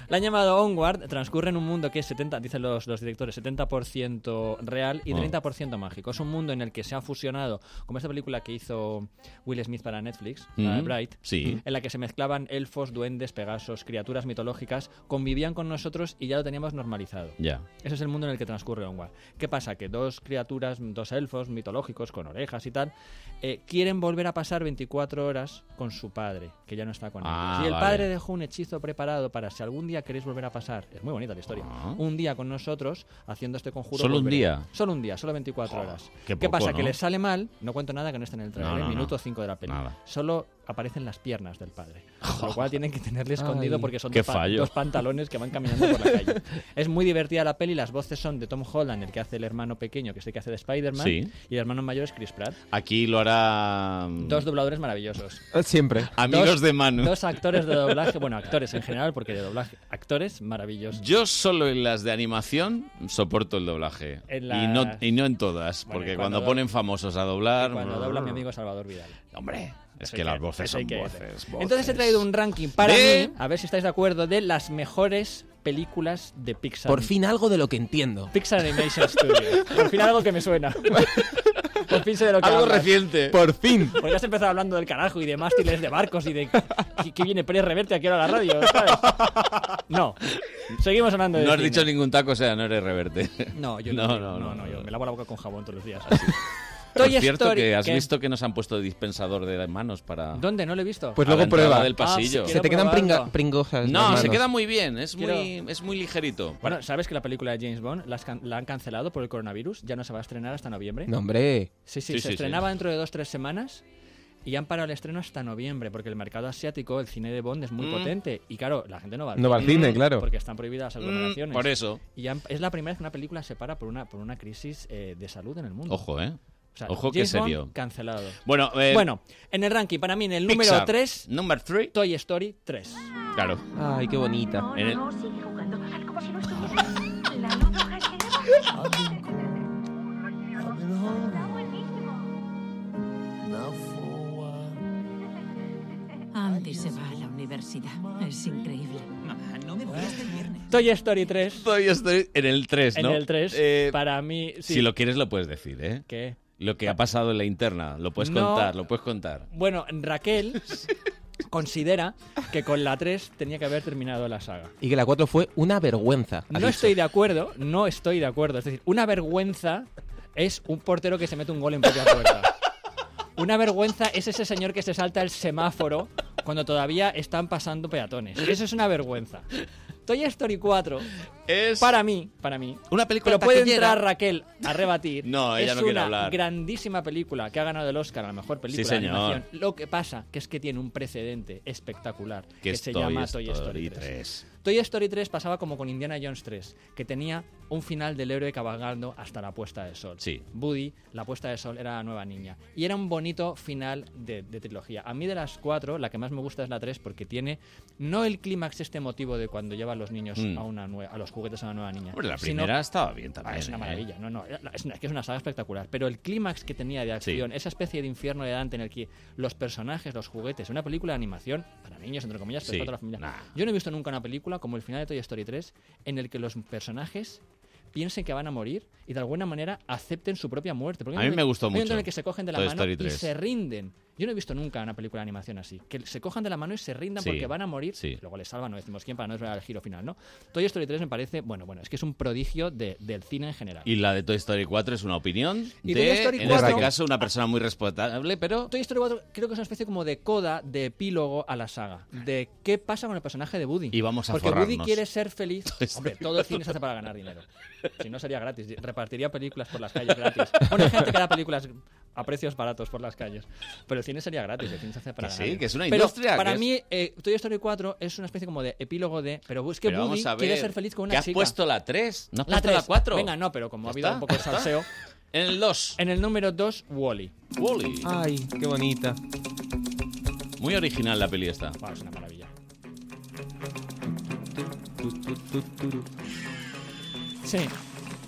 La han llamado Onward, transcurre en un mundo que es 70, dicen los, los directores, 70% real y Mm. Oh. 30% mágico. Es un mundo en el que se ha fusionado, como esta película que hizo Will Smith para Netflix, la de Mm, Bright, sí. en la que se mezclaban elfos, duendes, pegasos, criaturas mitológicas, convivían con nosotros y ya lo teníamos normalizado. Ya. Ese es el mundo en el que transcurre Onward. ¿Qué pasa? Que dos criaturas, dos elfos mitológicos con orejas y tal, eh, quieren volver a pasar 24 horas con su padre, que ya no está con Ah, ellos. Y el vale. padre dejó un hechizo preparado para si algún día queréis volver a pasar, es muy bonita la historia, un día con nosotros haciendo este conjuro. Ah. ¿Solo un volveremos. día? Solo un día, solo 24 horas. qué poco, pasa? ¿no? Que les sale mal, no cuento nada que no esté en el trailer, No, no, no. minuto 5 de la peli. Nada. Solo aparecen las piernas del padre. Con lo cual tienen que tenerle escondido Ay, porque son qué dos, pa- fallo. dos pantalones que van caminando por la calle. [LAUGHS] Es muy divertida la peli, las voces son de Tom Holland, el que hace el hermano pequeño, que es el que hace de Spider-Man, Sí. y el hermano mayor es Chris Pratt. Aquí lo hará. mm, Dos dobladores maravillosos. Siempre. Amigos Dos- de Manu. Dos actores de doblaje, [LAUGHS] bueno, actores en general, porque de doblaje, actores maravillosos. Yo solo en las de animación soporto el doblaje. En y, no, las- y no en todas, Bueno, porque y cuando, cuando ponen famosos a doblar. Cuando dobla mi amigo Salvador Vidal. Hombre, es Eso que hay las voces eso hay son que voces, decir. voces. ¿Eh? Entonces he traído [LAUGHS] un ranking para De- mí, a ver si estáis de acuerdo, de las mejores películas de Pixar. Por fin algo de lo que entiendo. Pixar Animation Studios. Por fin algo que me suena. Por fin sé de lo que Algo hablas. reciente. [LAUGHS] Por fin. Porque has empezado hablando del carajo y de mástiles de barcos y de que, que viene Pérez Reverte aquí a la radio, ¿sabes? No. [LAUGHS] Seguimos hablando de No has cine. dicho ningún taco, o sea, no eres reverte. No, yo no, [LAUGHS] no, digo, no, no, yo me lavo la boca con jabón todos los [LAUGHS] días. Por Toy cierto, Story, que has ¿qué? visto que nos han puesto dispensador de las manos para. ¿Dónde? No lo he visto. Pues A luego la entrada prueba. del pasillo. Ah, Se quiero te quedan probarlo. pringa- pringosas No, las se manos. queda muy bien, es Quiero- muy- es muy ligerito. Bueno, ¿sabes que la película de James Bond las can- la han cancelado por el coronavirus? Ya no se va a estrenar hasta noviembre. No, hombre. Sí, sí, Sí, se sí, estrenaba dentro de dos, tres semanas y han parado el estreno hasta noviembre porque el mercado asiático, el cine de Bond es muy Mm. potente y claro, la gente no va al No va al cine, claro. Porque están prohibidas las Mm, aglomeraciones. por eso. Y han- es la primera vez que una película se para por una, por una crisis eh, de salud en el mundo. Ojo, ¿eh? O sea, Ojo que James Bond serio. cancelado. Bueno, eh, bueno, en el ranking, para mí, en el número Pixar. 3, Number Toy Story 3. Claro. Ay, qué bonita. En el- sigue jugando. Haz como si no Andy se va a la universidad. Es increíble. Ah, no me Toy Story 3. Toy Story en el 3, En ¿no? el 3, Eh, para mí. sí. Si lo quieres, lo puedes decir, ¿eh? ¿Qué? Ah. Lo que ha pasado en la interna, lo puedes No. contar, lo puedes contar. Bueno, [LAUGHS] Raquel considera que con la 3 tenía que haber terminado la saga. Y que la 4 fue una vergüenza. No estoy de acuerdo, no estoy de acuerdo. Es decir, una vergüenza es un portero que se mete un gol en propia puerta. Una vergüenza es ese señor que se salta el semáforo cuando todavía están pasando peatones. Eso es una vergüenza. Toy Story 4 es para mí, para mí, una película Pero puede taquillera. entrar Raquel a rebatir. [LAUGHS] No, ella es no quiere una hablar. grandísima película que ha ganado el Oscar a la mejor película Sí, señor. de animación. Lo que pasa que es que tiene un precedente espectacular Que que, es se Toy llama Toy Story, Story 3. 3. Toy Story 3 pasaba como con Indiana Jones 3, que tenía un final del héroe cabalgando hasta la puesta de sol. Sí. Woody, la puesta de sol, era la nueva niña. Y era un bonito final de, de trilogía. A mí de las cuatro, la que más me gusta es la 3 porque tiene no el clímax este emotivo de cuando lleva a los niños Mm. a, una nue- a los juguetes a una nueva niña. Hombre, la sino- primera estaba bien también, Ah, es una ¿eh? maravilla. No, no, la- es, una- es que es una saga espectacular. Pero el clímax que tenía de acción, esa especie de infierno de Dante en el que los personajes, los juguetes, una película de animación para niños, entre comillas, pero Sí, para toda la familia. Yo no he visto nunca una película como el final de Toy Story 3 en el que los personajes piensen que van a morir y de alguna manera acepten su propia muerte. Porque A hay un mí me momento- gustó hay un momento mucho en el que se cogen de la Toy mano Story y 3. se rinden. Yo no he visto nunca una película de animación así. Que se cojan de la mano y se rindan Sí, porque van a morir. sí. Luego les salvan, no decimos quién, para no esperar el giro final, ¿no? Toy Story 3 me parece, bueno, bueno, es que es un prodigio de- del cine en general. Y la de Toy Story 4 es una opinión Y de, Toy Story en 4 este caso, una persona muy respetable, pero... Toy Story 4 creo que es una especie como de coda, de epílogo a la saga. De qué pasa con el personaje de Woody. Y vamos a Porque Woody forrarnos. quiere ser feliz. Toy Story Hombre, todo el cine se hace para ganar dinero. Si no sería gratis. Repartiría películas por las calles [LAUGHS] gratis. Bueno, hay gente que da películas a precios baratos por las calles. Pero el cine sería gratis. El cine se hace para Que ganar sí, dinero. que es una Pero industria, para que es- mí, eh, Toy Story 4 es una especie como de epílogo de. Pero es que Pero Woody vamos a ver, quiere ser feliz con una ¿qué has chica. puesto la 3? ¿No has La puesto la 3. 4? Venga, no, pero como Ya ha habido está, un poco de ya está. salseo. En el 2. En el número 2, Wally. Wall-E. Ay, qué bonita. Muy original la peli esta. es una maravilla. [LAUGHS] Sí.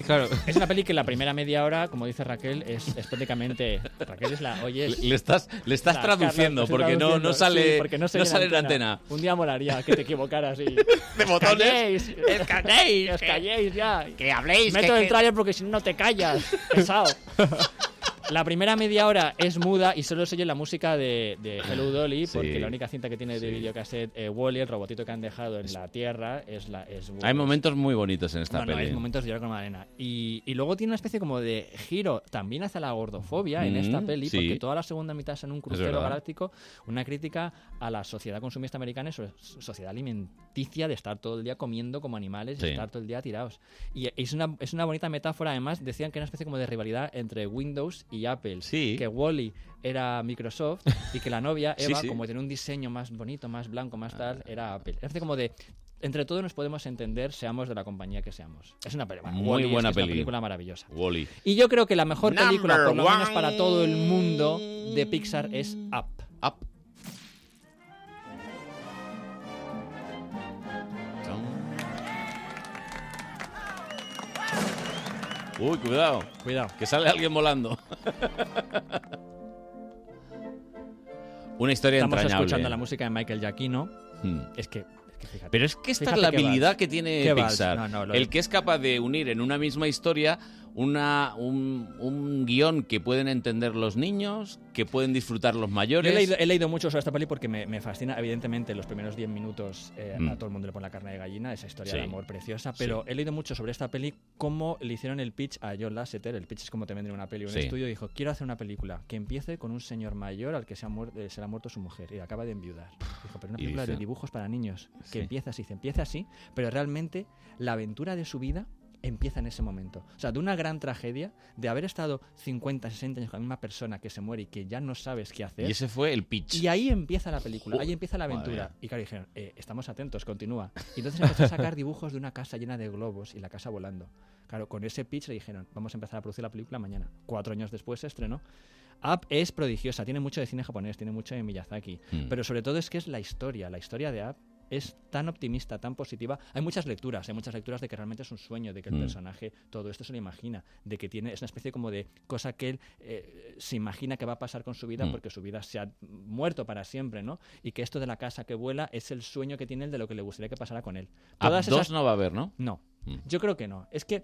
Claro. Es una peli que la primera media hora, como dice Raquel, es, es prácticamente. Raquel es la. Oye, es- Le- le estás- le estás Carla, traduciendo, le estoy porque no- traduciendo, no sale- sí, porque no, se no ve sale en antena. Un día molaría que te equivocaras [LAUGHS] y. ¡De botones! ¡Os calléis! ¡Os calléis ya! ¡Que habléis, Meto que- el que- trailer porque si no, no te callas. Pesado. [LAUGHS] La primera media hora es muda y solo se oye la música de, de Hello Dolly, porque la única cinta que tiene de videocassette eh, Wally, el robotito que han dejado en la Tierra, es la. Es Hay momentos muy bonitos en esta no, no, peli. hay momentos de llorar con Madalena. Y, y luego tiene una especie como de giro también hacia la gordofobia en Mm, esta peli, sí. porque toda la segunda mitad es en un crucero verdad. galáctico, una crítica a la sociedad consumista americana y so- sociedad alimenticia de estar todo el día comiendo como animales Sí. y estar todo el día tirados. Y es una, es una bonita metáfora, además, decían que era una especie como de rivalidad entre Windows y, y Apple, que Wally era Microsoft y que la novia, Sí, Eva, sí. Ah. como tenía un diseño más bonito, más blanco, más tal, era Apple. Es como de. Entre todos nos podemos entender, seamos de la compañía que seamos. Es una película. Muy Wall-E es buena que es una peli. película maravillosa. Wally. Y yo creo que la mejor Number película, por lo one. menos para todo el mundo, de Pixar es Up. Up. Uy, cuidado. Cuidado. Que sale alguien volando. Una historia Estamos entrañable. escuchando la música de Michael Giacchino. Hmm. Es que, es que fíjate. Pero es que esta Fíjate es la qué vals. habilidad que tiene Qué vals. Pixar. No, no, lo- el que es capaz de unir en una misma historia una, un, un guión que pueden entender los niños, que pueden disfrutar los Yo mayores. he leído, he leído mucho sobre esta peli porque me, me fascina. Evidentemente, los primeros 10 minutos eh, Mm. a todo el mundo le pone la carne de gallina, esa historia Sí. de amor preciosa. Pero Sí. he leído mucho sobre esta peli, cómo le hicieron el pitch a John Lasseter. El pitch es como te venden una peli o un Sí. estudio. Dijo: Quiero hacer una película que empiece con un señor mayor al que se, ha muer- eh, se le ha muerto su mujer y acaba de enviudar. Dijo: Pero una Y película dice- de dibujos para niños que Sí. empieza así. Dice: Empieza así, pero realmente la aventura de su vida empieza en ese momento. O sea, de una gran tragedia, de haber estado 50, 60 años con la misma persona que se muere y que ya no sabes qué hacer. Y ese fue el pitch. Y ahí empieza la película, Ju- ahí empieza la madre aventura. mía. Y claro, dijeron, eh, estamos atentos, continúa. Y entonces empezó a sacar dibujos de una casa llena de globos y la casa volando. Claro, con ese pitch le dijeron, vamos a empezar a producir la película mañana. Cuatro años después se estrenó. Up es prodigiosa, tiene mucho de cine japonés, tiene mucho de Miyazaki. Hmm. Pero sobre todo es que es la historia, la historia de Up es tan optimista, tan positiva. Hay muchas lecturas, hay muchas lecturas de que realmente es un sueño, de que el Mm. personaje todo esto se lo imagina, de que tiene, es una especie como de cosa que él eh, se imagina que va a pasar con su vida Mm. porque su vida se ha muerto para siempre, ¿no? Y que esto de la casa que vuela es el sueño que tiene él de lo que le gustaría que pasara con él. Up Todas Ah, dos esas- no va a haber, ¿no? No, Mm. yo creo que no. Es que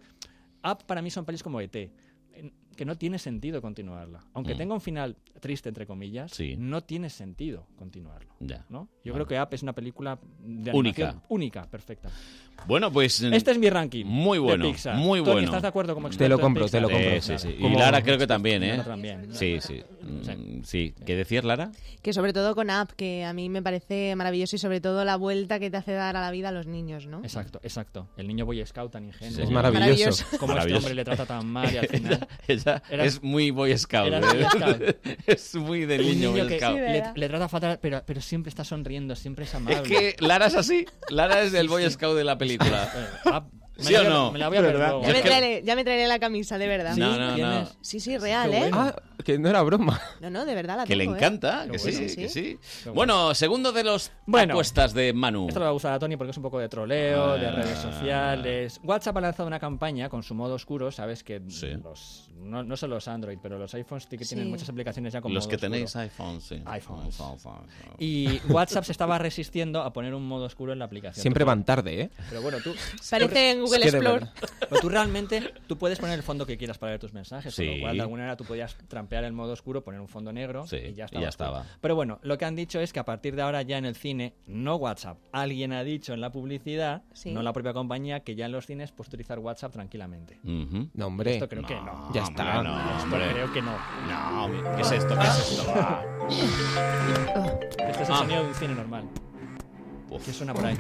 Up para mí son pelis como ET, en- que no tiene sentido continuarla. Aunque Mm. tenga un final triste, entre comillas, Sí. no tiene sentido continuarlo. Ya. ¿no? Yo Vale. creo que Up es una película de Única. animación única, perfecta. Bueno, pues. Este es mi ranking. Muy de bueno. Pixar. Muy Tony, bueno. ¿estás de acuerdo como Mm. experto Te lo en compro, Pixar? te lo compro. Sí, sí, sí. Y Como- Lara creo que también, ¿eh? Lara también. Sí, sí. Mm, Sí. ¿Qué decías, Lara? Que sobre todo con App, que a mí me parece maravilloso y sobre todo la vuelta que te hace dar a la vida a los niños, ¿no? Exacto, exacto. El niño Boy Scout tan ingenuo. Es maravilloso. Maravilloso. Cómo Maravilloso. este hombre le trata tan mal y al final... [LAUGHS] Esa- esa Era- es muy Boy Scout. Era ¿eh? Boy Scout. [LAUGHS] es muy del Un niño, Boy que Scout. le, le trata fatal, pero, pero siempre está sonriendo, siempre es amable. Es que Lara es así. Lara es el Boy Scout de [LAUGHS] la película. ¿Sí o no? Ah, Me la voy a ver luego. Ya me, traeré, ya me traeré la camisa, de verdad. Sí, No, no, ¿quién no. es? Sí, sí, real, ¿eh? Ah, que no era broma. No, no, de verdad la Que le tengo, ¿eh? encanta, que sí, que sí. Bueno, segundo de los apuestas de Manu. Esto le va a gustar a Tony porque es un poco de troleo, Ah. de redes sociales. WhatsApp ha lanzado una campaña con su modo oscuro, sabes que los, no, no solo los Android, pero los iPhones sí que tienen Sí. muchas aplicaciones ya con Los modo que oscuro. tenéis iPhone, sí. iPhones. iPhone, iPhone. Y WhatsApp se estaba resistiendo a poner un modo oscuro en la aplicación. Siempre Pero- van tarde, ¿eh? Pero bueno, tú... Parece en Google Es que de Explore. Pero tú realmente, tú puedes poner el fondo que quieras para ver tus mensajes, con Sí. lo cual de alguna manera tú podías trampear el modo oscuro, poner un fondo negro Sí, y ya y estaba. oscuro. ya estaba. Pero bueno, lo que han dicho es que a partir de ahora ya en el cine, no WhatsApp, alguien ha dicho en la publicidad, Sí. no la propia compañía, que ya en los cines puedes utilizar WhatsApp tranquilamente. Ujú. No, hombre. Esto creo que no. Ya está. hombre, no, Esto hombre. creo que no. No, hombre, ¿qué es esto? ¿Qué es esto? Va. [LAUGHS] Este es el Ah. sonido de un cine normal. ¿Qué suena por ahí?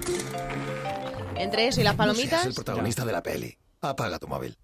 Entre eso y Es las el palomitas. protagonista de la peli. Apaga tu móvil.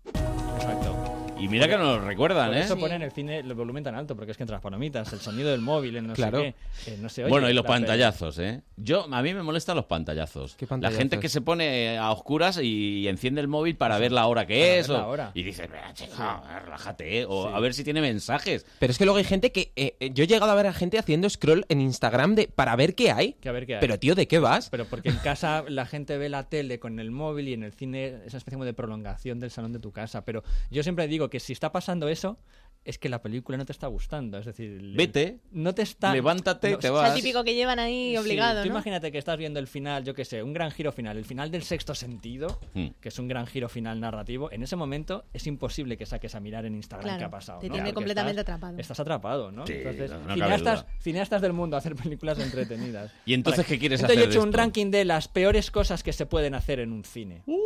Y mira que nos lo recuerdan, Por ¿eh? eso ponen el cine el volumen tan alto, porque es que entre las palomitas, el sonido del móvil, el no Claro. sé qué, eh, no se oye. Bueno, y los La peli. pantallazos, ¿eh? Yo, a mí me molestan los pantallazos. pantallazos? La gente que se pone a oscuras y enciende el móvil para ver la hora que Para es. ver la o- hora. Y dices, "Venga, chica, relájate, ¿eh? O a ver si tiene mensajes. Pero es que luego hay gente que. eh, eh, yo he llegado a ver a gente haciendo scroll en Instagram de para ver qué hay. Que a ver qué hay. Pero tío, ¿de qué vas? Pero porque en casa la gente ve la tele con el móvil y en el cine es una especie como de prolongación del salón de tu casa. Pero yo siempre digo que si está pasando eso, es que la película no te está gustando. Es decir, el- Vete, no te está. levántate, no- te O sea, el vas. típico que llevan ahí obligado, Sí, tú ¿no? imagínate que estás viendo el final, yo qué sé, un gran giro final, el final del sexto sentido, Hmm. que es un gran giro final narrativo. En ese momento es imposible que saques a mirar en Instagram Claro, qué ha pasado. te ¿no? tiene Porque completamente estás- atrapado. Estás atrapado, ¿no? Sí, Entonces, no cabe cineastas, duda. cineastas del mundo hacer películas entretenidas. ¿Y entonces Vale. qué quieres Entonces hacer Yo he de hecho un esto? ranking de las peores cosas que se pueden hacer en un cine. Uh.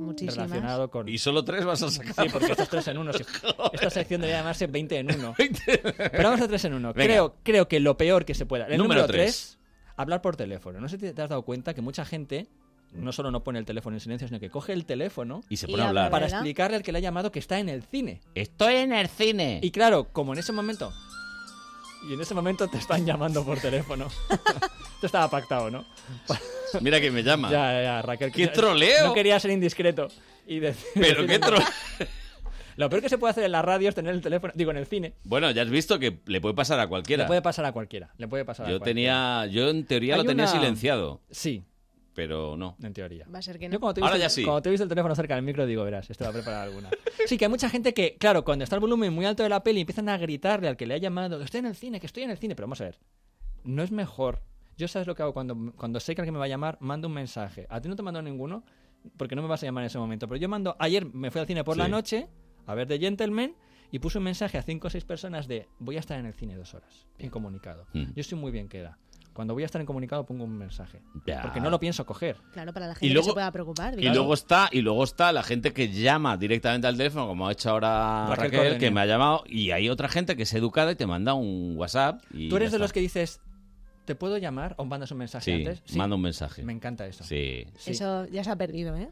Muchísimas. Relacionado con. Y solo tres vas a sacar. Sí, porque estos tres en [LAUGHS] uno. sí. Esta sección debería llamarse 20 en uno. Pero vamos a tres en uno. Venga. Creo, creo que lo peor que se pueda. El Número número, tres. tres, hablar por teléfono. No sé si te has dado cuenta que mucha gente no solo no pone el teléfono en silencio, sino que coge el teléfono Y se pone Y a hablar. habla, para ¿verdad? explicarle al que le ha llamado que está en el cine. Estoy en el cine. Y claro, como en ese momento. Y en ese momento te están llamando por teléfono. [LAUGHS] Esto estaba pactado, ¿no? [LAUGHS] Mira que me llama. Ya, ya, ya, Raquel. ¡Qué no- troleo! No quería ser indiscreto. Y de- Pero decir- qué troleo. [LAUGHS] Lo peor que se puede hacer en la radio es tener el teléfono, digo, en el cine. Bueno, ya has visto que le puede pasar a cualquiera. Le puede pasar a cualquiera. Le puede pasar a yo cualquiera. tenía, yo en teoría Hay lo tenía una- silenciado. Sí. Pero no. En teoría. Va a ser que no. Yo cuando te he Ahora visto- ya sí. Cuando te he visto el teléfono cerca del micro, digo, verás, esto va a preparar alguna. Sí, que hay mucha gente que, claro, cuando está el volumen muy alto de la peli, empiezan a gritarle al que le ha llamado, que estoy en el cine, que estoy en el cine. Pero vamos a ver, no es mejor. Yo sabes lo que hago cuando, cuando sé que alguien me va a llamar, mando un mensaje. A ti no te mando ninguno, porque no me vas a llamar en ese momento. Pero yo mando, ayer me fui al cine por la Sí. noche a ver The Gentleman y puse un mensaje a cinco o seis personas de, voy a estar en el cine dos horas, en comunicado. Mm. Yo estoy muy bien queda. Cuando voy a estar en comunicado pongo un mensaje. Ya. Porque no lo pienso coger. Claro, para la Y gente luego- que se pueda preocupar. Y digamos. luego está, y luego está la gente que llama directamente al teléfono, como ha hecho ahora Raquel Raquel, Cordenia. que me ha llamado, y hay otra gente que es educada y te manda un WhatsApp. Y ¿Tú eres ya de los está. que dices, ¿te puedo llamar o mandas un mensaje Sí, antes? manda un mensaje. Me encanta eso. Sí. Sí. Eso ya se ha perdido, ¿eh?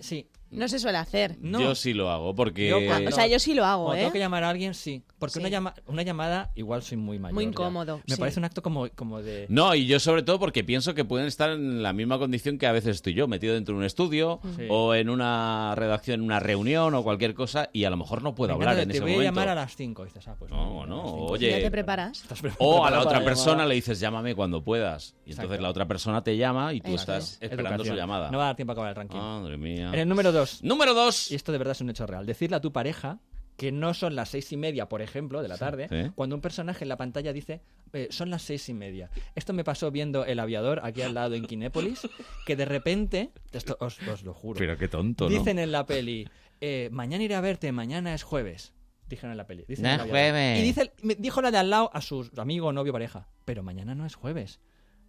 Sí. No se suele hacer. Yo sí lo hago porque Yo cuando- O sea, yo sí lo hago, Cuando ¿eh? tengo que llamar a alguien, sí. Porque Sí. Una, llama- una llamada, igual soy muy mayor. Muy ya. incómodo, Me sí. parece un acto como, como de. No, y yo sobre todo porque pienso que pueden estar en la misma condición que a veces estoy yo, metido dentro de un estudio Sí. o en una redacción, en una reunión o cualquier cosa, y a lo mejor no puedo Me encanta hablar de, en te ese voy momento. a llamar a las 5. Dices, ah, pues. No, no, oye. Ya te preparas. O a la preparado para otra la persona llamada. le dices llámame cuando puedas. Y entonces Exacto. la otra persona te llama y tú Eso estás es. esperando Educación. su llamada. No va a dar tiempo a acabar el ranking. Madre mía. En el número 2. Número 2. Y esto de verdad es un hecho real. Decirle a tu pareja que no son las seis y media, por ejemplo, de la tarde, sí. cuando un personaje en la pantalla dice eh, son las seis y media. Esto me pasó viendo El Aviador aquí al lado en Kinépolis, que de repente, esto os, os lo juro, Pero qué tonto, ¿no? dicen en la peli, eh, mañana iré a verte, mañana es jueves. Dijeron en la peli. dicen No en El es Aviador. jueves. Y dice, me dijo la de al lado a su amigo, novio, pareja, pero mañana no es jueves.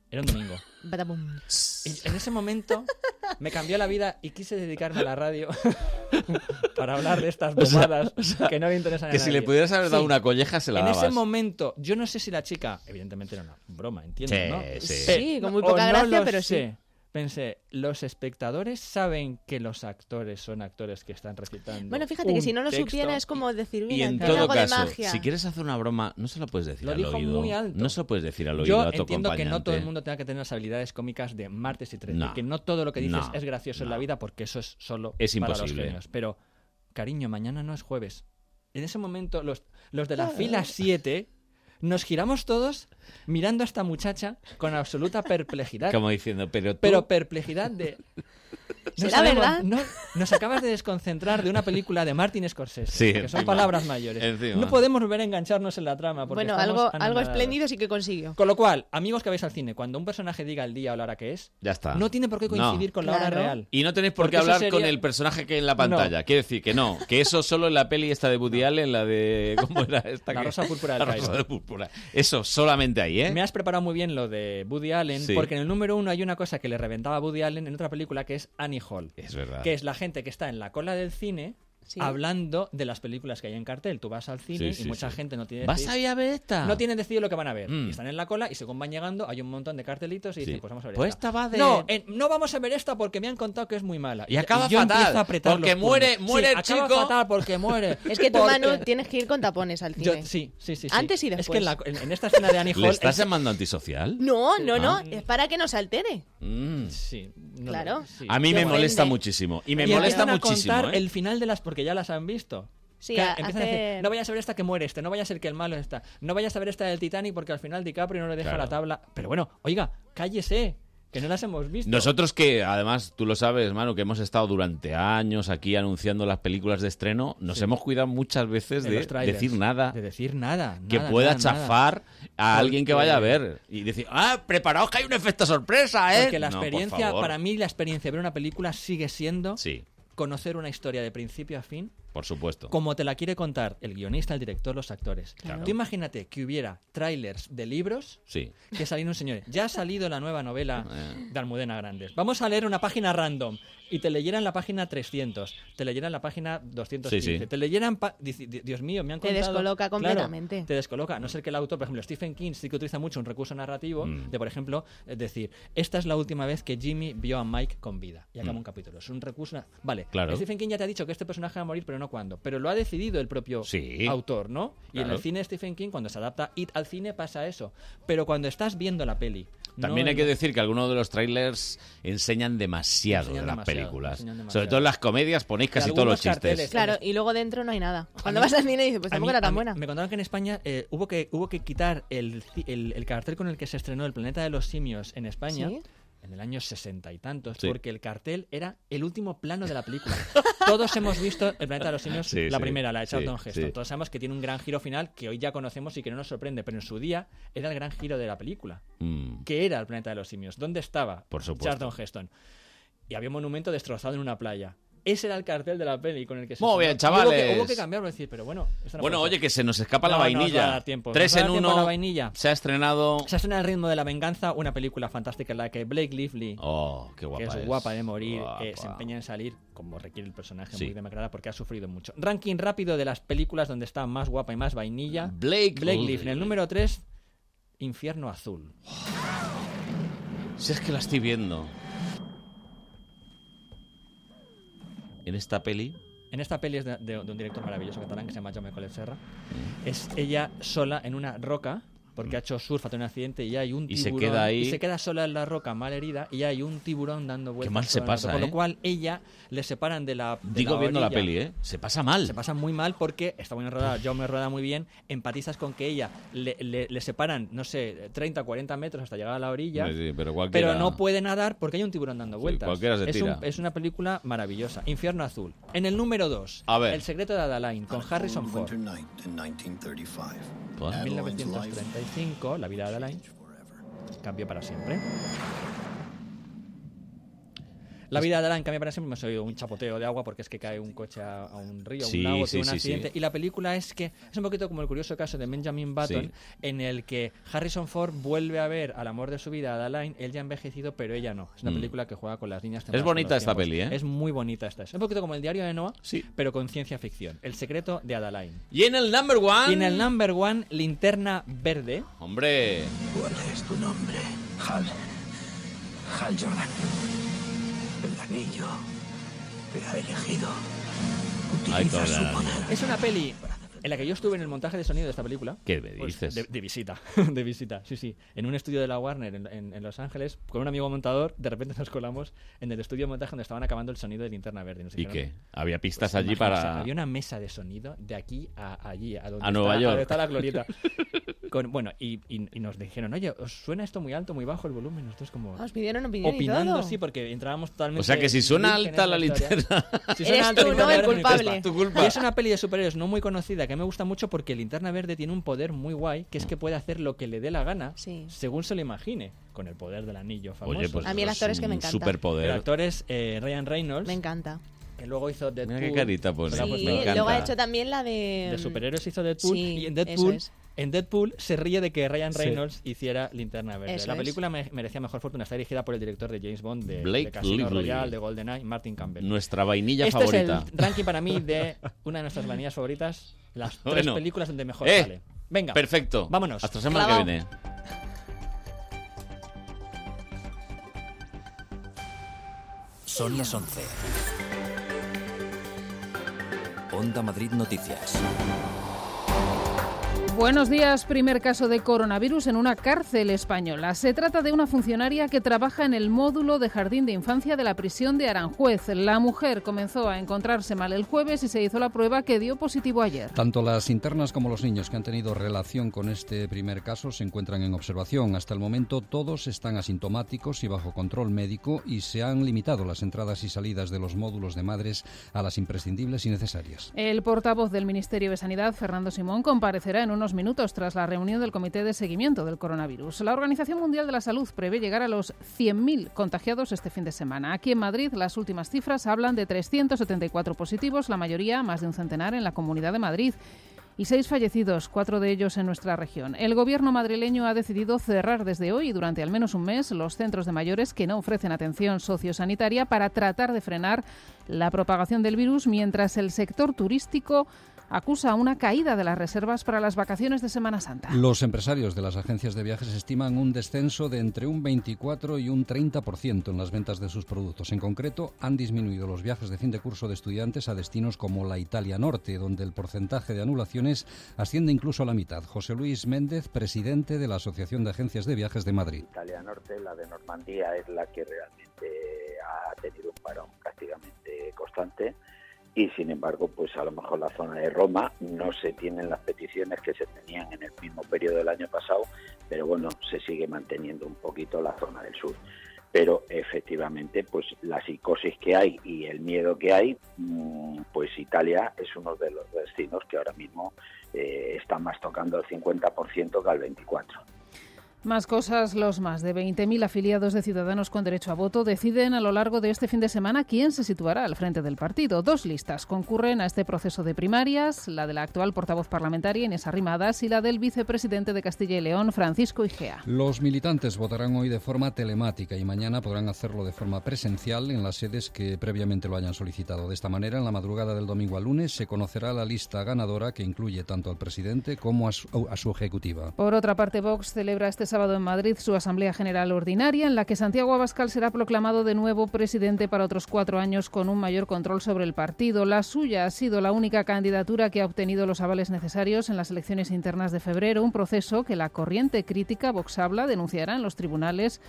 Era un domingo. Badabum. Y en ese momento me cambió la vida y quise dedicarme a la radio [LAUGHS] para hablar de estas O sea, bobadas que no le interesan a que si nadie. le pudieras haber dado Sí. una colleja, se la En ese dabas. momento, yo no sé si la chica, evidentemente era una broma, entiendo, Sí, ¿no? sí. Pe- Sí, con muy o poca no gracia, lo pero sí. sé. Pensé, los espectadores saben que los actores son actores que están recitando. Bueno, fíjate que un si no lo texto. supiera es como decir, Y mira, en tiene todo algo de caso, magia. si quieres hacer una broma, no se la puedes decir Lo al dijo oído. muy alto. No se lo puedes decir al oído Yo a tu entiendo que acompañante. no todo el mundo tenga que tener las habilidades cómicas de martes y 13. No. y que no todo lo que dices No. es gracioso en la vida porque eso es solo Es para los imposible. genios. Pero, cariño, mañana no es jueves. En ese momento, los, los de la fila 7 nos giramos todos mirando a esta muchacha con absoluta perplejidad. Como diciendo, pero tú... Pero perplejidad de... ¿Será sabemos- verdad? [LAUGHS] no- nos acabas de desconcentrar de una película de Martin Scorsese, Sí, que son encima. palabras mayores. Encima. No podemos volver a engancharnos en la trama. Porque Bueno, estamos algo, algo anonadados. espléndido sí que consiguió. Con lo cual, amigos que vais al cine, cuando un personaje diga el día o la hora que es, Ya está. no tiene por qué coincidir No. con la hora Claro. real. Y no tenéis por Porque qué eso hablar sería- con el personaje que hay en la pantalla. Quiero decir que no, que eso solo en la peli esta de Woody Allen, la de... ¿Cómo era esta? La que- rosa púrpura del La rosa Cairo. de púrpura. Eso, solamente ahí, ¿eh? Me has preparado muy bien lo de Woody Allen, Sí. porque en el número uno hay una cosa que le reventaba a Woody Allen en otra película que es Annie Hall, Es verdad. que es la gente que está en la cola del cine Sí. hablando de las películas que hay en cartel. Tú vas al cine Sí, y sí, mucha sí. gente no tiene ¿Vas decidido- a ir a ver esta? No tienen decidido lo que van a ver. Mm. Y están en la cola y según van llegando hay un montón de cartelitos y Sí. dicen, pues vamos a ver Pues esta. esta va de- No, eh, no vamos a ver esta porque me han contado que es muy mala. Y acaba yo fatal, empiezo a apretar porque los puños. muere- muere Sí, el acaba chico. fatal porque muere. [LAUGHS] Es que tú, Porque- Manu, tienes que ir con tapones al Yo- cine. sí, sí, sí, sí. Antes y Es que en, la- después. en- en esta escena de Annie Hall. ¿Le estás es- llamando antisocial? No, no, no, Ah. es para que no se altere. Mm. Sí, no lo- Claro. sí. A mí Te me ofende. molesta muchísimo. Y me Y molesta empiezan a muchísimo, contar ¿eh? el final de las porque ya las han visto. Sí, Que a- empiezan a decir, hacer- no vayas a ver esta que muere este, no vayas a ser que el malo está, no vayas a ver esta del Titanic porque al final DiCaprio no le deja Claro. la tabla. Pero bueno, oiga, cállese, que no las hemos visto. Nosotros que, además, tú lo sabes, mano, que hemos estado durante años aquí anunciando las películas de estreno, nos Sí. hemos cuidado muchas veces En de los trailers. decir nada. De decir nada. que nada, pueda nada, chafar a Porque- alguien que vaya a ver y decir, ah, preparaos que hay un efecto sorpresa, ¿eh? Porque la No, por experiencia, favor. para mí, la experiencia de ver una película sigue siendo Sí, conocer una historia de principio a fin por supuesto. como te la quiere contar el guionista, el director, los actores. Claro. Tú imagínate que hubiera trailers de libros Sí. que saliera un señor. Ya ha salido la nueva novela [LAUGHS] Eh. de Almudena Grandes. Vamos a leer una página random. y te leyeran la página 300, te leyeran la página 215, Sí, sí. te leyeran... pa- dici- di- Dios mío, me han Te contado... descoloca Claro, completamente. te descoloca, a no ser que el autor, por ejemplo, Stephen King sí que utiliza mucho un recurso narrativo Mm. de, por ejemplo, eh, decir, esta es la última vez que Jimmy vio a Mike con vida. Y acaba Mm. un capítulo. Es un recurso... na- Vale, Claro. Stephen King ya te ha dicho que este personaje va a morir, pero no cuándo. Pero lo ha decidido el propio autor, ¿no? Y en Claro. el cine Stephen King, cuando se adapta It al cine, pasa eso. Pero cuando estás viendo la peli... no También hay en- que decir que algunos de los trailers enseñan demasiado Enseñan de las demasiado, películas. enseñan Sobre demasiado. todo en las comedias ponéis Y casi todos los algunos chistes. carteles. Claro, y luego dentro no hay nada. Cuando mí- vas al cine dices, pues a tampoco mí- era a tan mí- buena. Me contaron que en España eh, hubo, que, hubo que quitar el, ci- el, el cartel con el que se estrenó El planeta de los simios en España. ¿Sí? En el año sesenta y tantos, Sí. porque el cartel era el último plano de la película. [LAUGHS] Todos hemos visto El planeta de los simios, Sí, la sí, primera, la de Charlton sí, Heston. sí. Todos sabemos que tiene un gran giro final que hoy ya conocemos y que no nos sorprende, pero en su día era el gran giro de la película. Mm. ¿Qué era el planeta de los simios? ¿Dónde estaba Por supuesto. Charlton Heston? Y había un monumento destrozado en una playa. Ese era el cartel de la peli con el que se Muy bien, estrenó. Y hubo que- chavales. Hubo que, cambiarlo y decir, pero bueno, esto no Bueno, puede ser. oye, que se nos escapa No, la no nos va a vainilla. dar tiempo. Tres Nos va a en dar tiempo a uno. la vainilla. Se ha estrenado. Se estrena El ritmo de la venganza, una película fantástica en la que Blake Lively, Oh, qué guapa que es, es. guapa de morir, Guapa. eh, se empeña en salir, como requiere el personaje, Sí. muy demacrada porque ha sufrido mucho. Ranking rápido de las películas donde está más guapa y más vainilla. Blake, Lively, el número 3, Infierno Azul. Si es que la estoy viendo. En esta peli. En esta peli es de, de- de un director maravilloso catalán que se llama Jaume Collet Serra. Mm. Es ella sola en una roca porque ha hecho surf, ha tenido un accidente y hay un Y se tiburón. queda ahí. y se queda sola en la roca mal herida y hay un tiburón dando vueltas. mal se sola en la pasa, roca, Por ¿eh? lo cual ella le separan de la. de Digo viendo la orilla. peli, ¿eh? Se pasa mal. Se pasa muy mal porque está muy rodada, yo me rueda muy bien, empatizas con que ella le, le- le separan, no sé, 30, 40 metros hasta llegar a la orilla, Sí, sí, pero cualquiera- pero no puede nadar porque hay un tiburón dando vueltas. cualquiera se es, un- tira. es una película maravillosa, Infierno Azul. En el número 2, A ver. El secreto de Adaline, con Harrison Ford. 1935, la vida de Adaline cambió para siempre. La vida de Alan cambia para siempre. Me he oído un chapoteo de agua porque es que cae un coche a, a un río, a Sí, un lago, sí, tiene un sí, sí. accidente. Y la película es que es un poquito como el curioso caso de Benjamin Button, Sí. en el que Harrison Ford vuelve a ver al amor de su vida, a Adeline. Él ya ha envejecido, pero ella no. Es una Mm. película que juega con las líneas Es temporales, bonita con los esta tiempos. peli, ¿eh? Es muy bonita esta. Es un poquito como el diario de Noah, pero con ciencia ficción. El secreto de Adeline. Y en el number one. Y en el number one, linterna verde. Hombre. ¿Cuál es tu nombre? Hal. Hal Jordan. El anillo te ha elegido. Ay, Utiliza toda su la- poder. Es una peli en la que yo estuve en el montaje de sonido de esta película. ¿Qué me Pues, dices? de, de visita, [LAUGHS] de visita, sí, sí. En un estudio de la Warner en, en- en Los Ángeles, con un amigo montador, de repente nos colamos en el estudio de montaje donde estaban acabando el sonido de Linterna Verde. Nos ¿Y dijeron, qué? Había pistas pues, allí imagínate, para. Había una mesa de sonido de aquí a allí, a, donde A está- Nueva York. donde está la [LAUGHS] glorieta. Con- bueno, y, y- y nos dijeron, oye, ¿os suena esto muy alto, muy bajo el volumen? Nosotros como... Ah, Os pidieron opinión y Opinando, todo. sí, porque entrábamos totalmente. O sea que si suena vírgenes alta la de historia. linterna- Si Eres suena alta tú, la ¿no? El linterna, culpable. es tu culpa. Y es una peli de superhéroes no muy conocida que me gusta mucho porque Linterna Verde tiene un poder muy guay que es que puede hacer lo que le dé la gana según se lo imagine con el poder del anillo famoso. Oye, pues A mí el eso actor es que me un encanta. Superpoder. El actor es eh, Ryan Reynolds Me encanta. que luego hizo Deadpool. qué carita pone. Se la ha Sí, puesto- me Y encanta. luego ha hecho también la de... pues mm, de superhéroes hizo Deadpool Em, Sí, y en eso Deadpool es. en Deadpool se ríe de que Ryan Sí. Reynolds hiciera Linterna Verde. Eso la es. película me- merecía mejor fortuna. Está dirigida por el director de James Bond, de, Blake de Casino Lively. Royale, de GoldenEye, Martin Campbell. Nuestra vainilla este favorita. es el ranking para mí de una de nuestras vainillas favoritas. Las [LAUGHS] tres Bueno. películas donde mejor Eh, sale. Venga. Perfecto. Vámonos. Hasta la semana Clavao. que viene. Son las 11. Onda Madrid Noticias. Buenos días, primer caso de coronavirus en una cárcel española. Se trata de una funcionaria que trabaja en el módulo de jardín de infancia de la prisión de Aranjuez. La mujer comenzó a encontrarse mal el jueves y se hizo la prueba que dio positivo ayer. Tanto las internas como los niños que han tenido relación con este primer caso se encuentran en observación. Hasta el momento todos están asintomáticos y bajo control médico y se han limitado las entradas y salidas de los módulos de madres a las imprescindibles y necesarias. El portavoz del Ministerio de Sanidad, Fernando Simón, comparecerá en unos minutos tras la reunión del Comité de Seguimiento del Coronavirus. La Organización Mundial de la Salud prevé llegar a los 100.000 contagiados este fin de semana. Aquí en Madrid, las últimas cifras hablan de 374 positivos, la mayoría, más de un centenar, en la Comunidad de Madrid. y seis fallecidos, cuatro de ellos en nuestra región. El gobierno madrileño ha decidido cerrar desde hoy y durante al menos un mes los centros de mayores que no ofrecen atención sociosanitaria para tratar de frenar la propagación del virus, mientras el sector turístico acusa una caída de las reservas para las vacaciones de Semana Santa. Los empresarios de las agencias de viajes estiman un descenso de entre un 24 y un 30% en las ventas de sus productos. En concreto, han disminuido los viajes de fin de curso de estudiantes a destinos como la Italia Norte, donde el porcentaje de anulaciones asciende incluso a la mitad. José Luis Méndez, presidente de la Asociación de Agencias de Viajes de Madrid. Italia Norte, la de Normandía, es la que realmente ha tenido un parón prácticamente constante y sin embargo, pues a lo mejor la zona de Roma no se tienen las peticiones que se tenían en el mismo periodo del año pasado, pero bueno, se sigue manteniendo un poquito la zona del sur. Pero efectivamente, pues la psicosis que hay y el miedo que hay, mm, pues Italia es uno de los destinos que ahora mismo eh, está más tocando el 50% que al 24%. Más cosas, los más de 20.000 afiliados de Ciudadanos con Derecho a Voto deciden a lo largo de este fin de semana quién se situará al frente del partido. Dos listas concurren a este proceso de primarias, la de la actual portavoz parlamentaria Inés Arrimadas y la del vicepresidente de Castilla y León, Francisco Igea. Los militantes votarán hoy de forma telemática y mañana podrán hacerlo de forma presencial en las sedes que previamente lo hayan solicitado. De esta manera, en la madrugada del domingo al lunes se conocerá la lista ganadora que incluye tanto al presidente como a su, a su ejecutiva. Por otra parte, Vox celebra este sábado en Madrid su Asamblea General Ordinaria, en la que Santiago Abascal será proclamado de nuevo presidente para otros cuatro años con un mayor control sobre el partido. La suya ha sido la única candidatura que ha obtenido los avales necesarios en las elecciones internas de febrero, un proceso que la corriente crítica Vox habla denunciará en los tribunales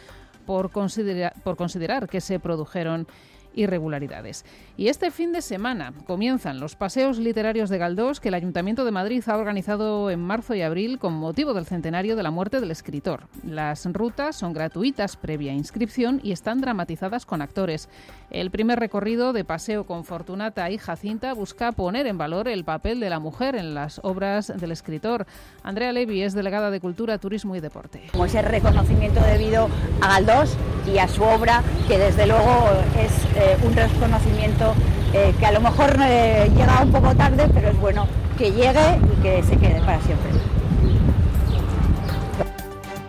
por, considera- por considerar que se produjeron irregularidades. Y este fin de semana comienzan los paseos literarios de Galdós que el Ayuntamiento de Madrid ha organizado en marzo y abril con motivo del centenario de la muerte del escritor. Las rutas son gratuitas previa inscripción y están dramatizadas con actores. El primer recorrido de paseo con Fortunata y Jacinta busca poner en valor el papel de la mujer en las obras del escritor. Andrea Levy es delegada de Cultura, Turismo y Deporte. como ese reconocimiento debido a Galdós y a su obra, que desde luego es eh, un reconocimiento eh, que a lo mejor eh, llega un poco tarde, pero es bueno que llegue y que se quede para siempre.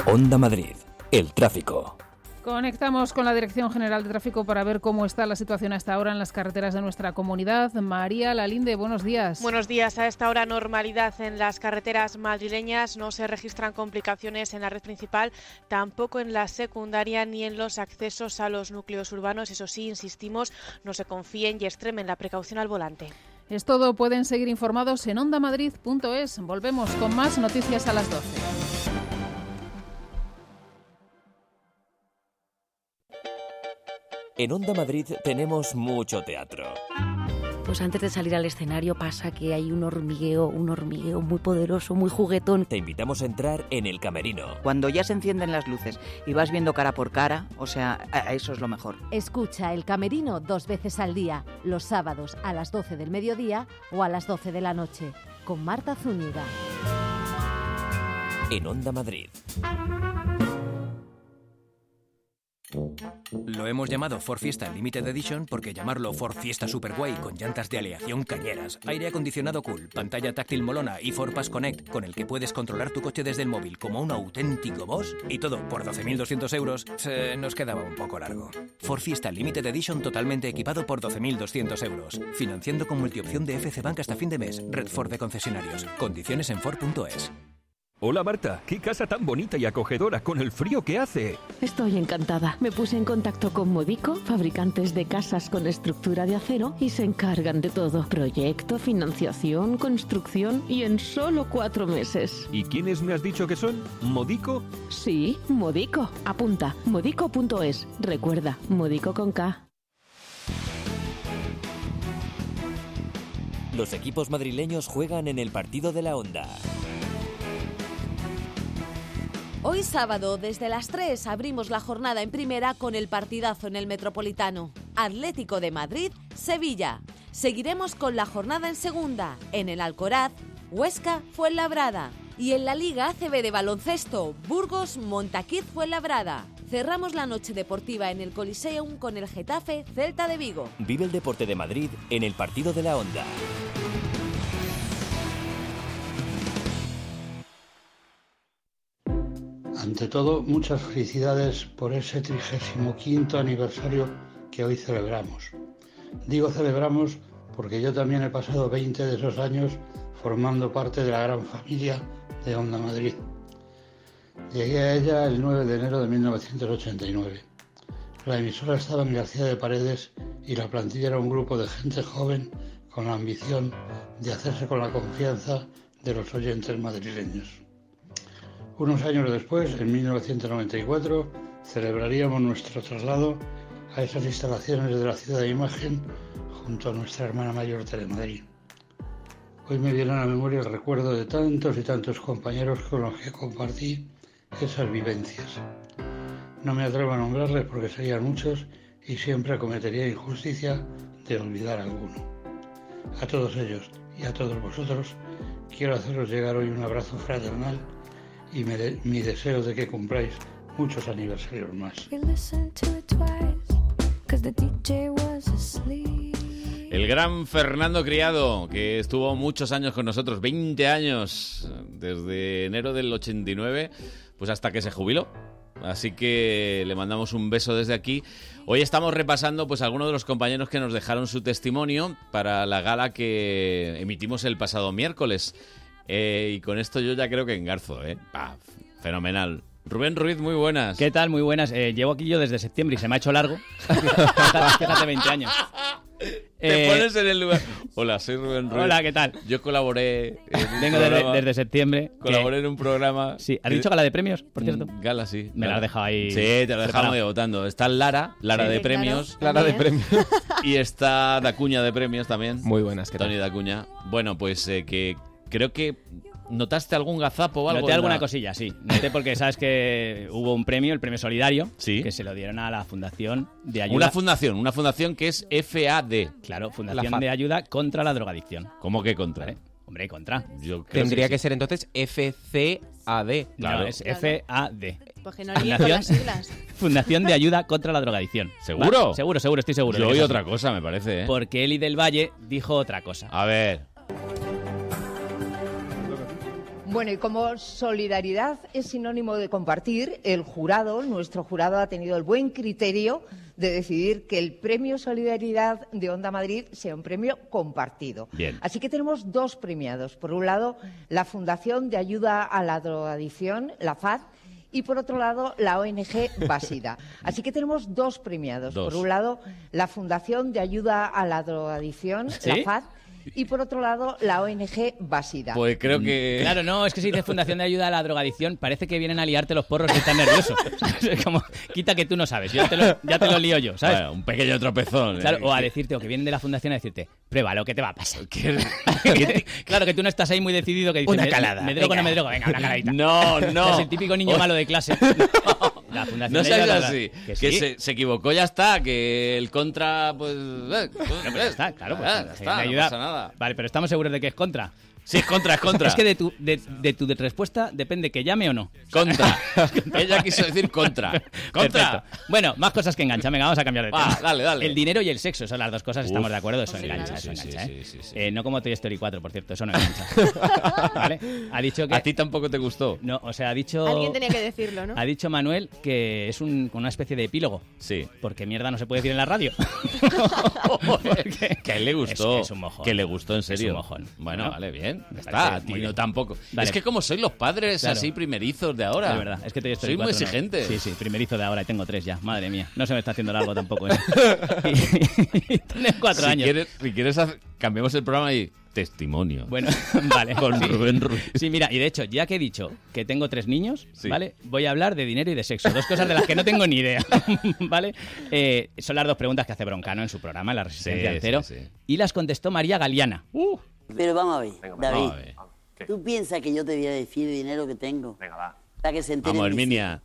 Onda Madrid, el tráfico. Conectamos con la Dirección General de Tráfico para ver cómo está la situación hasta ahora en las carreteras de nuestra comunidad. María Lalinde, buenos días. Buenos días. A esta hora normalidad en las carreteras madrileñas. No se registran complicaciones en la red principal, tampoco en la secundaria ni en los accesos a los núcleos urbanos. Eso sí, insistimos, no se confíen y extremen la precaución al volante. Es todo, pueden seguir informados en ondamadrid.es. Volvemos con más noticias a las 12. En Onda Madrid tenemos mucho teatro. Pues antes de salir al escenario pasa que hay un hormigueo, un hormigueo muy poderoso, muy juguetón. Te invitamos a entrar en el camerino. Cuando ya se encienden las luces y vas viendo cara por cara, o sea, a- a eso es lo mejor. Escucha El Camerino dos veces al día, los sábados a las 12 del mediodía o a las 12 de la noche, con Marta Zúñiga. En Onda Madrid. Lo hemos llamado Ford Fiesta Limited Edition porque llamarlo Ford Fiesta Superguay con llantas de aleación cañeras, aire acondicionado cool, pantalla táctil molona y Ford Pass Connect con el que puedes controlar tu coche desde el móvil como un auténtico boss y todo por 12.200 euros se nos quedaba un poco largo. Ford Fiesta Limited Edition totalmente equipado por 12.200 euros, financiando con multiopción de FC Bank hasta fin de mes, Red Ford de concesionarios, condiciones en Ford.es. Hola Marta, qué casa tan bonita y acogedora con el frío que hace. Estoy encantada. Me puse en contacto con Modico, fabricantes de casas con estructura de acero, y se encargan de todo. Proyecto, financiación, construcción y en solo cuatro meses. ¿Y quiénes me has dicho que son? ¿Modico? Sí, Modico. Apunta, modico.es. Recuerda, Modico con K. Los equipos madrileños juegan en el partido de la Onda. Hoy sábado, desde las 3, abrimos la jornada en primera con el partidazo en el Metropolitano. Atlético de Madrid, Sevilla. Seguiremos con la jornada en segunda, en el Alcoraz, Huesca, Fuenlabrada. Y en la Liga ACB de baloncesto, Burgos, Montaquiz, Fuenlabrada. Cerramos la noche deportiva en el Coliseum con el Getafe, Celta de Vigo. Vive el deporte de Madrid en el partido de la Onda. Ante todo, muchas felicidades por ese 35 aniversario que hoy celebramos. Digo celebramos porque yo también he pasado 20 de esos años formando parte de la gran familia de Onda Madrid. Llegué a ella el 9 de enero de 1989. La emisora estaba en García de Paredes y la plantilla era un grupo de gente joven con la ambición de hacerse con la confianza de los oyentes madrileños. Unos años después, en 1994, celebraríamos nuestro traslado a esas instalaciones de la ciudad de imagen junto a nuestra hermana mayor Telemadrid. Hoy me viene a la memoria el recuerdo de tantos y tantos compañeros con los que compartí esas vivencias. No me atrevo a nombrarles porque serían muchos y siempre cometería injusticia de olvidar alguno. A todos ellos y a todos vosotros quiero haceros llegar hoy un abrazo fraternal y me de- mi deseo de que cumpláis muchos aniversarios más. We listened to it twice, cause the DJ was asleep. El gran Fernando Criado, que estuvo muchos años con nosotros, 20 años, desde enero del 89, pues hasta que se jubiló. Así que le mandamos un beso desde aquí. Hoy estamos repasando pues algunos de los compañeros que nos dejaron su testimonio para la gala que emitimos el pasado miércoles. Eh, y con esto yo ya creo que engarzo, ¿eh? Pa, fenomenal. Rubén Ruiz, muy buenas. ¿Qué tal? Muy buenas. Eh, llevo aquí yo desde septiembre y se me ha [LAUGHS] hecho largo. Fíjate, 20 años. Te Eh, pones en el lugar. Hola, soy Rubén Ruiz. Hola, ¿qué tal? Yo colaboré. en un Vengo desde, programa- desde septiembre. Colaboré que- en un programa. Sí, ¿has dicho gala de premios, por cierto? Mm, Gala, sí. Me la has dejado ahí Sí, te la preparado. dejamos ahí votando. Está Lara, Lara Sí, de claro, premios. Lara de también. premios. Y está Dacuña de premios también. Muy buenas, Tony Dacuña. Bueno, pues eh, que creo que notaste algún gazapo o algo. Noté en alguna la- cosilla, sí. Noté porque sabes que hubo un premio, el premio solidario, que se lo dieron a la Fundación de Ayuda. Una fundación, una fundación que es FAD. Claro, Fundación de Ayuda contra la Drogadicción. ¿Cómo que contra? ¿Eh? Hombre, contra. Yo Tendría que ser entonces FCAD. No, es FAD. Porque Pues no leí con las siglas. Fundación de Ayuda contra la Drogadicción. ¿Seguro? ¿Vale? Seguro, seguro, estoy seguro. Yo de que oí es otra así. cosa, me parece. ¿eh? Porque Eli del Valle dijo otra cosa. A ver. Bueno, y como solidaridad es sinónimo de compartir, el jurado, nuestro jurado, ha tenido el buen criterio de decidir que el premio Solidaridad de Onda Madrid sea un premio compartido. Bien. Así que tenemos dos premiados. Por un lado, la Fundación de Ayuda a la Drogadicción, la FAD, y por otro lado, la ONG [LAUGHS] Basida. Así que tenemos dos premiados. Dos. Por un lado, la Fundación de Ayuda a la Drogadicción, ¿Sí? la FAD, y por otro lado, la ONG Basida. Pues creo que. Ah, mm, Claro, no, es que si dices Fundación de Ayuda a la Drogadicción, parece que vienen a liarte los porros y están nerviosos. [LAUGHS] [LAUGHS] Es como, quita que tú no sabes, yo te lo, ya te lo lío yo, ¿sabes? Bueno, un pequeño tropezón. ¿eh? Claro, o a decirte, o que vienen de la fundación a decirte, prueba lo que te va a [LAUGHS] pasar. claro, [LAUGHS] que tú no estás ahí muy decidido que dices, Una "Me- calada, Me, drogo o no venga". me drogo, venga, una caladita. [LAUGHS] No, [LAUGHS] no. Es el típico niño malo de [LAUGHS] clase. [LAUGHS] La fundación No de seas Ayuda a la- así. Que, Que sí. se, se equivocó, ya está. Que el contra, pues. eh, está, claro, pues, Ah, ya sí, está, me no ayuda. pasa nada. Vale, pero estamos seguros de que es contra. Sí, es contra, es [LAUGHS] contra. Es que de tu, de, de tu respuesta depende que llame o no. [LAUGHS] Contra. Ella quiso decir contra. Contra. Perfecto. Bueno, más cosas que enganchan. Venga, vamos a cambiar de Va, tema. dale, dale. El dinero y el sexo son las dos cosas, Uf. estamos de acuerdo. Eso Sí, engancha, sí, eso sí, engancha, sí, ¿eh? sí, sí, sí. Eh, No como Toy Story 4, por cierto, eso no [LAUGHS] engancha. ¿Vale? Ha dicho que... ¿A ti tampoco te gustó? No, o sea, ha dicho... Alguien tenía que decirlo, [LAUGHS] ¿no? Ha dicho Manuel que es un- una especie de epílogo. Sí. Porque mierda no se puede decir en la [LAUGHS] radio. Que a él le gustó. Es- es un mojón. Que le gustó, en Es un serio. mojón. Bueno, Bueno, vale, bien. me Está, parece a ti muy no bien. tampois. Vale. Es que como sois los padres Claro. así primerizos de ahora. Es verdad, es que te Soy muy exigente. Sí, sí, primerizo de ahora y tengo tres ya. Madre mía, no se me está haciendo largo tampoco. [LAUGHS] ¿eh? [LAUGHS] Tienes cuatro si años. Quieres, si quieres, haz- cambiamos el programa y. Testimonio. Bueno, [LAUGHS] [LAUGHS] vale. Con sí. Rubén Ruiz. Sí, mira, y de hecho, ya que he dicho que tengo tres niños, Sí. ¿vale? Voy a hablar de dinero y de sexo. Dos cosas de las que no tengo ni idea, [LAUGHS] ¿vale? Eh, son las dos preguntas que hace Broncano en su programa, en La Resistencia Sí, al Cero. sí, sí. Y las contestó María Galeana. Pero vamos a ver, David. vamos a ver. ¿Tú piensas que yo te voy a decir el dinero que tengo? Venga, va. Para que se enteren Vamos, mis Herminia.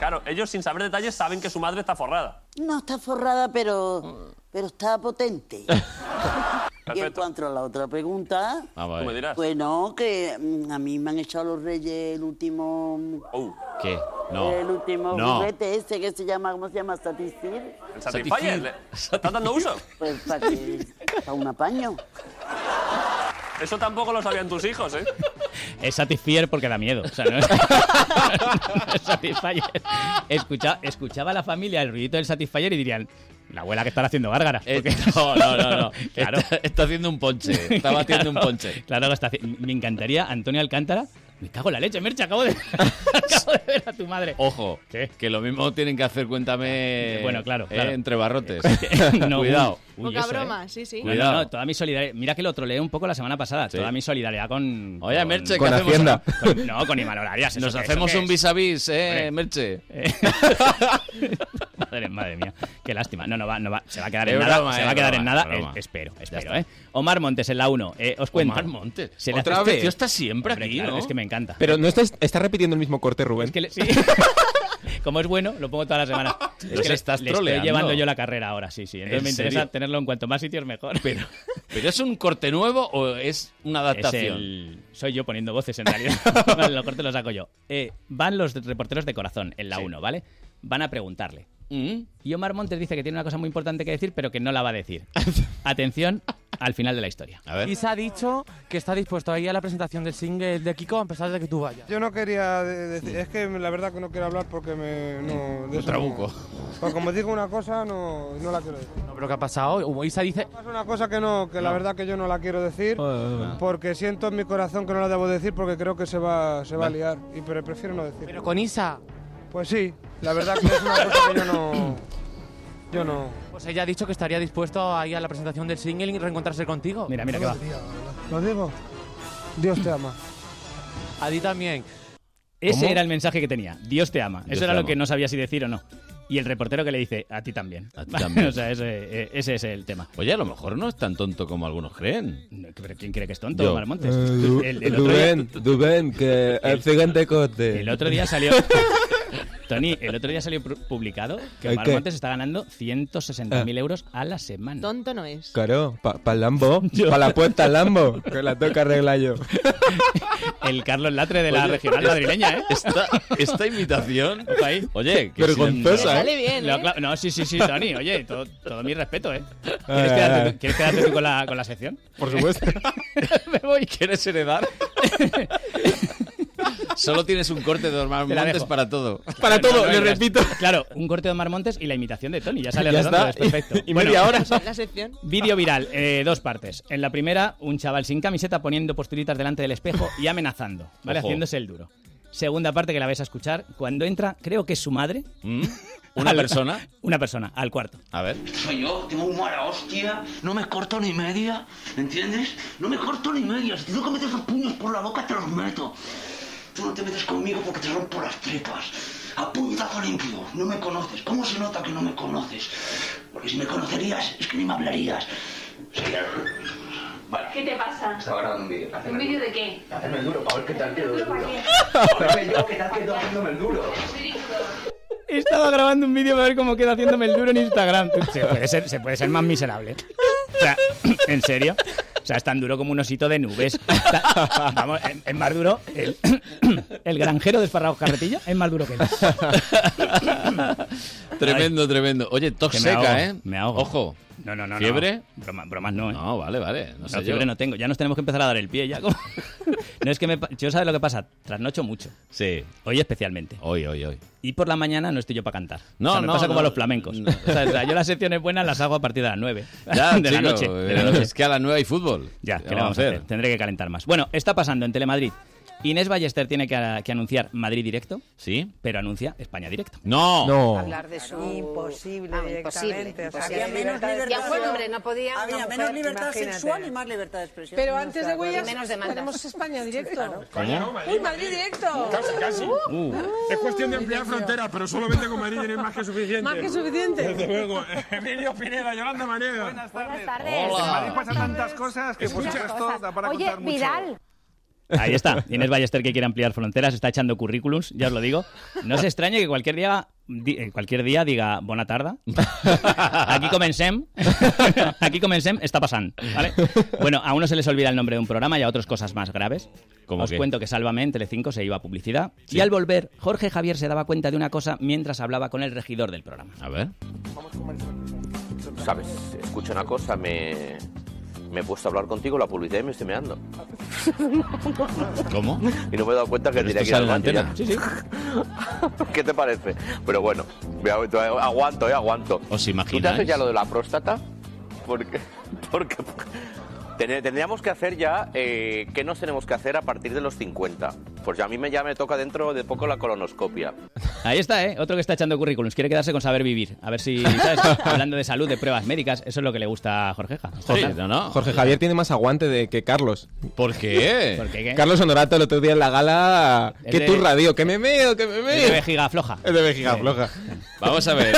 Claro, ellos sin saber detalles saben que su madre está forrada. No está forrada, Mm. pero, pero está [LAUGHS] potente. y en cuanto a la otra pregunta, Vamos a Tú me ver. dirás. pues no, que mm, a mí me han echado los reyes el último, Oh. ¿Qué? No. el último No. juguete ese que se llama, ¿cómo se llama? Satisfyer. El Satisfyer. le- ¿Estás dando uso? [LAUGHS] Pues para que, para un apaño. Eso tampoco lo sabían tus hijos, ¿eh? Es Satisfyer porque da miedo. O sea, no es, [LAUGHS] no es Satisfyer. Escucha- escuchaba a la familia el ruidito del Satisfyer y dirían, la abuela que estará haciendo gárgaras. porque- Eh, No, no, [LAUGHS] no, no. Está, está haciendo un ponche. Está batiendo Claro, un [LAUGHS] ponche. Claro, que está haci- Me encantaría, Antonio Alcántara. Me cago en la leche, Mercha, acabo de, [LAUGHS] acabo de ver a tu madre. Ojo, que lo mismo tienen que hacer, cuéntame. Bueno, claro, eh, claro. entre barrotes. [LAUGHS] No, [LAUGHS] Cuidado. uy, Poca eso, ¿eh? broma, sí, sí. No, no, no, toda mi solidaridad. Mira que lo troleé un poco la semana pasada. Toda mi solidaridad con. Oye, con- Merche, ¿qué con hacemos Hacienda. ahora? Con- no, con Imanol Arias. ¿eso Nos qué- eso hacemos qué un es? vis a vis, eh, Merche. [LAUGHS] Madre, madre mía, qué lástima. No, no va, no va. Se va a quedar Es en nada. broma, se es va a quedar broma, en nada. es broma. Eh, espero, espero, está. ¿eh? Omar Montes en la 1. Eh, os cuento. Omar Montes. Se le hace Otra este vez. tío está siempre Hombre, aquí, claro, ¿no? Es que me encanta. Pero no estás, estás repitiendo el mismo corte, Rubén. que le- sí. Como es bueno, lo pongo todas las [LAUGHS] semanas. Es Los que le- estás le estoy troleando. llevando yo la carrera ahora, sí, sí. Entonces ¿En me interesa serio? tenerlo en cuanto más sitios mejor. [LAUGHS] Pero ¿Pero es un corte nuevo o es una adaptación? el- soy yo poniendo voces en realidad. [LAUGHS] Vale, los cortes los saco yo. Eh, van los reporteros de corazón en la 1, ¿vale? Van a preguntarle. Mm. Y Omar Montes dice que tiene una cosa muy importante que decir, pero que no la va a [LAUGHS] decir. Atención al final de la historia. A Y se ha dicho que está dispuesto a ir a la presentación del single de Kiko a pesar de que tú vayas. Yo no quería de- decir, es que la verdad que no quiero hablar porque me. No, de eso trabuco. no. Pues como digo una cosa, no, no la quiero decir. No, pero ¿qué ha pasado? Hubo- Isa dice... Es una cosa que no, que la No. verdad que yo no la quiero decir porque siento en mi corazón que no la debo decir porque creo que se va, se va a Vale. liar. Y pero prefiero no decir. Pero con Isa. Pues sí, la verdad que es una cosa que yo no. Yo no. Pues ella ha dicho que estaría dispuesto a ir a la presentación del single y reencontrarse contigo. Mira, mira que va. ¿Lo digo? Dios te ama. A ti también. Ese ¿Cómo? era el mensaje que tenía. Dios te ama. Dios eso era te lo ama. que no sabía si decir o no. Y el reportero que le dice, a ti también. A ti [LAUGHS] también. o sea, ese, eh, ese es el tema. Oye, a lo mejor no es tan tonto como algunos creen. ¿Pero quién cree que es tonto, Yo. Omar Montes? Eh, Tú- el, el otro día, [LAUGHS] que el siguiente corte. el otro día [LAUGHS] salió... Tony, el otro día salió pru- publicado que Omar ¿Qué? Montes está ganando Ah. 160.000 euros a la semana. Tonto no es. [LAUGHS] Claro, para el [LAUGHS] Lambo, para la puerta al Lambo, que la toca arreglar yo. El Carlos Latre de la Oye, regional madrileña, ¿eh? Esta, esta imitación. Oye, que Vergonzosa, si le- ¿eh? Sale bien, Lo ¿eh? cla- No, sí, sí, sí, Tony. Oye, todo, todo mi respeto, ¿eh? Ah, ¿Quieres Ay, ay, quedarte, ay. tú- quieres quedarte tú con la, con la sección? Por supuesto. [LAUGHS] Me voy. ¿Quieres [LAUGHS] heredar? Solo tienes un corte de Omar Te la Montes dejo. para todo. [LAUGHS] Claro, no, no, no, Claro, un corte de Omar Montes y la imitación de Tony. Ya sale Ya redondo, está. es perfecto. Y media hora. La sección. Vídeo viral, eh, dos partes. En la primera, un chaval sin camiseta poniendo posturitas delante del espejo y amenazando, ¿vale? Ojo. Haciéndose el duro. Segunda parte que la vais a escuchar. Cuando entra, creo que es su madre. Mm. [LAUGHS] ¿Una Al- persona? Una persona, al cuarto. A ver. Soy yo, tengo un mala hostia, no me corto ni media, ¿entiendes? No me corto ni media, si tengo que meter los puños por la boca te los meto. Tú no te metes conmigo porque te rompo las tripas. A puñetazo limpio, no me conoces. ¿Cómo se nota que no me conoces? Porque si me conocerías es que ni me hablarías. Es que- Vale, ¿Qué te pasa? estaba grabando Pues un vídeo. ¿Un Hacerme el vídeo duro. de qué? Hacerme el duro, para ver qué tal quedo de ¿Pero duro. para Para ver yo qué tal quedo haciéndome el duro. He estado grabando un vídeo para ver cómo queda haciéndome el duro en Instagram. Se puede ser, se puede ser más miserable. O sea, [CLEARS THROAT] ¿en serio? O sea, es tan duro como un osito de nubes. Ta- Vamos, es- es más duro. El, [CLEARS THROAT] el granjero de Esparragos Carretilla es más duro que él. [LAUGHS] Tremendo, tremendo. Oye, tos Que me seca, ahogo, ¿eh? me ahogo. Ojo. No, no, no. no. ¿Fiebre? Broma- bromas no, ¿eh? No, vale, vale. No, No, sé yo. fiebre no tengo. Ya nos tenemos que empezar a dar el pie ya. como- No es que me... pa- Yo sabes lo que pasa. Trasnocho mucho. Sí. Hoy especialmente. Hoy, hoy, hoy. Y por la mañana no estoy yo para cantar. No, O sea, me no, pasa como no. a los flamencos. O sea, o sea, yo las secciones buenas las hago a partir de las 9. Ya, [LAUGHS] de, la chico, noche, de la pero noche. Es que a las 9 hay fútbol. Ya, ¿Qué ¿qué le vamos a hacer? Tendré que calentar más. Bueno, está pasando en Telemadrid. Inés Ballester tiene que, que anunciar Madrid directo. Sí. Pero anuncia España directo. No. Hablar de su... Ah, Imposible, directamente, o sea, que había menos libertad de libertad expresión. sexual. hombre, no podía... Había una menos mujer, libertad imagínate. sexual y más libertad de expresión. Pero No, antes de claro. huellas Menos demandas. tenemos España directo. ¿Cómo? Uy, Madrid directo. Casi, casi. Uh. Es cuestión de ampliar fronteras, pero solamente con Madrid tenéis más que suficiente. Más que suficiente. Desde luego. [LAUGHS] Emilio Pineda, Yolanda Manega. Buenas tardes. En Madrid pasa tantas cosas que por Muchas supuesto cosas. da para Oye, contar mucho. Vidal, Ahí está. Inés Ballester que quiere ampliar fronteras, está echando currículums, ya os lo digo. No se extrañe que cualquier día, di- eh, cualquier día diga buena tarda. Aquí comencem. Aquí comencem, está pasando. ¿vale? Bueno, a uno se les olvida el nombre de un programa y a otros cosas más graves. ¿Cómo os qué? cuento que Sálvame en Telecinco se iba a publicidad. Y al volver, Jorge Javier se daba cuenta de una cosa mientras hablaba con el regidor del programa. A ver. Sabes, escucha una cosa, me, Me he puesto a hablar contigo, la publicidad y me estoy meando. ¿Cómo? Y no me he dado cuenta que Pero tenía esto que ir al sale en baño [LAUGHS] antena. ya. ¿Qué te parece? Pero bueno, me agu- aguanto, eh, aguanto. ¿Os ¿Tú te imagináis? haces ya lo de la próstata? Porque, porque ten- tendríamos que hacer ya eh, qué nos tenemos que hacer a partir de los 50. Pues ya a mí me, ya me toca dentro de poco la colonoscopia. Ahí está, ¿eh? Otro que está echando currículums. Quiere quedarse con saber vivir. A ver si, [LAUGHS] ¿sabes? Hablando de salud, de pruebas médicas, eso es lo que le gusta a Jorgeja. Jorge, [LAUGHS] Jorge Javier tiene más aguante de que Carlos. ¿Por qué? ¿Por qué, qué? Carlos Honorato el otro día en la gala. Es ¡Qué de- turra, tío! ¡Que me meo, que me Es de meo! vejiga floja. Es de vejiga floja. Vamos a ver,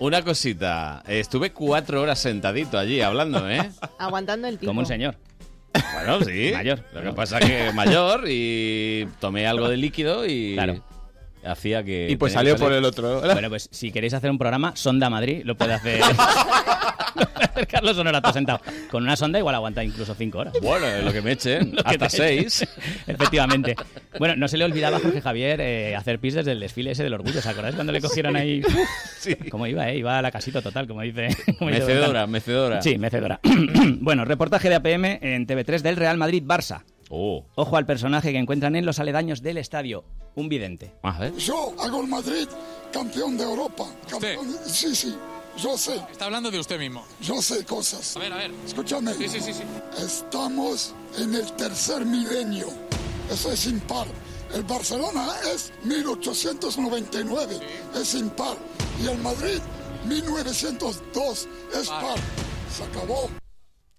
una cosita. Estuve cuatro horas sentadito allí hablando, ¿eh? Aguantando el tipo. Como un señor. Bueno, sí. Mayor. Lo que pasa que mayor y tomé algo de líquido y hacía que... Y pues salió por el otro. Bueno, pues si queréis hacer un programa, Sonda Madrid lo puede [LAUGHS] hacer. [LAUGHS] Carlos Honorato sentado. Con una sonda igual aguanta incluso cinco horas. Bueno, lo que me [LAUGHS] echen, Lo que hasta te- seis. Efectivamente. Bueno, no se le olvidaba a Jorge Javier eh, hacer pis desde el desfile ese del orgullo. ¿Os acordáis cuando le cogieron [LAUGHS] ahí? Sí. ¿Cómo iba, eh? Iba a la casita total, como dice. [LAUGHS] como dice Mecedora, Bertán. mecedora. Sí, mecedora. [CLEARS THROAT] bueno, reportaje de APM en TV3 del Real Madrid-Barça. Oh. Ojo al personaje que encuentran en los aledaños del estadio. Un vidente. A ver. Yo hago el Madrid campeón de Europa. Campeón de- Sí, sí, yo sé. Está hablando de usted mismo. Yo sé cosas. A ver, a ver. Escúchame. Sí, sí, sí, sí. Estamos en el tercer milenio. Eso es impar. El Barcelona es 1899. Es impar. Y el Madrid, 1902. Es par. Se acabó.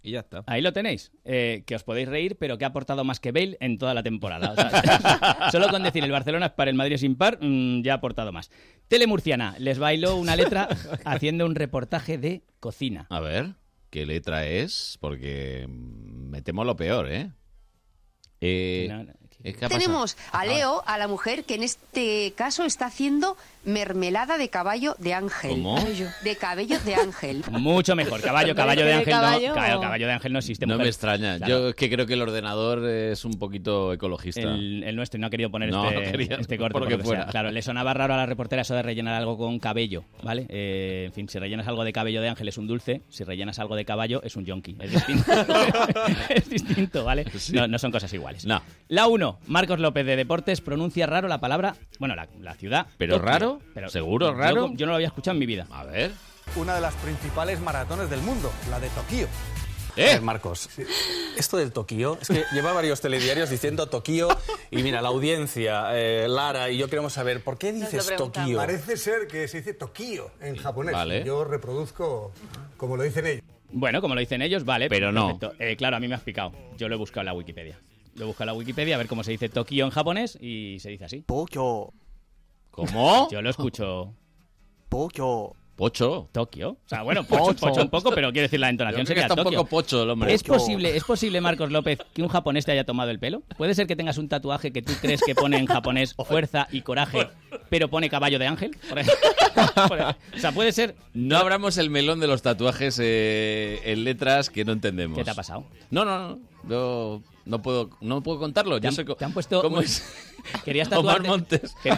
Y ya está. Ahí lo tenéis. Eh, que os podéis reír, pero que ha aportado más que Bale en toda la temporada. O sea, [LAUGHS] solo con decir el Barcelona es par, el Madrid es impar, mm, ya ha aportado más. Telemurciana, les bailó [LAUGHS] una letra haciendo un reportaje de cocina. A ver, ¿qué letra es? Porque me temo lo peor, ¿eh? Eh, ¿qué- qué ha pasado? Tenemos a Leo, a la mujer, que en este caso está haciendo mermelada de caballo de ángel. ¿Cómo? De cabello de ángel. Mucho mejor. Caballo, caballo de ángel. No, claro, caballo de ángel no existe. No mujer. me extraña. Claro. Yo es que creo que el ordenador es un poquito ecologista. El, el nuestro y no ha querido poner No, este, no quería, este corte. por lo por que lo que sea. fuera. Claro, le sonaba raro a la reportera eso de rellenar algo con cabello, ¿vale? Eh, en fin, si rellenas algo de cabello de ángel es un dulce, si rellenas algo de caballo es un yonki. Es distinto, [LAUGHS] es distinto ¿vale? No, no son cosas iguales. No. La 1, Marcos López de Deportes pronuncia raro la palabra, bueno, la, la ciudad. ¿Pero Tokio. raro? ¿Seguro yo- raro? Yo, no lo había escuchado en mi vida. A ver. Una de las principales maratones del mundo, la de Tokio. ¿Eh? Marcos, esto del Tokio, es que lleva varios telediarios diciendo Tokio y mira, la audiencia, eh, Lara y yo queremos saber, ¿por qué dices Tokio? Parece ser que se dice Tokio en japonés. Vale. Yo reproduzco como lo dicen ellos. Bueno, como lo dicen ellos, vale. Pero no. perfecto. Eh, claro, a mí me has picado. Yo lo he buscado en la Wikipedia. Lo he buscado en la Wikipedia a ver cómo se dice Tokio en japonés y se dice así. Tokio. ¿Cómo? [LAUGHS] Yo lo escucho. Tokio. Pocho. Tokio. O sea, bueno, pocho, Pocho. pocho un poco, pero quiero decir la entonación Yo creo que sería está un Tokio. poco pocho el hombre. ¿Es posible, ¿Es posible, Marcos López, que un japonés te haya tomado el pelo? ¿Puede ser que tengas un tatuaje que tú crees que pone en [LAUGHS] japonés fuerza y coraje, pero pone caballo de ángel? Por ejemplo. O sea, puede ser... No abramos el melón de los tatuajes eh, en letras que no entendemos. ¿Qué te ha pasado? No, no, no. Yo no puedo, no puedo contarlo. Te Yo han- sé co- te han puesto ¿Cómo un- es? [LAUGHS] Querías Omar tatuarte- Montes. [LAUGHS] que-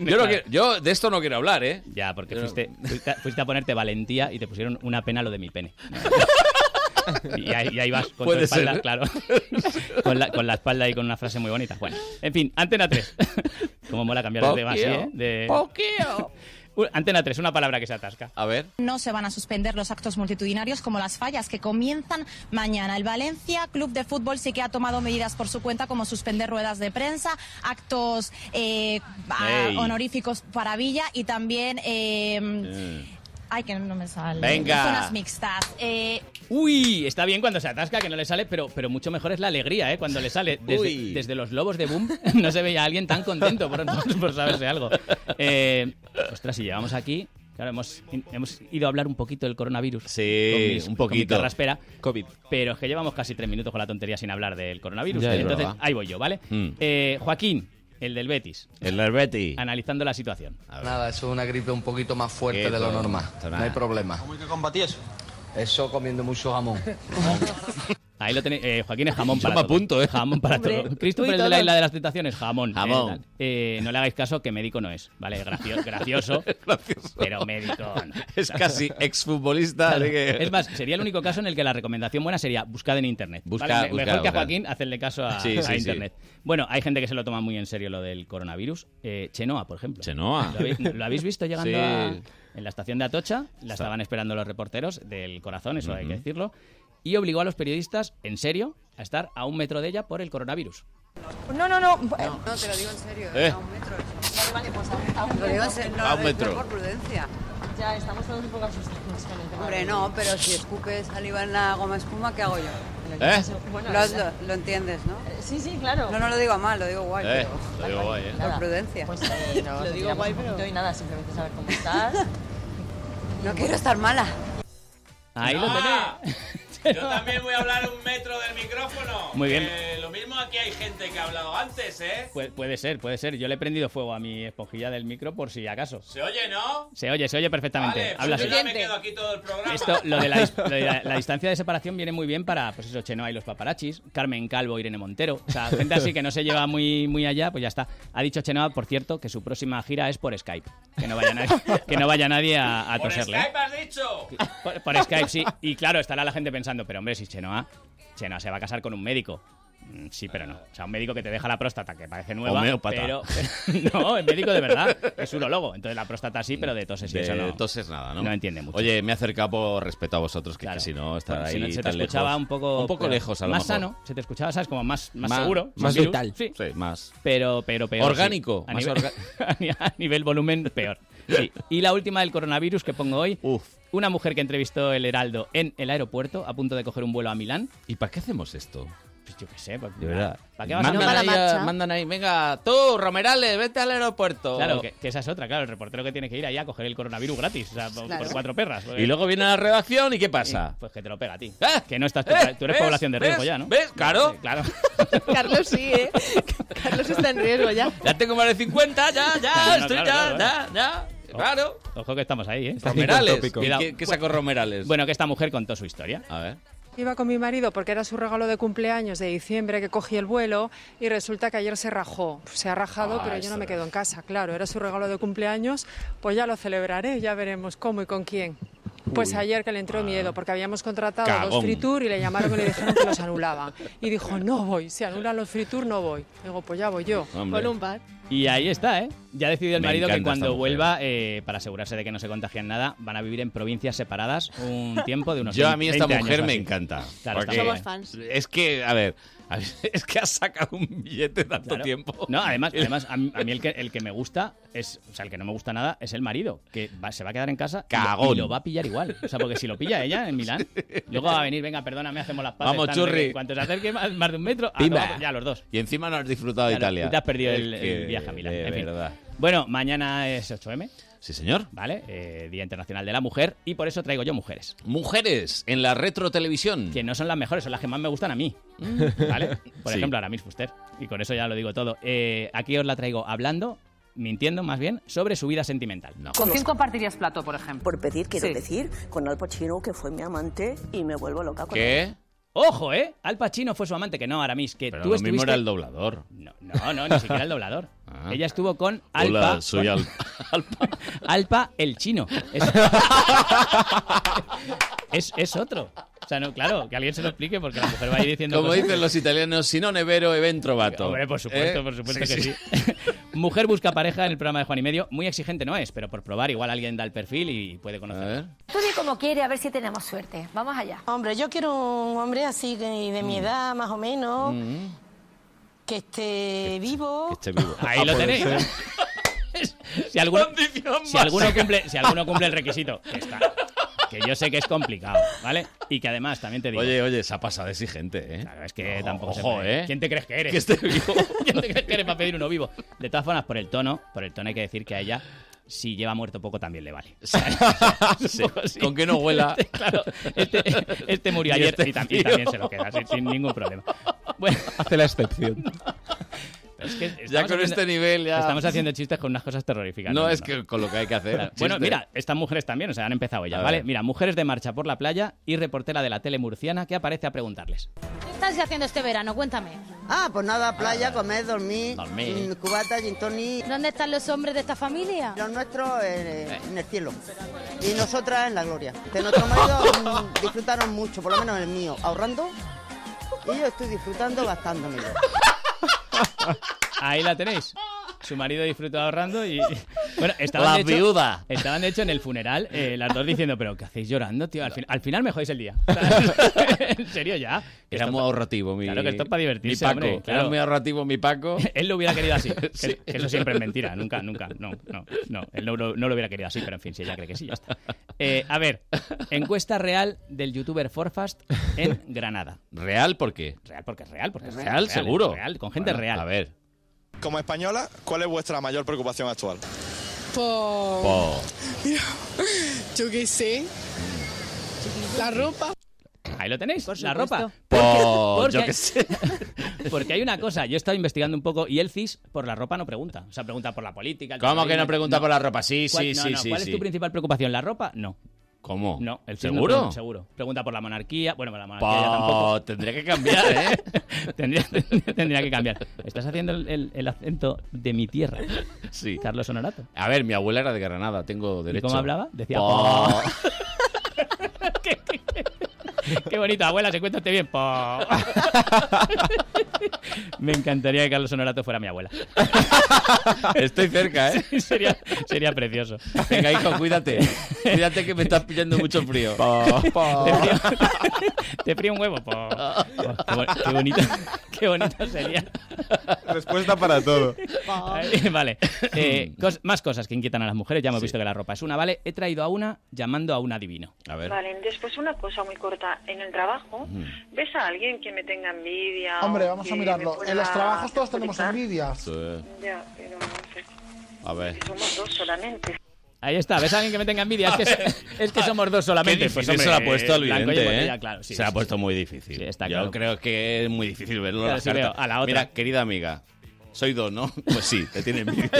Yo, no quiero- yo de esto no quiero hablar, ¿eh? Ya, porque Yo no- fuiste, fuiste, a- fuiste a ponerte valentía y te pusieron una pena lo de mi [LAUGHS] pene. Y ahí, y ahí vas con tu Puede espalda, ser. ¿eh? claro. [LAUGHS] Con la, con la espalda y con una frase muy bonita. Bueno, en fin, Antena [LAUGHS] 3. Cómo mola cambiar de tema así, ¿eh? De- Uh, Antena 3, una palabra que se atasca. A ver. No se van a suspender los actos multitudinarios como las fallas que comienzan mañana. El Valencia Club de Fútbol sí que ha tomado medidas por su cuenta como suspender ruedas de prensa, actos eh, a- Ey. honoríficos para Villa y también... eh, Ay, que no me sale. Venga. Zonas mixtas. Eh, [LAUGHS] Uy, está bien cuando se atasca, que no le sale, pero, pero mucho mejor es la alegría, ¿eh? Cuando le sale. Uy. Desde, desde los lobos de Boom [LAUGHS] no se veía a alguien tan contento por, [LAUGHS] por saberse algo. Eh, ostras, si llevamos aquí... Claro, hemos, hemos ido a hablar un poquito del coronavirus. Sí, con mis- un con mi poquito. carraspera. Pero es que llevamos casi tres minutos con la tontería sin hablar del coronavirus. Ya, es Entonces, verdad. ahí voy yo, ¿vale? Mm. Eh, Joaquín, el del Betis, El Herbeti. analizando la situación. Nada, eso es una gripe un poquito más fuerte Quieto, de lo normal. nada. No hay problema. ¿Cómo hay que combatir eso? Eso comiendo mucho jamón. [LAUGHS] Ahí lo tenéis. Eh, Joaquín es jamón para me todo. apunto, ¿eh? Jamón para Hombre. todo. Christopher Uy, es de la todo. isla de las tentaciones, jamón. Jamón. Eh, tal. Eh, no le hagáis caso que médico no es. Vale, [LAUGHS] gracioso, gracioso, pero médico no. Es casi exfutbolista. Claro. así que- Es más, sería el único caso en el que la recomendación buena sería buscad en internet. Busca- Vale, me- busca, mejor que a busca. Joaquín, hacerle caso a, Sí, a sí, sí. internet. Bueno, hay gente que se lo toma muy en serio lo del coronavirus. Eh, Chenoa, por ejemplo. Chenoa. ¿Lo habéis, lo habéis [LAUGHS] visto llegando Sí. a- en la estación de Atocha? La Está- estaban esperando los reporteros del corazón, eso hay que Ujú. decirlo. Y obligó a los periodistas, en serio, a estar a un metro de ella por el coronavirus. No, no, no. No, te lo Pues, digo en serio. [LAUGHS] Eh. a un metro. Vale, pues a, Lo digo en serio, no, A un lo metro. digo por prudencia. Ya, estamos todos un poco asustados con el tema. Hombre, no, pero si escupes saliva en la goma espuma, ¿qué hago yo? ¿Eh? Bueno, Lo, o sea- lo- lo entiendes, ¿no? Eh, Sí, sí, claro. No, no lo digo a mal, lo digo guay, Eh, pero lo digo guay, ¿eh? por prudencia. Pues lo digo guay, pero... Y nada, simplemente saber cómo estás. [LAUGHS] No quiero estar mala. Ahí lo Ah. tenéis. Yo también voy a hablar un metro del micrófono. Muy bien. Que lo mismo aquí hay gente que ha hablado antes, ¿eh? Pu- puede ser, puede ser. Yo le he prendido fuego a mi esponjilla del micro por si acaso. ¿Se oye, no? Se oye, se oye perfectamente. Vale, Habla pues yo ya así. me quedo aquí todo el programa. Esto, lo de, la, [LAUGHS] dis- lo de la- la distancia de separación viene muy bien para, pues eso, Chenoa y los paparachis, Carmen Calvo, Irene Montero. O sea, gente así que no se lleva muy, muy allá, pues ya está. Ha dicho Chenoa, por cierto, que su próxima gira es por Skype. Que no vaya nadie, que no vaya nadie a, a Por toserle. ¿eh? Skype has dicho. Por, por Skype, sí. Y claro, estará la gente pensando, pero hombre, si Chenoa, Chenoa se va a casar con un médico. Mm, Sí, pero no. O sea, un médico que te deja la próstata, que parece nueva. Homeópata. Pero, [LAUGHS] no, es médico de verdad. Es urologo. Entonces la próstata sí, pero de toses y De eso no. toses nada, ¿no? No entiende mucho. Oye, me he acercado por respeto a vosotros, que, que si no, estar Bueno, ahí si no, se te tan escuchaba lejos. un poco... Un poco peor. lejos, a lo Más mejor. sano. Se te escuchaba, ¿sabes? Como más, más, seguro. Más sin virus. vital. Sí. más. Pero, pero peor. sí. Orgánico, A, más nivel, [LAUGHS] a nivel volumen, peor. Sí. Y la última del coronavirus que pongo hoy. Una mujer que entrevistó el Heraldo en el aeropuerto a punto de coger un vuelo a Milán. ¿Y para qué hacemos esto? Pues yo qué sé. pa- De verdad. ¿Para qué vas Mandan a ahí a- Mandan ahí, venga, Tú, Romerales, vete al aeropuerto. Claro, que, que esa es otra, claro, el reportero que tiene que ir allá a coger el coronavirus gratis, o sea, por- Claro. por cuatro perras. Y luego viene a la redacción y ¿qué pasa? Pues que te lo pega a ti. Que no estás, tú, ¿Eh? tú eres ¿Ves? población de riesgo ¿Ves? ya, ¿no? ¿Ves? Claro. Sí, [LAUGHS] claro. Carlos sí, ¿eh? Carlos está en riesgo ya. Ya tengo más de 50, ya, ya, Claro, estoy claro, ya, ya, ya. Claro. Ojo que estamos ahí, ¿eh? Romerales. ¿Y qué- qué sacó Romerales? Bueno, que esta mujer contó su historia. A ver. Iba con mi marido porque era su regalo de cumpleaños de diciembre que cogí el vuelo y resulta que ayer se rajó. Se ha rajado, Ah, pero yo eso no me es. quedo en casa, claro. Era su regalo de cumpleaños, pues ya lo celebraré, ya veremos cómo y con quién. Pues Uy. ayer que le entró miedo porque habíamos contratado Cagón. dos free tour y le llamaron y le dijeron que los anulaban. Y dijo, no voy, si anulan los free tour no voy. Digo, pues ya voy yo. Hombre. Con un par. Y ahí está, ¿eh? Ya ha decidido el Me marido que encanta esta cuando mujer. vuelva, eh, para asegurarse de que no se contagian nada, van a vivir en provincias separadas un tiempo de unos Yo a mí esta 20 años mujer o me así. encanta. Claro, porque está muy bien. ¿eh? Somos fans. Es que, a ver, a ver, [LAUGHS] es que ha sacado un billete tanto Claro. tiempo. No, [LAUGHS] además, además a mí, a mí el, que, el que me gusta es, o sea, el que no me gusta nada es el marido, que va- se va a quedar en casa y lo- y Cagón. lo va a pillar igual. O sea, porque si lo pilla ella en [LAUGHS] Milán, luego va a venir, venga, perdóname, hacemos las paces. Vamos, tal, no sé churri. qué. Cuanto se acerque más, más de un metro, a Pimba. tomar- ya los dos. Y encima no has disfrutado de Claro, Italia. Te has perdido el, Es el que, viaje a Milán. De en fin. verdad. Bueno, mañana es 8M. Sí, señor. ¿Vale? Eh, Día Internacional de la Mujer. Y por eso traigo yo mujeres. Mujeres en la retro televisión. Que no son las mejores, son las que más me gustan a mí. [LAUGHS] ¿Vale? Por Sí. ejemplo, Aramis Fuster. Y con eso ya lo digo todo. Eh, aquí os la traigo hablando, mintiendo más bien, sobre su vida sentimental. No. ¿Con quién compartirías plato, por ejemplo? Por pedir, quiero Sí. decir, con Al Pacino, que fue mi amante, y me vuelvo loca con él. Ojo, ¿eh? Al Pacino fue su amante, que no, Aramis, que Pero tú lo estuviste... mismo era el doblador. No, no, ni siquiera el doblador. [LAUGHS] Ah. Ella estuvo con Alpa. Hola, soy con- Al- [LAUGHS] Alpa. Alpa el chino. [LAUGHS] Es... [LAUGHS] es, es otro. O sea, no, claro, que alguien se lo explique porque la mujer va a ir diciendo. Como cosas. dicen los italianos, si no nevero, evento trovato. Hombre, por supuesto, por supuesto que Eh, sí. [LAUGHS] sí. Mujer busca pareja en el programa de Juan y Medio. Muy exigente no es, pero por probar, igual alguien da el perfil y puede conocer. Tú di como quiere, a ver si tenemos suerte. Vamos allá. Hombre, yo quiero un hombre así que- de mi edad, más o menos, Mm. que esté vivo. [LAUGHS] Ahí Ah, lo tenéis. [LAUGHS] si, alguno, si, alguno cumple, si alguno cumple el requisito, que está. Que yo sé que es complicado, ¿vale? Y que además también te digo. Oye, oye, se ha pasado exigente, ¿eh? Claro, es que tampoco se ojo, puede. ¿eh? ¿Quién te crees que eres? [LAUGHS] Que esté vivo. ¿Quién te crees que eres para pedir uno vivo? De todas formas, por el tono, por el tono hay que decir que a ella, si lleva muerto poco, también le vale. [LAUGHS] Sí, con que no huela. Este, claro, este, este murió Y ayer este y, tam- y frío. también se lo queda, sin, sin ningún problema. Bueno, [LAUGHS] Hace la excepción. ya con este nivel ya... Estamos haciendo chistes con unas cosas terroríficas. No, es que con lo que hay que hacer. Claro. Bueno, chiste. mira, estas mujeres también, o sea, han empezado A ellas, ver. ¿vale? Mira, mujeres de marcha por la playa y reportera de la tele murciana que aparece a preguntarles. ¿Qué estás haciendo este verano? Cuéntame. Ah, pues nada, playa, comer, dormir, Dormir. mm, cubata, gin tonic. ¿Dónde están los hombres de esta familia? Los nuestros eh, en el cielo y nosotras en la gloria. Que nuestros maridos mm, disfrutaron mucho, por lo menos el mío, ahorrando y yo estoy disfrutando gastándomelo. Ahí la tenéis. Su marido disfruta ahorrando y... Bueno, estaban La de hecho- viuda. Estaban, de hecho, en el funeral eh, las dos diciendo, pero ¿qué hacéis llorando, tío? Al, fin- al final me jodéis [LAUGHS] el día. [LAUGHS] en serio, ya. Era muy ahorrativo mi Claro que esto es para divertirse, Mi Paco. hombre, claro. Era muy ahorrativo mi Paco. [LAUGHS] Él lo hubiera querido [LAUGHS] así. Que- Sí. que Eso siempre es mentira. Nunca, nunca. No, no, no. Él no, lo- no lo hubiera querido así, pero en fin, si ella cree que sí, ya está. Eh, a ver, encuesta real del youtuber Forfast en Granada. ¿Real por qué? Real porque es real, porque es ¿Real, real. es seguro? real, con gente Bueno, real. A ver. Como española, ¿cuál es vuestra mayor preocupación actual? Por... Po. Mira, [LAUGHS] yo qué sé. La ropa. Ahí lo tenéis, la supuesto. ropa. Po, Porque- [LAUGHS] yo qué sé. [LAUGHS] Porque hay una cosa, yo he estado investigando un poco y el CIS por la ropa no pregunta. O sea, pregunta por la política. el ¿Cómo que no terrorismo, pregunta por la ropa? Sí, ¿Cuál- sí, no, sí, no, sí, ¿Cuál sí. es tu principal preocupación? ¿La ropa? No. [LAUGHS] ¿Cómo? No, el CIS no ¿Seguro? pregunta, seguro. Pregunta por la monarquía. Bueno, por la monarquía ya Po, tampoco. tendría que cambiar, ¿eh? [LAUGHS] tendría, tendría que cambiar. Estás haciendo el, el- el acento de mi tierra. Sí. Carlos Honorato. A ver, mi abuela era de Granada, tengo derecho. cómo hablaba? Decía, Po. po. Qué bonito, abuela, se cuéntate bien. [LAUGHS] Po. Me encantaría que Carlos Honorato fuera mi abuela. [LAUGHS] Estoy cerca, ¿eh? Sí, sería, sería precioso. Venga, hijo, cuídate. Cuídate que me estás pillando mucho frío. Te frío, te frío un huevo. [LAUGHS] po. Oh, Qué, bo- qué bonito, [LAUGHS] qué bonito sería. Respuesta para todo. Eh, [LAUGHS] vale. Eh, Mm. cos- más cosas que inquietan a las mujeres. Ya hemos visto que la ropa es una, ¿vale? He traído a una llamando a un adivino. A Vale, después una cosa muy corta. En el trabajo, ¿ves a alguien que me tenga envidia? o Hombre, vamos que a ah, me mirarlo. pueda En los trabajos todos tenemos perjudicar? envidias. Ya, pero no sé, A ver. somos dos solamente. Ahí está, ¿ves a alguien que me tenga envidia? [LAUGHS] Es que, es que somos dos solamente. Qué pues, difícil hombre, se la ha puesto al blanco y vidente, botella, ¿eh? claro, sí, se la sí, ha puesto muy difícil. Yo claro. creo que es muy difícil verlo. en Claro, las sí, veo. cartas. A la otra. Mira, querida amiga, soy dos, ¿no? Pues sí, te [LAUGHS] tiene envidia.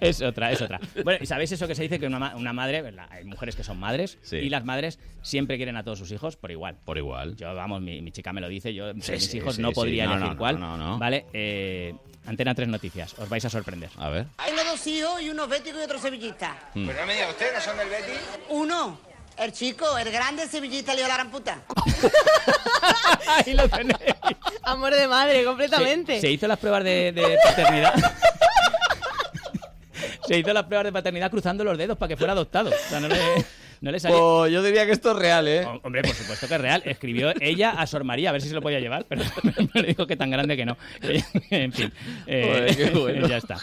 es otra, es otra. Bueno, ¿y sabéis eso que se dice que una, ma- una madre, pues, la- hay mujeres que son madres, Sí. y las madres siempre quieren a todos sus hijos por igual? Por igual. Yo, vamos, mi, mi chica me lo dice, yo Sí, mis sí, hijos sí, no sí. podría No, no, elegir no, cuál. no, no. Vale, eh, Antena tres noticias, os vais a sorprender. A ver. Tengo dos hijos y uno bético y otro sevillista. Pero no me diga usted, ¿no son del Betis? Uno, el chico, el grande sevillista, le dio la gran puta. [LAUGHS] Ahí lo tenéis. Amor de madre, completamente. Se, se hizo las pruebas de, de paternidad. [LAUGHS] se hizo las pruebas de paternidad cruzando los dedos para que fuera adoptado. O sea, no le, no le salía. Pues yo diría que esto es real, ¿eh? Hom- Hombre, por supuesto que es real. Escribió ella a Sor María, a ver si se lo podía llevar, pero [LAUGHS] me le dijo que tan grande que no. [LAUGHS] en fin. eh, Joder, qué bueno. Ya está.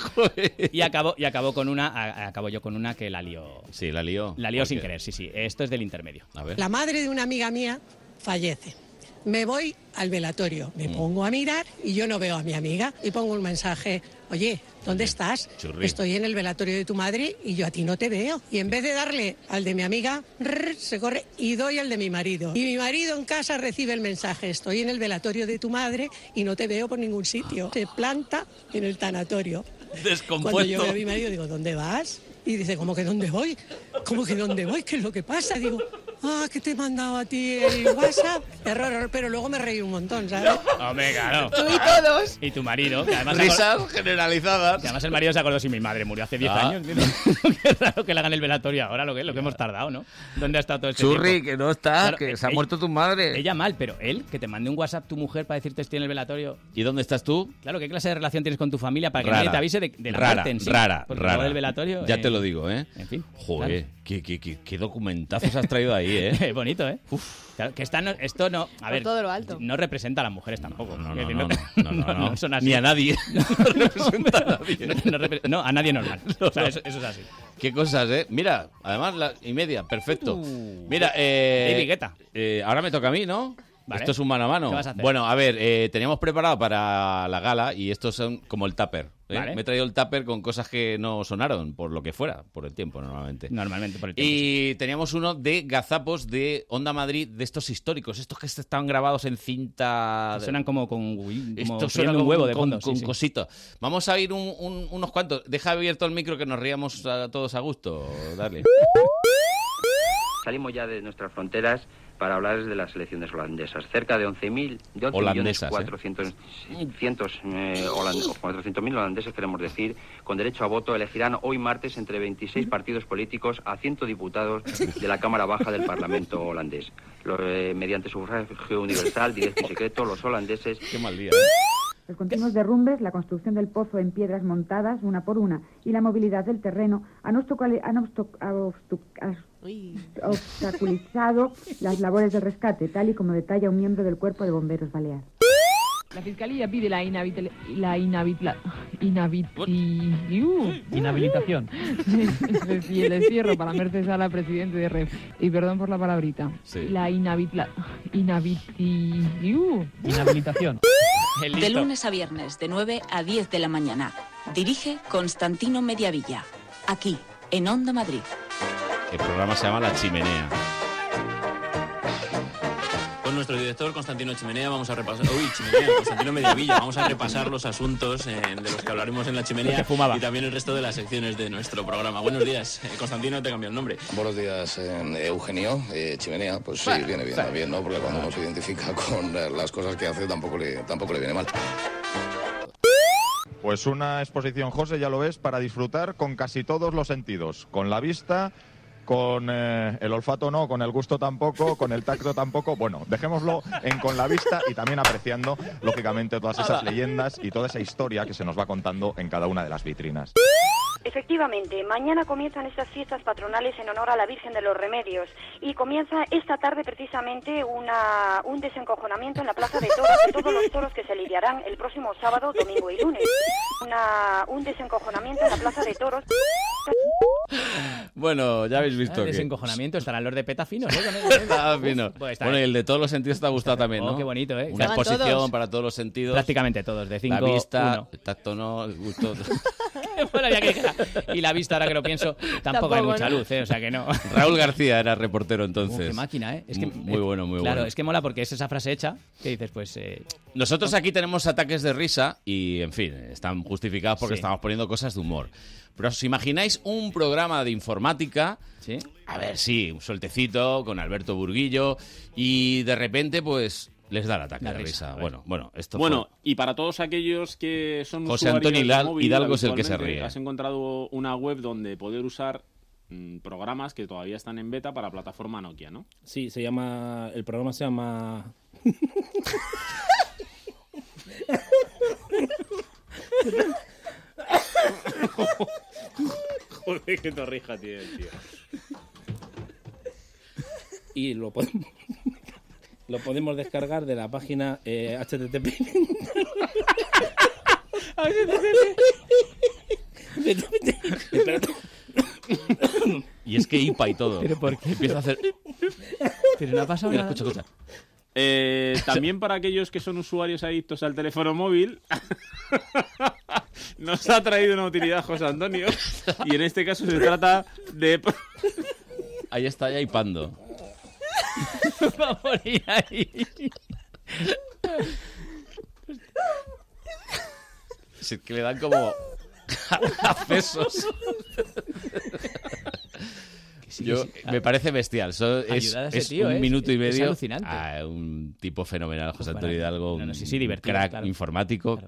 Y acabó, y acabó con una, a- acabo yo con una que la lió. Sí, la lió. La lió ¿Por sin qué? querer, sí, sí. Esto es del intermedio. A ver. La madre de una amiga mía fallece. Me voy al velatorio, me pongo a mirar y yo no veo a mi amiga y pongo un mensaje, oye, ¿dónde estás? churri. Estoy en el velatorio de tu madre y yo a ti no te veo. Y en vez de darle al de mi amiga, rrr, se corre y doy al de mi marido. Y mi marido en casa recibe el mensaje, estoy en el velatorio de tu madre y no te veo por ningún sitio. Se planta en el tanatorio. Cuando yo veo a mi marido digo, ¿dónde vas? Y dice, ¿cómo que dónde voy? ¿Cómo que dónde voy? ¿Qué es lo que pasa? Digo, ah, que te he mandado a ti el WhatsApp. Error, error, pero luego me reí un montón, ¿sabes? Hombre, claro. Tú y todos. Y tu marido. Que además Risas generalizadas. que además el marido se acordó si mi madre murió hace 10 Ah. años. [LAUGHS] Qué raro que le hagan el velatorio ahora, lo que, lo que hemos tardado, ¿no? ¿Dónde ha estado todo este tiempo? Churri, que no está, Claro, que eh, se ha ella- muerto tu madre. Ella mal, pero él, que te mande un WhatsApp tu mujer para decirte estoy en el velatorio. ¿Y dónde estás tú? Claro, ¿qué clase de relación tienes con tu familia para que Rara. nadie te avise de, de la rara, muerte en sí? Rara, Porque rara. luego del velatorio... Ya eh, te lo digo, ¿eh? En fin. Joder, qué, qué, qué, qué documentazos has traído ahí, ¿eh? Es [LAUGHS] bonito, ¿eh? Claro, que esta no- esto no... A ver, todo lo alto. no representa a las mujeres tampoco. Es No, no, decir, no, te- no, no, [LAUGHS] no, no. son así. Ni a nadie. [LAUGHS] No, representa a nadie. No, repre- no, a nadie [LAUGHS] normal. O sea, eso, eso es así. Qué cosas, ¿eh? Mira, además la y media, perfecto. Mira, eh, Uh. David Guetta. eh, ahora me toca a mí, ¿no? Vale. Esto es un mano a mano. ¿Qué vas a hacer? Bueno, a ver, eh, teníamos preparado para la gala y estos son como el tupper. ¿eh? Vale. Me he traído el tupper con cosas que no sonaron, por lo que fuera, por el tiempo normalmente. Normalmente por el tiempo. Y teníamos uno de gazapos de Onda Madrid, de estos históricos, estos que estaban grabados en cinta. Que Suenan como con como Esto suena friendo un con- huevo de con, fondo, sí, con sí. cositas. Vamos a ir un- un- unos cuantos. Deja abierto el micro que nos riamos a todos a gusto. Dale. Salimos ya de nuestras fronteras para hablar de las selecciones holandesas. Cerca de 11.000, de 11 Holandesas, ¿eh? millones 400, cientos, eh, holan- o 400.000 holandeses, queremos decir, con derecho a voto, elegirán hoy martes entre 26 partidos políticos a 100 diputados de la Cámara Baja del Parlamento holandés. Los, eh, mediante sufragio universal, directo y secreto, los holandeses... ¡Qué mal día! ¿eh? Los continuos derrumbes, la construcción del pozo en piedras montadas una por una y la movilidad del terreno han, obstaculi- han obstu- a- obstu- a- obstaculizado las labores de rescate, tal y como detalla un miembro del Cuerpo de Bomberos Balear. La fiscalía pide la inhabit... La inhabit... La inhabit... uh, Inhabilitación. y el encierro para Mercedes Sala, presidente de REF. Y perdón por la palabrita. Sí. La inhabit... La inhabit... Uh. Inhabilitación. De lunes a viernes, de 9 a 10 de la mañana. Dirige Constantino Mediavilla. Aquí, en Onda Madrid. El programa se llama La Chimenea. Con nuestro director Constantino Chimenea vamos a repasar. Uy, Chimenea, Constantino Mediavilla. Vamos a repasar los asuntos eh, de los que hablaremos en la chimenea Que fumaba. y también el resto de las secciones de nuestro programa. Buenos días, eh, Constantino, te cambió el nombre. Buenos días, eh, Eugenio. Eh, chimenea, pues sí, viene bien, bien, ¿no? Porque cuando uno se identifica [LAUGHS] con eh, las cosas que hace, tampoco le, tampoco le viene mal. Pues una exposición, José, ya lo ves, para disfrutar con casi todos los sentidos. Con la vista, con eh, el olfato no, con el gusto tampoco, con el tacto tampoco. Bueno, dejémoslo en con la vista y también apreciando, lógicamente, todas esas leyendas y toda esa historia que se nos va contando en cada una de las vitrinas. Efectivamente, mañana comienzan estas fiestas patronales en honor a la Virgen de los Remedios y comienza esta tarde precisamente una, un desencojonamiento en la Plaza de Toros de todos los toros que se lidiarán el próximo sábado, domingo y lunes. Una- un desencojonamiento en la Plaza de Toros. Bueno, ya habéis visto Ah, que. desencojonamiento, estarán los de petafinos, ¿eh? Con [LAUGHS] él. Está Ah, fino. pues está bueno, y bien. el de todos los sentidos te ha gustado también, Oh, ¿no? qué bonito, ¿eh? Una Estaban exposición todos. para todos los sentidos. Prácticamente todos, de cinco, La vista, uno. el tacto no, el gusto. [LAUGHS] [LAUGHS] Bueno, ya que- y la vista, ahora que [LAUGHS] lo pienso, tampoco, hay Tampoco, mucha ¿no? luz, ¿eh? O sea que no. Raúl García era reportero Uf, entonces. qué máquina, ¿eh? Es que, muy bueno, muy claro, bueno. es que mola porque es esa frase hecha que dices, pues... eh, Nosotros aquí tenemos ataques de risa y, en fin, están justificados porque Sí. estamos poniendo cosas de humor. Pero os imagináis un programa de informática. A ver, sí, un sueltecito con Alberto Burguillo y de repente, pues, les da el ataque La de risa, risa. a ver. Bueno, bueno, esto Bueno, fue- y para todos aquellos que son José usuarios Antonio de Hidal- móvil Hidalgo es el que se habitualmente, ríe. Has encontrado una web donde poder usar mm, programas que todavía están en beta para plataforma Nokia, ¿no? Sí, se llama. El programa se llama. Joder, qué torrija tiene el tío. Y lo podemos. Lo podemos descargar de la página eh, http Y es que IPA y todo. ¿Pero por qué? Empieza a hacer... Pero no ha pasado Mira, escucha, escucha. [LAUGHS] Eh, también para aquellos que son usuarios adictos al teléfono móvil, [LAUGHS] nos ha traído una utilidad José Antonio. Y en este caso se trata de. [LAUGHS] Ahí está, ya hipando. [LAUGHS] Va a morir ahí. [LAUGHS] Sí, que le dan como [LAUGHS] accesos. sí, Yo, sí. me parece bestial. So- es Ayudad a ese es tío, un ¿eh? minuto y Es medio. alucinante. a un tipo fenomenal, José Antonio Bueno, Hidalgo. no, no, un sí, sí, divertido, crack claro. informático.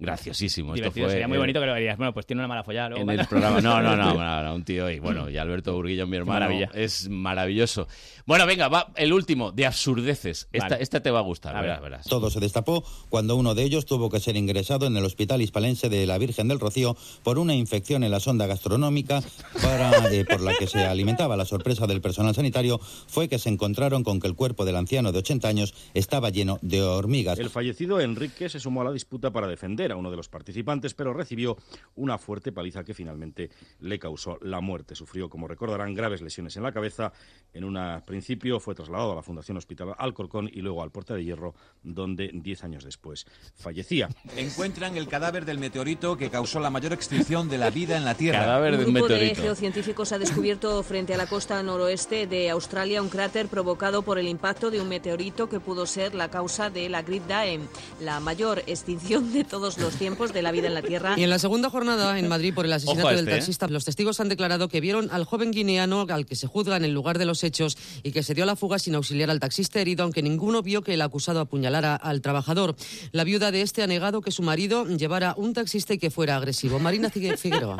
Graciosísimo. Esto divertido, fue sería muy eh, bonito que lo verías. Bueno, pues tiene una mala follada luego. en para- el programa. No, [LAUGHS] no, no, no, no, un tío. Y bueno, y Alberto Burguillo, mi hermano, maravilla. es maravilloso. Bueno, venga, va, el último, de absurdeces. Esta, Vale. esta te va a gustar, A ver. verás, verás. Todo se destapó cuando uno de ellos tuvo que ser ingresado en el Hospital Hispalense de la Virgen del Rocío por una infección en la sonda gastronómica para, eh, por la que se alimentaba. La sorpresa del personal sanitario fue que se encontraron con que el cuerpo del anciano de 80 años estaba lleno de hormigas. El fallecido Enrique se sumó a la disputa para defender era uno de los participantes, pero recibió una fuerte paliza que finalmente le causó la muerte. Sufrió, como recordarán, graves lesiones en la cabeza. En un principio fue trasladado a la Fundación Hospital Alcorcón y luego al Puerta de Hierro, donde 10 años después fallecía. Encuentran el cadáver del meteorito que causó la mayor extinción de la vida en la Tierra. Cadáver del de un grupo de geocientíficos ha descubierto frente a la costa noroeste de Australia un cráter provocado por el impacto de un meteorito que pudo ser la causa de la Great Dae, la mayor extinción de todos los tiempos de la vida en la Tierra. Y en la segunda jornada en Madrid por el asesinato Ojo a del este, ¿eh? taxista, los testigos han declarado que vieron al joven guineano al que se juzga en el lugar de los hechos y que se dio a la fuga sin auxiliar al taxista herido, aunque ninguno vio que el acusado apuñalara al trabajador. La viuda de este ha negado que su marido llevara un taxista y que fuera agresivo. Marina Figue- Figueroa.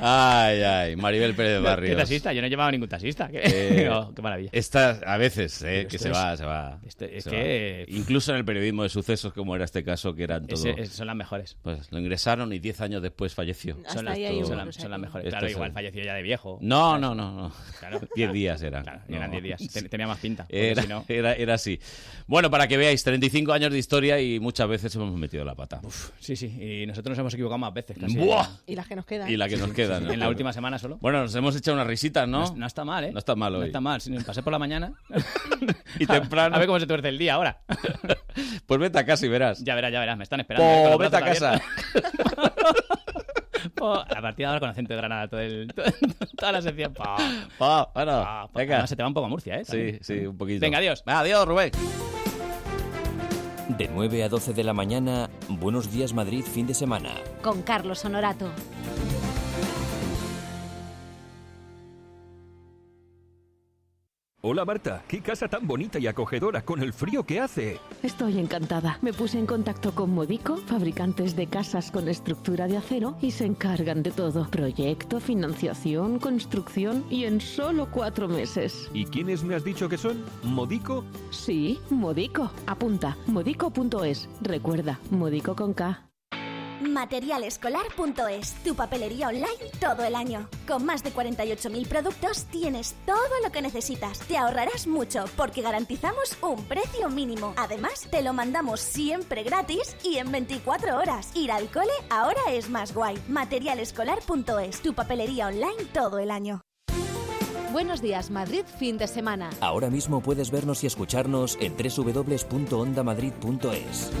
Ay, ay, Maribel Pérez ¿Qué Barrios. taxista? Yo no he llevado ningún taxista. [LAUGHS] ¿Qué, Eh, No, qué maravilla. Esta, a veces, eh, Pero que esto se es- va, se va. esto es se que- va. Incluso en el periodismo de sucesos, como era este caso, que eran todo. Ese- es- son las mejores. Pues lo ingresaron y 10 años después falleció. Hasta Son las- ahí hay Esto- son las- son las mejores. Claro, es- igual falleció ya de viejo. No, no, no. no. [LAUGHS] Claro. 10 días eran. y eran 10 días. Ten- tenía más pinta, porque Era, si no- era, era así. Bueno, para que veáis, 35 años de historia y muchas veces hemos metido la pata. Sí, sí. Y nosotros nos hemos equivocado más veces. Casi. ¡Buah! Y las que nos quedan. Y la que nos queda. ¿no? En la última semana solo. Bueno, nos hemos echado unas risitas, ¿no? No está mal, ¿eh? No está mal No hoy. está mal. Si me pasé por [LAUGHS] la mañana. Y temprano. A ver cómo se tuerce el día ahora. [LAUGHS] Pues vete a casa y verás. Ya verás, ya verás. Me están esperando. Po, ahí con los vete a brazos casa. abiertos. Po, [LAUGHS] a partir de ahora con acento de Granada todo el, [LAUGHS] todo- Oh, toda la sección. Po. Pa, Ah, bueno, venga. Además, se te va un poco a Murcia, ¿eh? Sí, sí, un poquito. Venga, adiós. Adiós, Rubén. De 9 a 12 de la mañana, Buenos Días Madrid, fin de semana. Con Carlos Honorato. Hola Marta, qué casa tan bonita y acogedora con el frío que hace. Estoy encantada. Me puse en contacto con Modico, fabricantes de casas con estructura de acero, y se encargan de todo. Proyecto, financiación, construcción y en solo cuatro meses. ¿Y quiénes me has dicho que son? ¿Modico? Sí, Modico. Apunta, modico.es. Recuerda, Modico con K. Materialescolar.es, tu papelería online todo el año. Con más de 48.000 productos tienes todo lo que necesitas. Te ahorrarás mucho porque garantizamos un precio mínimo. Además, te lo mandamos siempre gratis y en 24 horas. Ir al cole ahora es más guay. Materialescolar.es, tu papelería online todo el año. Buenos días, Madrid, fin de semana. Ahora mismo puedes vernos y escucharnos en www.ondamadrid.es.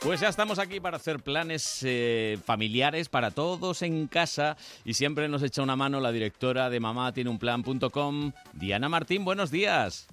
Pues ya estamos aquí para hacer planes eh, familiares para todos en casa y siempre nos echa una mano la directora de mamá tiene un plan.com, Diana Martín, buenos días.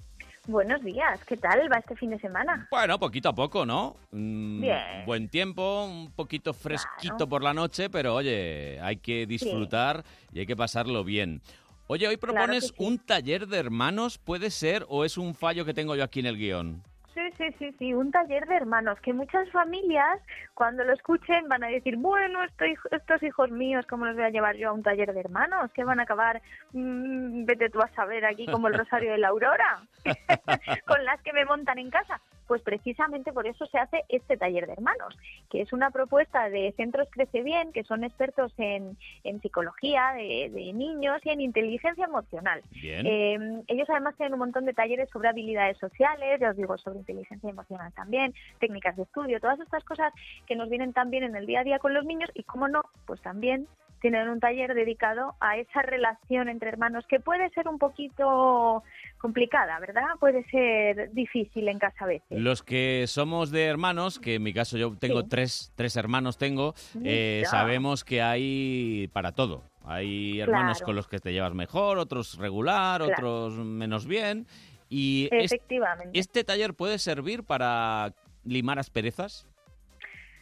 Buenos días, ¿qué tal va este fin de semana? Bueno, poquito a poco, ¿no? Mm, Bien. Buen tiempo, un poquito fresquito por la noche, pero oye, hay que disfrutar y hay que pasarlo bien. Oye, hoy Claro propones que sí. un taller de hermanos, ¿puede ser o es un fallo que tengo yo aquí en el guión? Sí, sí, sí, sí, un taller de hermanos que muchas familias cuando lo escuchen van a decir, bueno, esto hij- estos hijos míos, ¿cómo los voy a llevar yo a un taller de hermanos? Que van a acabar, mm, vete tú a saber aquí como el Rosario de la Aurora, [LAUGHS] con las que me montan en casa. Pues precisamente por eso se hace este taller de hermanos, que es una propuesta de Centros Crece Bien, que son expertos en, en psicología de, de niños y en inteligencia emocional. Bien. Eh, ellos además tienen un montón de talleres sobre habilidades sociales, ya os digo, sobre inteligencia emocional también, técnicas de estudio, todas estas cosas que nos vienen también en el día a día con los niños y, cómo no, pues también tienen un taller dedicado a esa relación entre hermanos que puede ser un poquito complicada, ¿verdad? Puede ser difícil en casa a veces. Los que somos de hermanos, que en mi caso yo tengo tres, tres hermanos, tengo, eh, Mira. sabemos que hay para todo. Hay hermanos Claro. con los que te llevas mejor, otros regular, Claro. otros menos bien. Y es- Efectivamente. este taller puede servir para limar asperezas.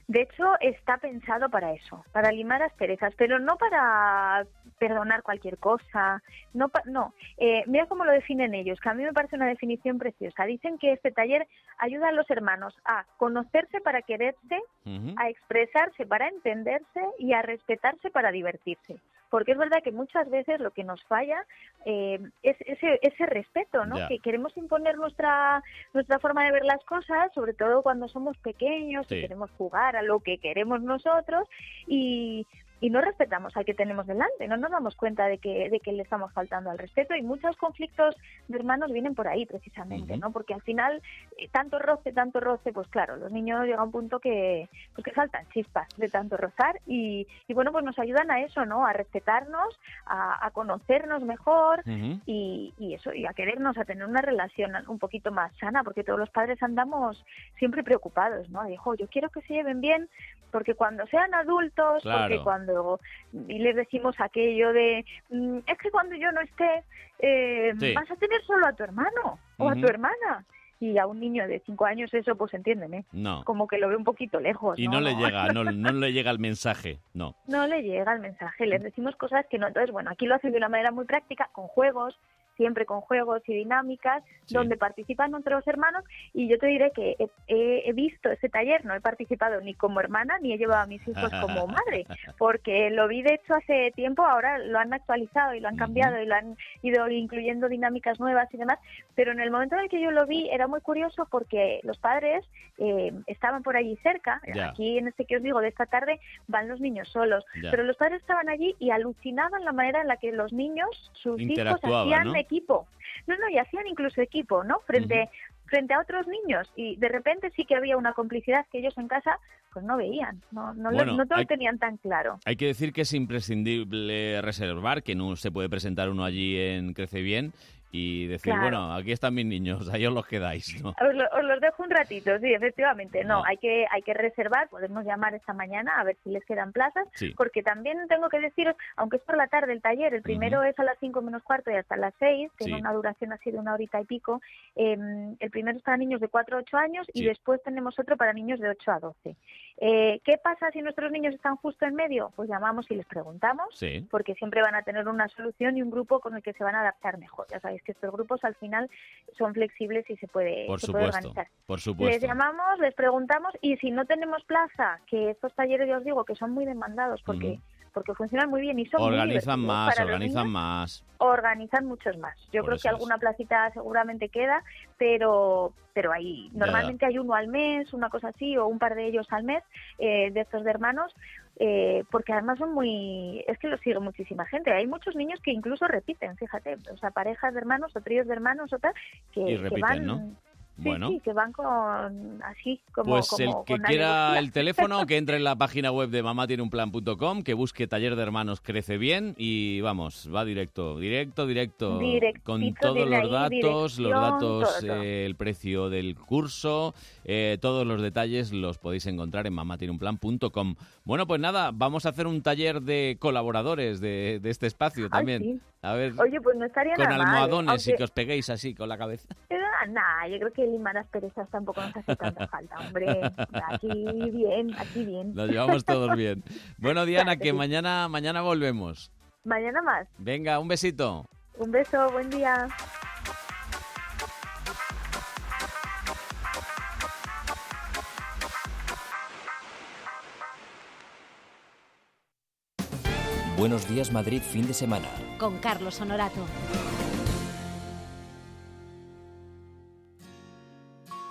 De hecho, está pensado para eso, para limar asperezas, pero no para perdonar cualquier cosa. No, pa- no. Eh, mira cómo lo definen ellos, que a mí me parece una definición preciosa. Dicen que este taller ayuda a los hermanos a conocerse para quererse, Ujú. a expresarse para entenderse y a respetarse para divertirse. porque es verdad que muchas veces lo que nos falla eh, es ese, ese respeto, ¿no? Ya. Que queremos imponer nuestra, nuestra forma de ver las cosas, sobre todo cuando somos pequeños, Sí. que queremos jugar a lo que queremos nosotros y, y no respetamos al que tenemos delante, no nos damos cuenta de que, de que le estamos faltando al respeto y muchos conflictos de hermanos vienen por ahí precisamente, Ujú. ¿no? Porque al final eh, tanto roce, tanto roce, pues claro, los niños llega un punto que, pues que saltan chispas de tanto rozar y, y bueno, pues nos ayudan a eso, ¿no? A respetarnos, a, a conocernos mejor Ujú. y, y eso, y a querernos, a tener una relación un poquito más sana, porque todos los padres andamos siempre preocupados, ¿no? Dijo, yo quiero que se lleven bien porque cuando sean adultos, porque Claro. cuando cuando y les decimos aquello de "Mm, es que cuando yo no esté eh, Sí. vas a tener solo a tu hermano o a tu Ujú. hermana y a un niño de cinco años eso pues entiéndeme No. como que lo ve un poquito lejos Ah. Y no, le llega, no, no le llega el mensaje, no. [LAUGHS] no le llega el mensaje, les decimos cosas que no. Entonces, bueno, aquí lo hacen de una manera muy práctica, con juegos, siempre con juegos y dinámicas, Sí. donde participan otros hermanos. Y yo te diré que he, he- he visto ese taller, no he participado ni como hermana, ni he llevado a mis hijos [LAUGHS] como madre, porque lo vi de hecho hace tiempo, ahora lo han actualizado y lo han cambiado y lo han ido incluyendo dinámicas nuevas y demás. Pero en el momento en el que yo lo vi era muy curioso porque los padres eh, estaban por allí cerca, Ya. aquí y en este que os digo de esta tarde van los niños solos. Ya. Pero los padres estaban allí y alucinaban la manera en la que los niños, sus hijos, Interactuaban, hacían ¿no? equipo. No, no, y hacían incluso equipo, ¿no? Frente, frente a otros niños. Y de repente sí que había una complicidad que ellos en casa pues no veían, no, no, lo- Bueno, no todo hay- lo tenían tan claro. Hay que decir que es imprescindible reservar, que no se puede presentar uno allí en Crece Bien y decir, Claro. bueno, aquí están mis niños, [LAUGHS] ahí os los quedáis, ¿no? Os, lo- os los dejo un ratito, sí, efectivamente. Ah. No, No. hay que hay que reservar, podemos llamar esta mañana a ver si les quedan plazas, Sí. porque también tengo que deciros, aunque es por la tarde el taller, el primero es a las 5 menos cuarto y hasta las 6, tiene Sí. una duración así de una horita y pico, em, el primero es para niños de 4 a 8 años y Sí. después tenemos otro para niños de 8 a 12. Eh, ¿Qué pasa si nuestros niños están justo en medio? Pues llamamos y les preguntamos, Sí. porque siempre van a tener una solución y un grupo con el que se van a adaptar mejor. Ya sabéis que estos grupos al final son flexibles y se puede, Por eh, se puede supuesto, organizar. por supuesto. Les llamamos, les preguntamos y si no tenemos plaza, que estos talleres ya os digo que son muy demandados porque Ujú. porque funcionan muy bien y son muy Organizan divertidos más, para los organizan niños, más. organizan muchos más. Yo Por creo eso que alguna placita seguramente queda, pero pero ahí Ya. normalmente hay uno al mes, una cosa así o un par de ellos al mes eh, de estos de hermanos. eh, porque además son muy... es que lo sigue muchísima gente. Hay muchos niños que incluso repiten, fíjate, o sea, parejas de hermanos o tríos de hermanos o tal, que, Y que van- repiten, ¿no? Sí, Bueno. sí, que van con así como Pues como el que con la quiera energía. el teléfono, que entre en [LAUGHS] la página web de mamatieneunplan.com, que busque Taller de Hermanos Crece Bien y vamos, va directo, directo, directo, Directito, con todos viene los ahí, datos, los dirección, datos, todo, todo. eh, el precio del curso, eh, todos los detalles los podéis encontrar en mamatieneunplan.com. Bueno, pues nada, vamos a hacer un taller de colaboradores de, de este espacio también. sí. A ver, Oye, pues no estaría con nada mal, almohadones y aunque- que os peguéis así con la cabeza. Pero, ah, nah, yo creo que limar las perezas tampoco nos hace tanta falta, hombre. [LAUGHS] Aquí bien, aquí bien. Nos llevamos todos bien. Bueno, Diana, Claro que que sí. mañana, mañana volvemos. [LAUGHS] Mañana más. Venga, un besito. Un beso, buen día. Buenos días Madrid fin de semana. Con Carlos Honorato.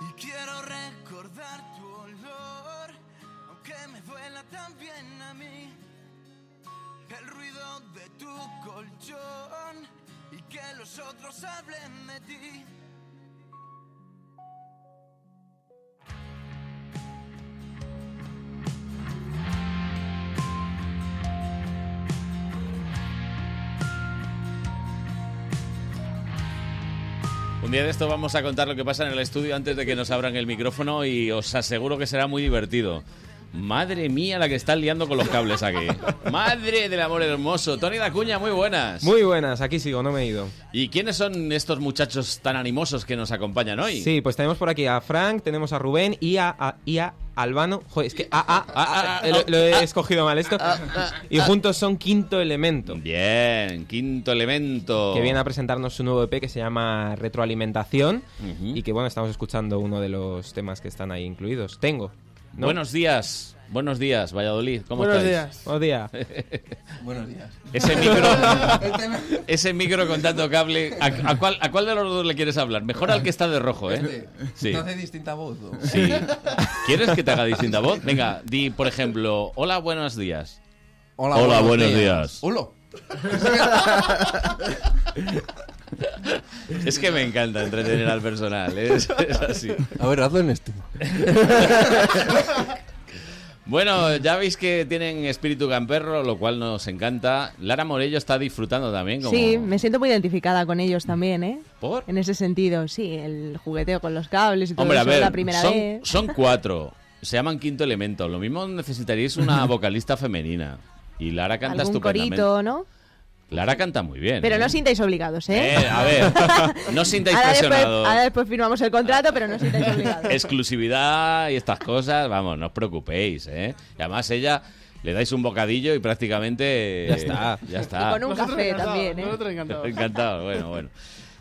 Y quiero recordar tu olor, aunque me duela también a mí. El ruido de tu colchón y que los otros hablen de ti. Un día de esto vamos a contar lo que pasa en el estudio antes de que nos abran el micrófono y os aseguro que será muy divertido. Madre mía la que están liando con los cables aquí. Madre del amor hermoso. Tony Dacuña, muy buenas. Muy buenas, aquí sigo, no me he ido. ¿Y quiénes son estos muchachos tan animosos que nos acompañan hoy? Sí, pues tenemos por aquí a Frank, tenemos a Rubén y a, a- y a Albano. Joder, es que ah, ah, ah, ah, lo, lo he escogido mal esto. ah, Y juntos son Quinto Elemento. Bien, Quinto Elemento. Que viene a presentarnos su nuevo EP que se llama Retroalimentación. Y que bueno, estamos escuchando uno de los temas que están ahí incluidos. Tengo. No. Buenos días. Buenos días, Valladolid. ¿Cómo Buenos estáis? días. Buenos [LAUGHS] días. Buenos días. [LAUGHS] Ese micro, ese micro con tanto cable. ¿a, a cuál, ¿A cuál de los dos le quieres hablar? Mejor al que está de rojo, Este. ¿eh? Sí. Este, ¿No hace distinta voz? o? [LAUGHS] Sí. ¿Quieres que te haga distinta voz? Venga, di, por ejemplo, hola, buenos días. Hola, buenos días. Hulo. Es que me encanta entretener al personal, ¿eh? [LAUGHS] es, es así. A ver, hazlo en [LAUGHS] este. Bueno, ya veis que tienen espíritu camperro, lo cual nos encanta. Lara Morello está disfrutando también. Como... Sí, me siento muy identificada con ellos también, ¿eh? ¿Por? En ese sentido, sí, el jugueteo con los cables y todo Hombre, a eso ver, la primera son, vez. son cuatro. Se llaman Quinto Elemento. Lo mismo necesitaríais una vocalista femenina. Y Lara canta [LAUGHS] Algún estupendamente. corito, ¿no? Lara canta muy bien. Pero ¿eh? no os sintáis obligados, ¿eh? Eh, [LAUGHS] a ver, no os sintáis ahora, después, presionados. ahora después firmamos el contrato, pero no os sintáis obligados. Exclusividad y estas cosas, vamos, no os preocupéis, ¿eh? Y además ella le dais un bocadillo y prácticamente... Ya está. Ya está. Y con un café encantados, también, ¿eh? nosotros encantados. [LAUGHS] Encantado, bueno, bueno.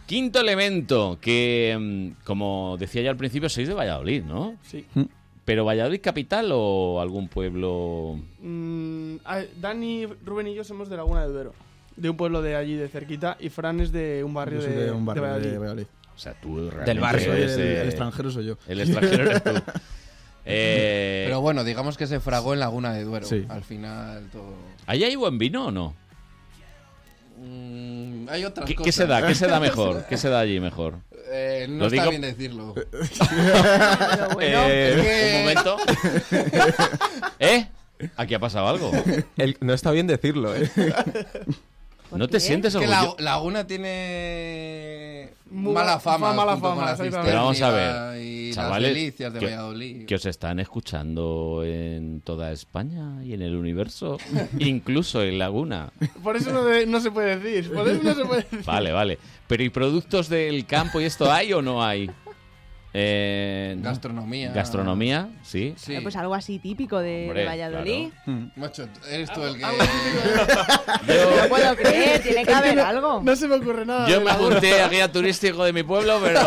Quinto elemento, que mm, como decía ya al principio, sois de Valladolid, ¿no? Sí. ¿Pero Valladolid capital o algún pueblo...? Mm, a- Dani, Rubén y yo somos de Laguna de Duero, de un pueblo de allí de cerquita, y Fran es de un barrio, Yo soy de, de un barrio de Valladolid. de Valladolid. O sea, tú realmente Del barrio. eres, Soy el- eh, el extranjero soy yo. El extranjero eres tú. Eh, Pero bueno, digamos que se fragó en Laguna de Duero. Sí. Al final todo... ¿Allá hay buen vino o no? Mm, hay otras ¿Qué, cosas. qué se da? ¿Qué se da mejor? ¿Qué se da allí mejor? [LAUGHS] Eh, no Lo está digo- bien [LAUGHS] decirlo. bueno, Eh, es que- un momento. [LAUGHS] [LAUGHS] ¿Eh? Aquí ha pasado algo. El- no está bien decirlo, ¿eh? ¿No te sientes Es que la, orgulloso? Laguna tiene Muy mala mala- fama. mala junto con fama, la exactamente. Pero vamos a cisterna ver, Y las chavales, delicias de que, Valladolid. que os están escuchando en toda España y en [LAUGHS] el universo, incluso en Laguna. Por eso no, de- no se puede decir. Por eso no se puede decir. Vale, vale. Pero ¿y productos del campo y esto hay o no hay? Eh, no. Gastronomía. Gastronomía, sí. Sí. Pues algo así típico de, Hombre, de Valladolid. Mm. Macho, eres tú el que... [LAUGHS] No puedo creer, [LAUGHS] tiene que haber algo. No se me ocurre nada. Yo me apunté a guía turístico de mi pueblo, [LAUGHS] pero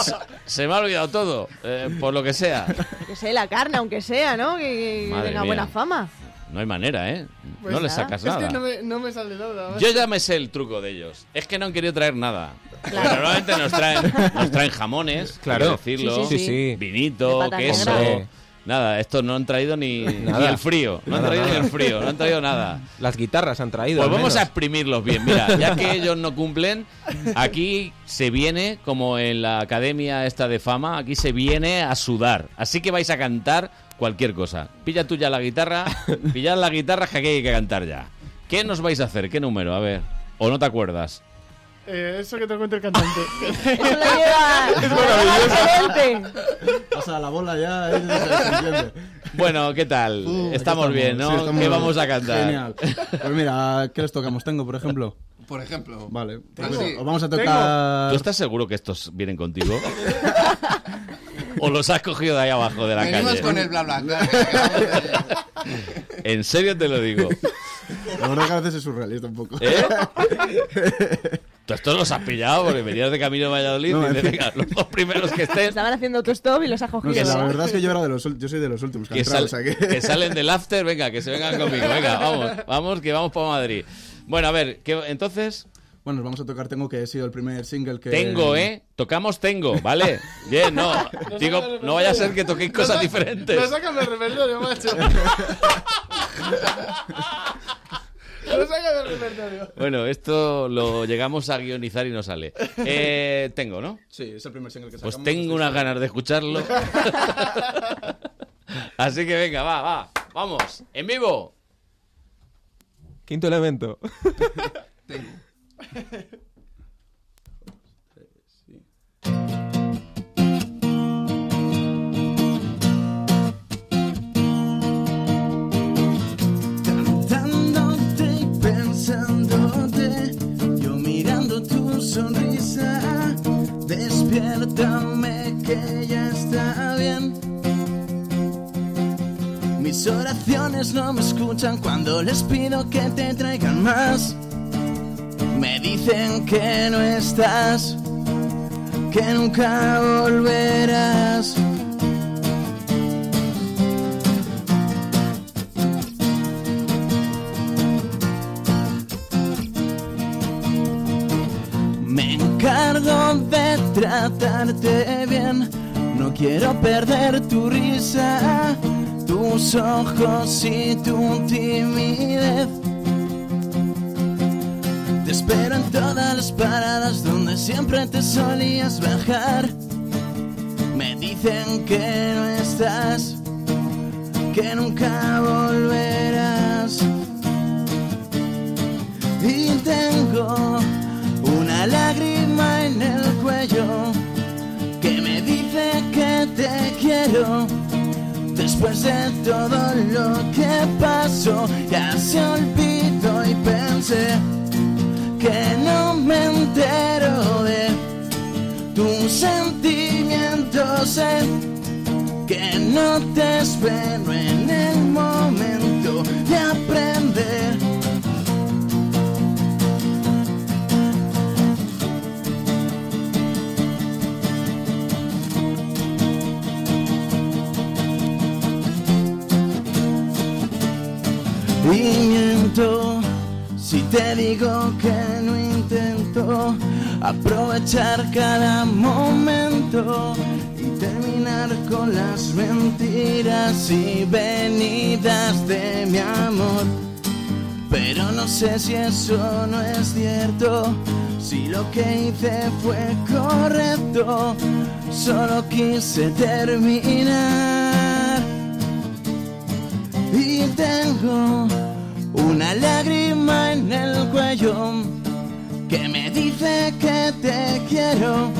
se- se me ha olvidado todo, eh, por lo que sea. Que sé, la carne, aunque sea, ¿no? Que, que Madre tenga mía. buena fama. No hay manera, ¿eh? Pues no le nada. sacas Es que nada. no me, no me sale nada. Yo ya me sé el truco de ellos. Es que no han querido traer nada. Porque Normalmente nos traen, nos traen jamones, Claro. hay que decirlo, Sí, sí, sí. Sí, sí. vinito, De pata queso. negra. Nada, estos no han traído ni, ni Nada. el frío. No han Nada, traído ni nada. el frío, no han traído nada. Las guitarras han traído. Pues al vamos a menos. exprimirlos [LAUGHS] bien. Mira, ya que ellos no cumplen, aquí se viene, como en la academia esta de fama, aquí se viene a sudar. Así que vais a cantar cualquier cosa. Pilla tú ya la [LAUGHS] guitarra, pillad la guitarra que aquí hay que cantar ya. ¿Qué nos vais a hacer? ¿Qué número? A ver. ¿O no te acuerdas? Eh, eso que te cuenta el [LAUGHS] cantante. Eso lo lleva. [LAUGHS] Es [LAUGHS] Pasa la bola ya, él se entiende. Bueno, ¿qué tal? estamos, bien, ¿no? Sí, Uh, estamos ¿Qué bien. vamos a cantar? Ah, Genial. Pues mira, ¿qué les tocamos? Tengo, por ejemplo. Por ejemplo. Vale. Tengo. pues, os vamos a Tengo. tocar. ¿Tú estás seguro que estos [LAUGHS] vienen contigo? ¿O los has cogido de ahí abajo de la Venimos calle? con el bla bla. bla. En serio te [LAUGHS] lo digo. La verdad que a veces es surrealista un poco. ¿Eh? Tú estos los has pillado porque venías de camino a Valladolid No, y en dices, fin. "Venga, los dos primeros que estén Estaban haciendo autostop y los ha No cogido. sé, la verdad es que yo, era de los, ul- yo soy de los últimos que, han que, entrado, sal- o sea que- que salen del after, venga, que se vengan conmigo, venga, vamos, vamos, que vamos para Madrid. Bueno, a ver, ¿qué- entonces [LAUGHS] Bueno, nos vamos a tocar Tengo, que he sido el primer single que... tengo, ¿eh? Tocamos tengo, [LAUGHS] ¿vale? Bien, no, digo, no vaya a ser que toquéis cosas diferentes. Lo sacan del repertorio, [LAUGHS] macho. Lo sacan del repertorio. Bueno, esto lo llegamos a guionizar y no sale. Eh, tengo, ¿no? Sí, es el primer single que sacamos. Pues tengo unas ganas [LAUGHS] de escucharlo. Así que venga, va, va, vamos, en vivo. Quinto [LAUGHS] elemento. Cantándote y pensándote, yo mirando tu sonrisa, despiértame que ya está bien. Mis oraciones no me escuchan cuando les pido que te traigan más. Me dicen que no estás, que nunca volverás. acuerdo de tratarte bien. No quiero perder tu risa, tus ojos y tu timidez. Te espero en todas las paradas donde siempre te solías bajar. Me dicen que no estás, que nunca volverás. Y tengo una lágrima en el cuello que me dice que te quiero. Después de todo lo que pasó, ya se olvidó y pensé que no me entero de tus sentimientos. eh, que no te espero en el momento de aprender. Y miento si te digo que no intento aprovechar cada momento y terminar con las mentiras y venidas de mi amor. Pero no sé si eso no es cierto, si lo que hice fue correcto, solo quise terminar y tengo una lágrima en el cuello que me dice que te quiero.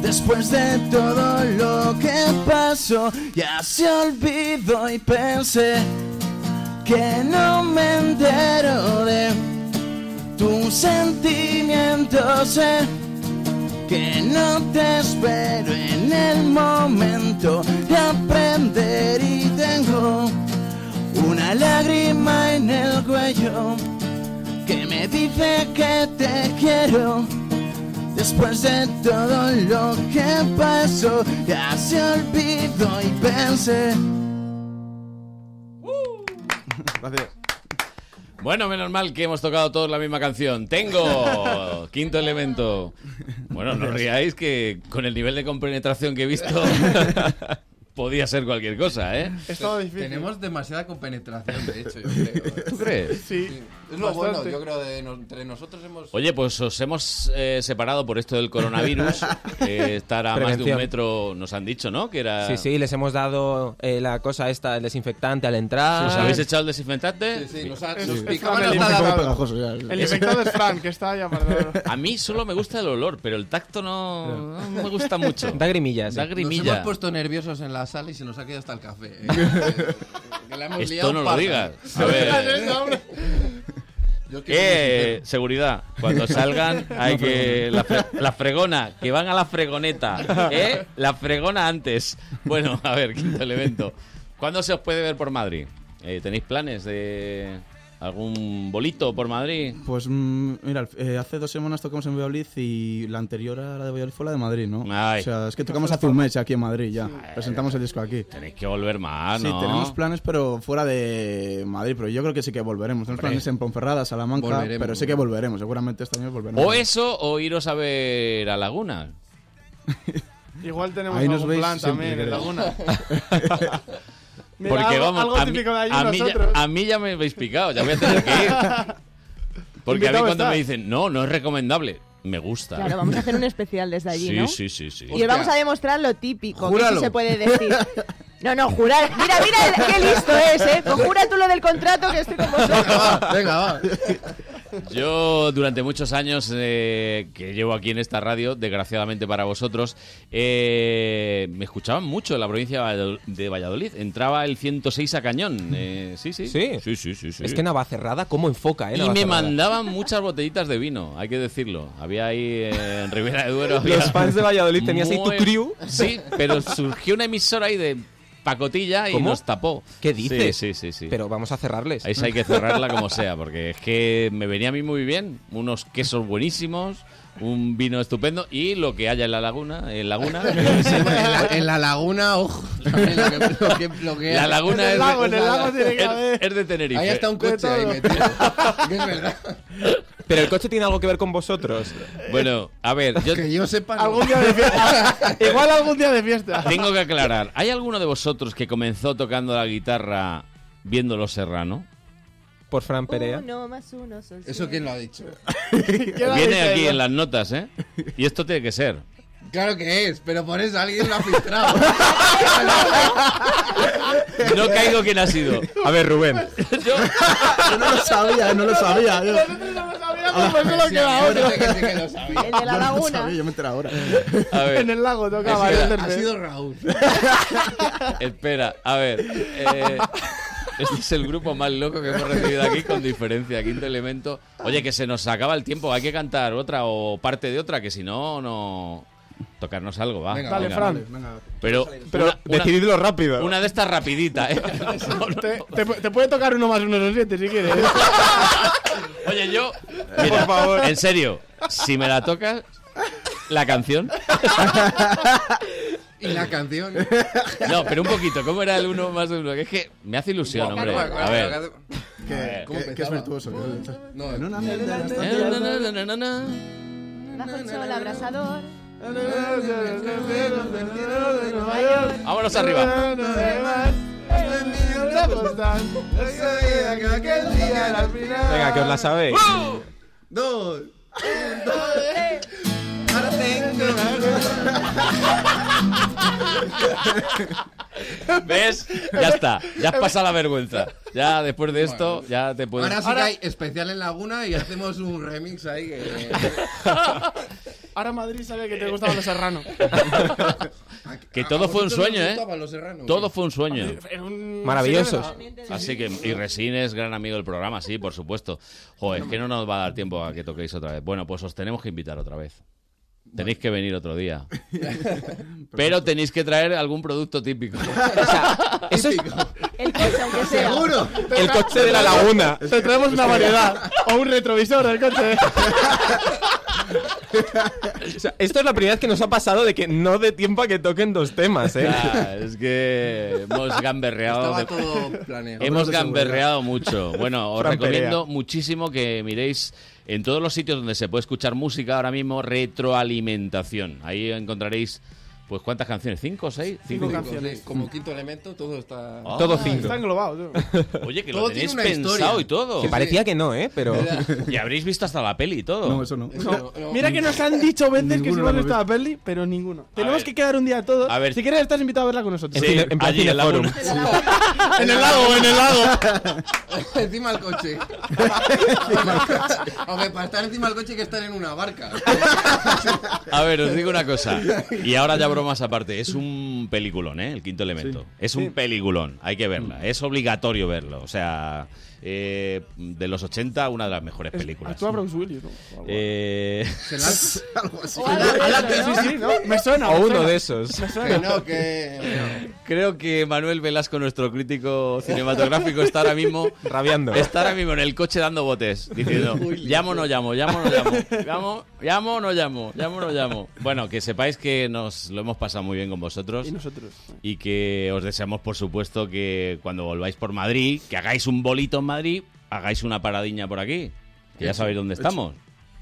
Después de todo lo que pasó, ya se olvidó y pensé que no me entero de tus sentimientos. eh, que no te espero en el momento de aprender y tengo una lágrima en el cuello que me dice que te quiero. Después de todo lo que pasó, ya se olvidó y pensé. Gracias. Bueno, menos mal que hemos tocado todos la misma [LAUGHS] canción. Tengo quinto elemento. Bueno, no ríais que con el nivel de compenetración que [LAUGHS] he visto podía ser cualquier cosa, ¿eh? Estaba difícil. Tenemos demasiada compenetración, de [LAUGHS] hecho, yo creo. ¿eh? ¿Tú crees? [LAUGHS] Sí, Es lo bastante. bueno, yo creo, de no- entre nosotros hemos... Oye, pues os hemos eh, separado por esto [LAUGHS] del coronavirus. Eh, estar a más de un Prevención. metro, nos han dicho, ¿no? Que era... Sí, sí, les hemos dado eh, la cosa esta, el desinfectante al entrar. ¿Os habéis echado el desinfectante? Sí, nos, ha- Es- nos es picaban Fran, el hasta infectado la- pegajoso, ya. El infectado es Fran, que está ahí apartado. A mí solo me gusta el olor, pero el tacto no, no me gusta mucho. Da grimilla, sí. Da Nos grimilla. hemos puesto nerviosos en la sala y se nos ha quedado hasta el café. ¿eh? Que la hemos liado Esto no lo parda. digas. [LAUGHS] A ver. Yo quiero Eh, seguridad. [LAUGHS] Cuando salgan hay La que la, fre- la fregona, que van a [LAUGHS] la fregoneta, ¿eh? La fregona antes. Bueno, a ver, quinto elemento. ¿Cuándo se os puede ver por Madrid? Eh, ¿Tenéis planes de algún bolito por Madrid? Pues mm, mira, eh, hace dos semanas tocamos en Valladolid y la anterior a la de Valladolid fue la de Madrid, ¿no? Ay. O sea, es que tocamos hace un mes aquí en Madrid ya. Presentamos el disco aquí. Tenéis que volver más, sí, ¿no? tenemos planes, pero fuera de Madrid, pero yo creo que sí que volveremos. Tenemos Hombre. planes en Ponferrada, Salamanca, Volveremos, pero sí que volveremos. Seguramente este año volveremos. O eso, o iros a ver a Laguna. Igual tenemos Ahí nos algún veis plan siempre, ¿eh? también en creo. Laguna. [LAUGHS] Mira, Porque algo- vamos, algo a, mí, típico de allí a mí ya, nosotros. a mí ya me habéis picado, ya voy a tener [LAUGHS] que ir. Porque a mí Invitado cuando estás. me dicen, no, no es recomendable, me gusta. Claro, vamos a hacer un especial desde allí, Sí, ¿no? sí, sí, sí. Y os vamos a demostrar lo típico, que Júralo. sí se puede decir. No, no, jurar. Mira, mira, el- qué listo es, ¿eh? Conjura tú lo del contrato que estoy con vosotros. Venga, va. Yo durante muchos años eh, que llevo aquí en esta radio, desgraciadamente para vosotros, eh, me escuchaban mucho en la provincia de Valladol- de Valladolid. Entraba el 106 a cañón. eh, sí, sí. Sí. sí, sí, sí, sí. Es que Navacerrada, ¿cómo enfoca, eh? y me Navacerrada? mandaban muchas botellitas de vino, hay que decirlo. Había ahí eh, en Ribera de Duero. Los había fans de Valladolid tenías ahí tu muy- crew. Sí, pero surgió una emisora ahí de pacotilla y ¿Cómo? nos tapó. ¿Qué dices? Sí, sí, sí. sí. Pero vamos a cerrarles. Ahí sí hay que [LAUGHS] cerrarla como sea, porque es que me venía a mí muy bien. Unos quesos buenísimos, un vino estupendo y lo que haya en la laguna. En laguna. en, la, en la laguna, ojo, también lo que, lo que- lo que- La laguna es, de, es- es- es de Tenerife. [LAUGHS] Ahí está un coche ahí metido. Que es verdad. Pero el coche tiene algo que ver con vosotros. Bueno, a ver, yo... Que yo sepa. Algún día [LAUGHS] de fiesta. Igual algún día de fiesta. Tengo que aclarar, ¿hay alguno de vosotros que comenzó tocando la guitarra viendo Los Serrano? Por Fran Perea. Uno más uno son ¿Eso cien. quién lo ha [LAUGHS] dicho? Viene aquí en las notas, ¿eh? Y esto tiene que ser. Claro que es, pero por eso alguien lo ha filtrado. No caigo quién ha sido. A ver, Rubén. Yo no lo sabía, no lo sabía. [LAUGHS] Yo- Ah, pues solo sí, queda yo no otro. sé que sí que lo sabía. El de Yo la no lo laguna. sabía, Yo me entero ahora. A ver. En el lago tocaba. Ha sido- el ha tercer. sido Raúl. Espera, a ver. eh, este es el grupo más loco que hemos recibido aquí, con diferencia. Quinto elemento. Oye, que se nos acaba el tiempo. Hay que cantar otra o parte de otra, que si no, no. Tocarnos algo, va. Venga, Dale, Venga. Fran. Pero, Pero decididlo rápido. Una de estas rapidita, ¿eh? Te, te pu- te puede tocar uno más uno son siete si quieres. [LAUGHS] Oye, yo. Mira, Por favor. En serio, si me la tocas, la canción. y la canción. No, pero un poquito. ¿Cómo era el uno más uno? Que es que me hace ilusión, hombre. A ver. Que, ¿Cómo que- que es virtuoso. que- en una mierda Bajo el sol abrasador. Vámonos arriba. pues, Venga, que os la sabéis. Dos. Ahora ¿Ves? Ya está. [LAUGHS] Ya has pasado la vergüenza. Ya después de esto, ya te puedes. Ahora sí que hay especial en Laguna y hacemos un remix ahí. que- [LAUGHS] Ahora Madrid sabe que te gustaba los [LAUGHS] serrano. [LAUGHS] Que ¿A todo fue un vosotros sueño, os ¿eh? gustaba Los Serrano? Todo fue un sueño. Era un- Maravillosos. Sí, era- Así que, y Resines, gran amigo del programa, sí, por supuesto. Joder, es que no nos va a dar tiempo a que toquéis otra vez. Bueno, pues os tenemos que invitar otra vez. Tenéis que venir [LAUGHS] otro día. Pero tenéis que traer algún producto típico. Eso es El coche, aunque sea. Seguro. el coche de la laguna. Te traemos una variedad. O un retrovisor del coche. O sea, esto es la primera vez que nos ha pasado de que no dé tiempo a que toquen dos temas, ¿eh? [LAUGHS] Ya, es que hemos Estaba gamberreado. de- todo planeado. Hemos gamberreado mucho. Bueno, os Fran recomiendo muchísimo que miréis en todos los sitios donde se puede escuchar música ahora mismo, retroalimentación. Ahí encontraréis, pues, ¿cuántas canciones? ¿Cinco o seis? Cinco canciones. Como quinto elemento, todo está. Ah. Todo Está cinco. englobado. tú. [LAUGHS] Oye, que Todo lo tenéis tiene una pensado historia. y todo. Que parecía que no, ¿eh? [LAUGHS] Pero Y habréis visto hasta la peli y todo. No, eso no. No, no. Mira que nos han dicho veces que Ninguno si lo no hemos estaba peli, pero ninguno. Tenemos ver. que quedar un día todos. A ver. Si quieres, estás invitado a verla con nosotros. Sí. en plan allí en la cineforum. laguna. [LAUGHS] [LAUGHS] En el lago, en el lago. [LAUGHS] encima del coche. Encima del coche. Aunque para estar encima del coche hay que estar en una barca. A ver, os digo una cosa. Y ahora ya bromas aparte. Es un peliculón, ¿eh? El quinto elemento. Es un peliculón. Hay que verla. Es obligatorio verlo. O sea, eh, de los 80, una de las mejores películas. Actúa Bruce Willis. ¿no? Eh, Ah, Se [LAUGHS] lanza algo así. O algo de eso, ¿no? Sí, sí, ¿no? Me suena. o me uno suena. de esos. Me Que suena. no, [LAUGHS] que. creo que Manuel Velasco, nuestro crítico cinematográfico, está ahora mismo. Rabiando. Está ahora mismo en el coche dando botes, diciendo, llamo o no llamo, llamo o no llamo, llamo, llamo o no llamo, llamo o no llamo. Bueno, que sepáis que nos lo hemos pasado muy bien con vosotros. Y nosotros. y que os deseamos, por supuesto, que cuando volváis por Madrid, que hagáis un bolito en Madrid, hagáis una paradiña por aquí, que ya sabéis dónde estamos.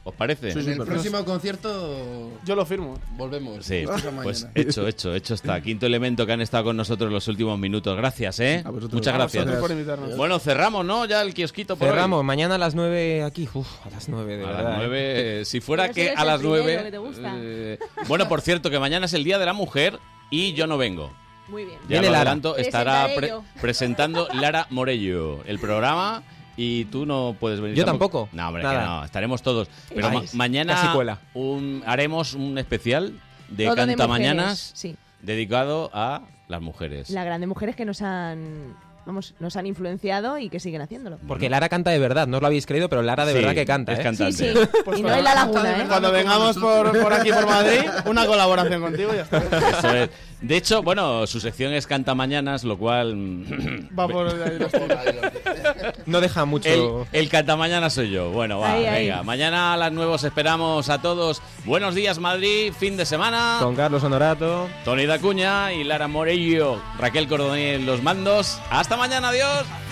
¿Os parece? En el próximo concierto Yo lo firmo. volvemos. Sí, Esta pues mañana. hecho, hecho, hecho está. Quinto elemento que han estado con nosotros los últimos minutos. Gracias, ¿eh? A vosotros. Muchas A gracias. Gracias por invitarnos. Bueno, cerramos, ¿no? Ya el kiosquito por hoy. Cerramos, mañana a las 9 aquí. Uf, a las 9, de A verdad. las ¿eh? nueve, eh, si fuera Pero si que eres a el las primero nueve... que te gusta. eh, bueno, por cierto, que mañana es el Día de la Mujer y yo no vengo. Muy bien. Ya Viene lo Lara. adelanto, estará Presentaré pre- yo. presentando Lara Morello el programa y tú no puedes venir. Yo tampoco. No, hombre, Nada. que no, estaremos todos. Pero Ay, ma- mañana casi cuela. un- haremos un especial de Todo Canta mujeres, Mañanas Sí. dedicado a las mujeres. La grande mujeres que nos han. Vamos, nos han influenciado y que siguen haciéndolo. Porque Lara canta de verdad, no os lo habéis creído, pero Lara de Sí, verdad que canta. es ¿eh? cantante. Sí, sí. Pues y no hay la laguna, ¿eh? Cuando vengamos por, por aquí, por Madrid, una colaboración contigo y ya está. Eso es. De hecho, bueno, su sección es Canta Mañanas, lo cual... mm, Va por ahí los tiros. [CLEARS THROAT] No deja mucho. El, el catamañana soy yo. Bueno, va, Ahí, ahí. venga. Mañana a las 9 os esperamos a todos. Buenos días, Madrid. Fin de semana. Con Carlos Honorato. Tony Dacuña y Lara Morello. Raquel Cordonier en los mandos. Hasta mañana, adiós.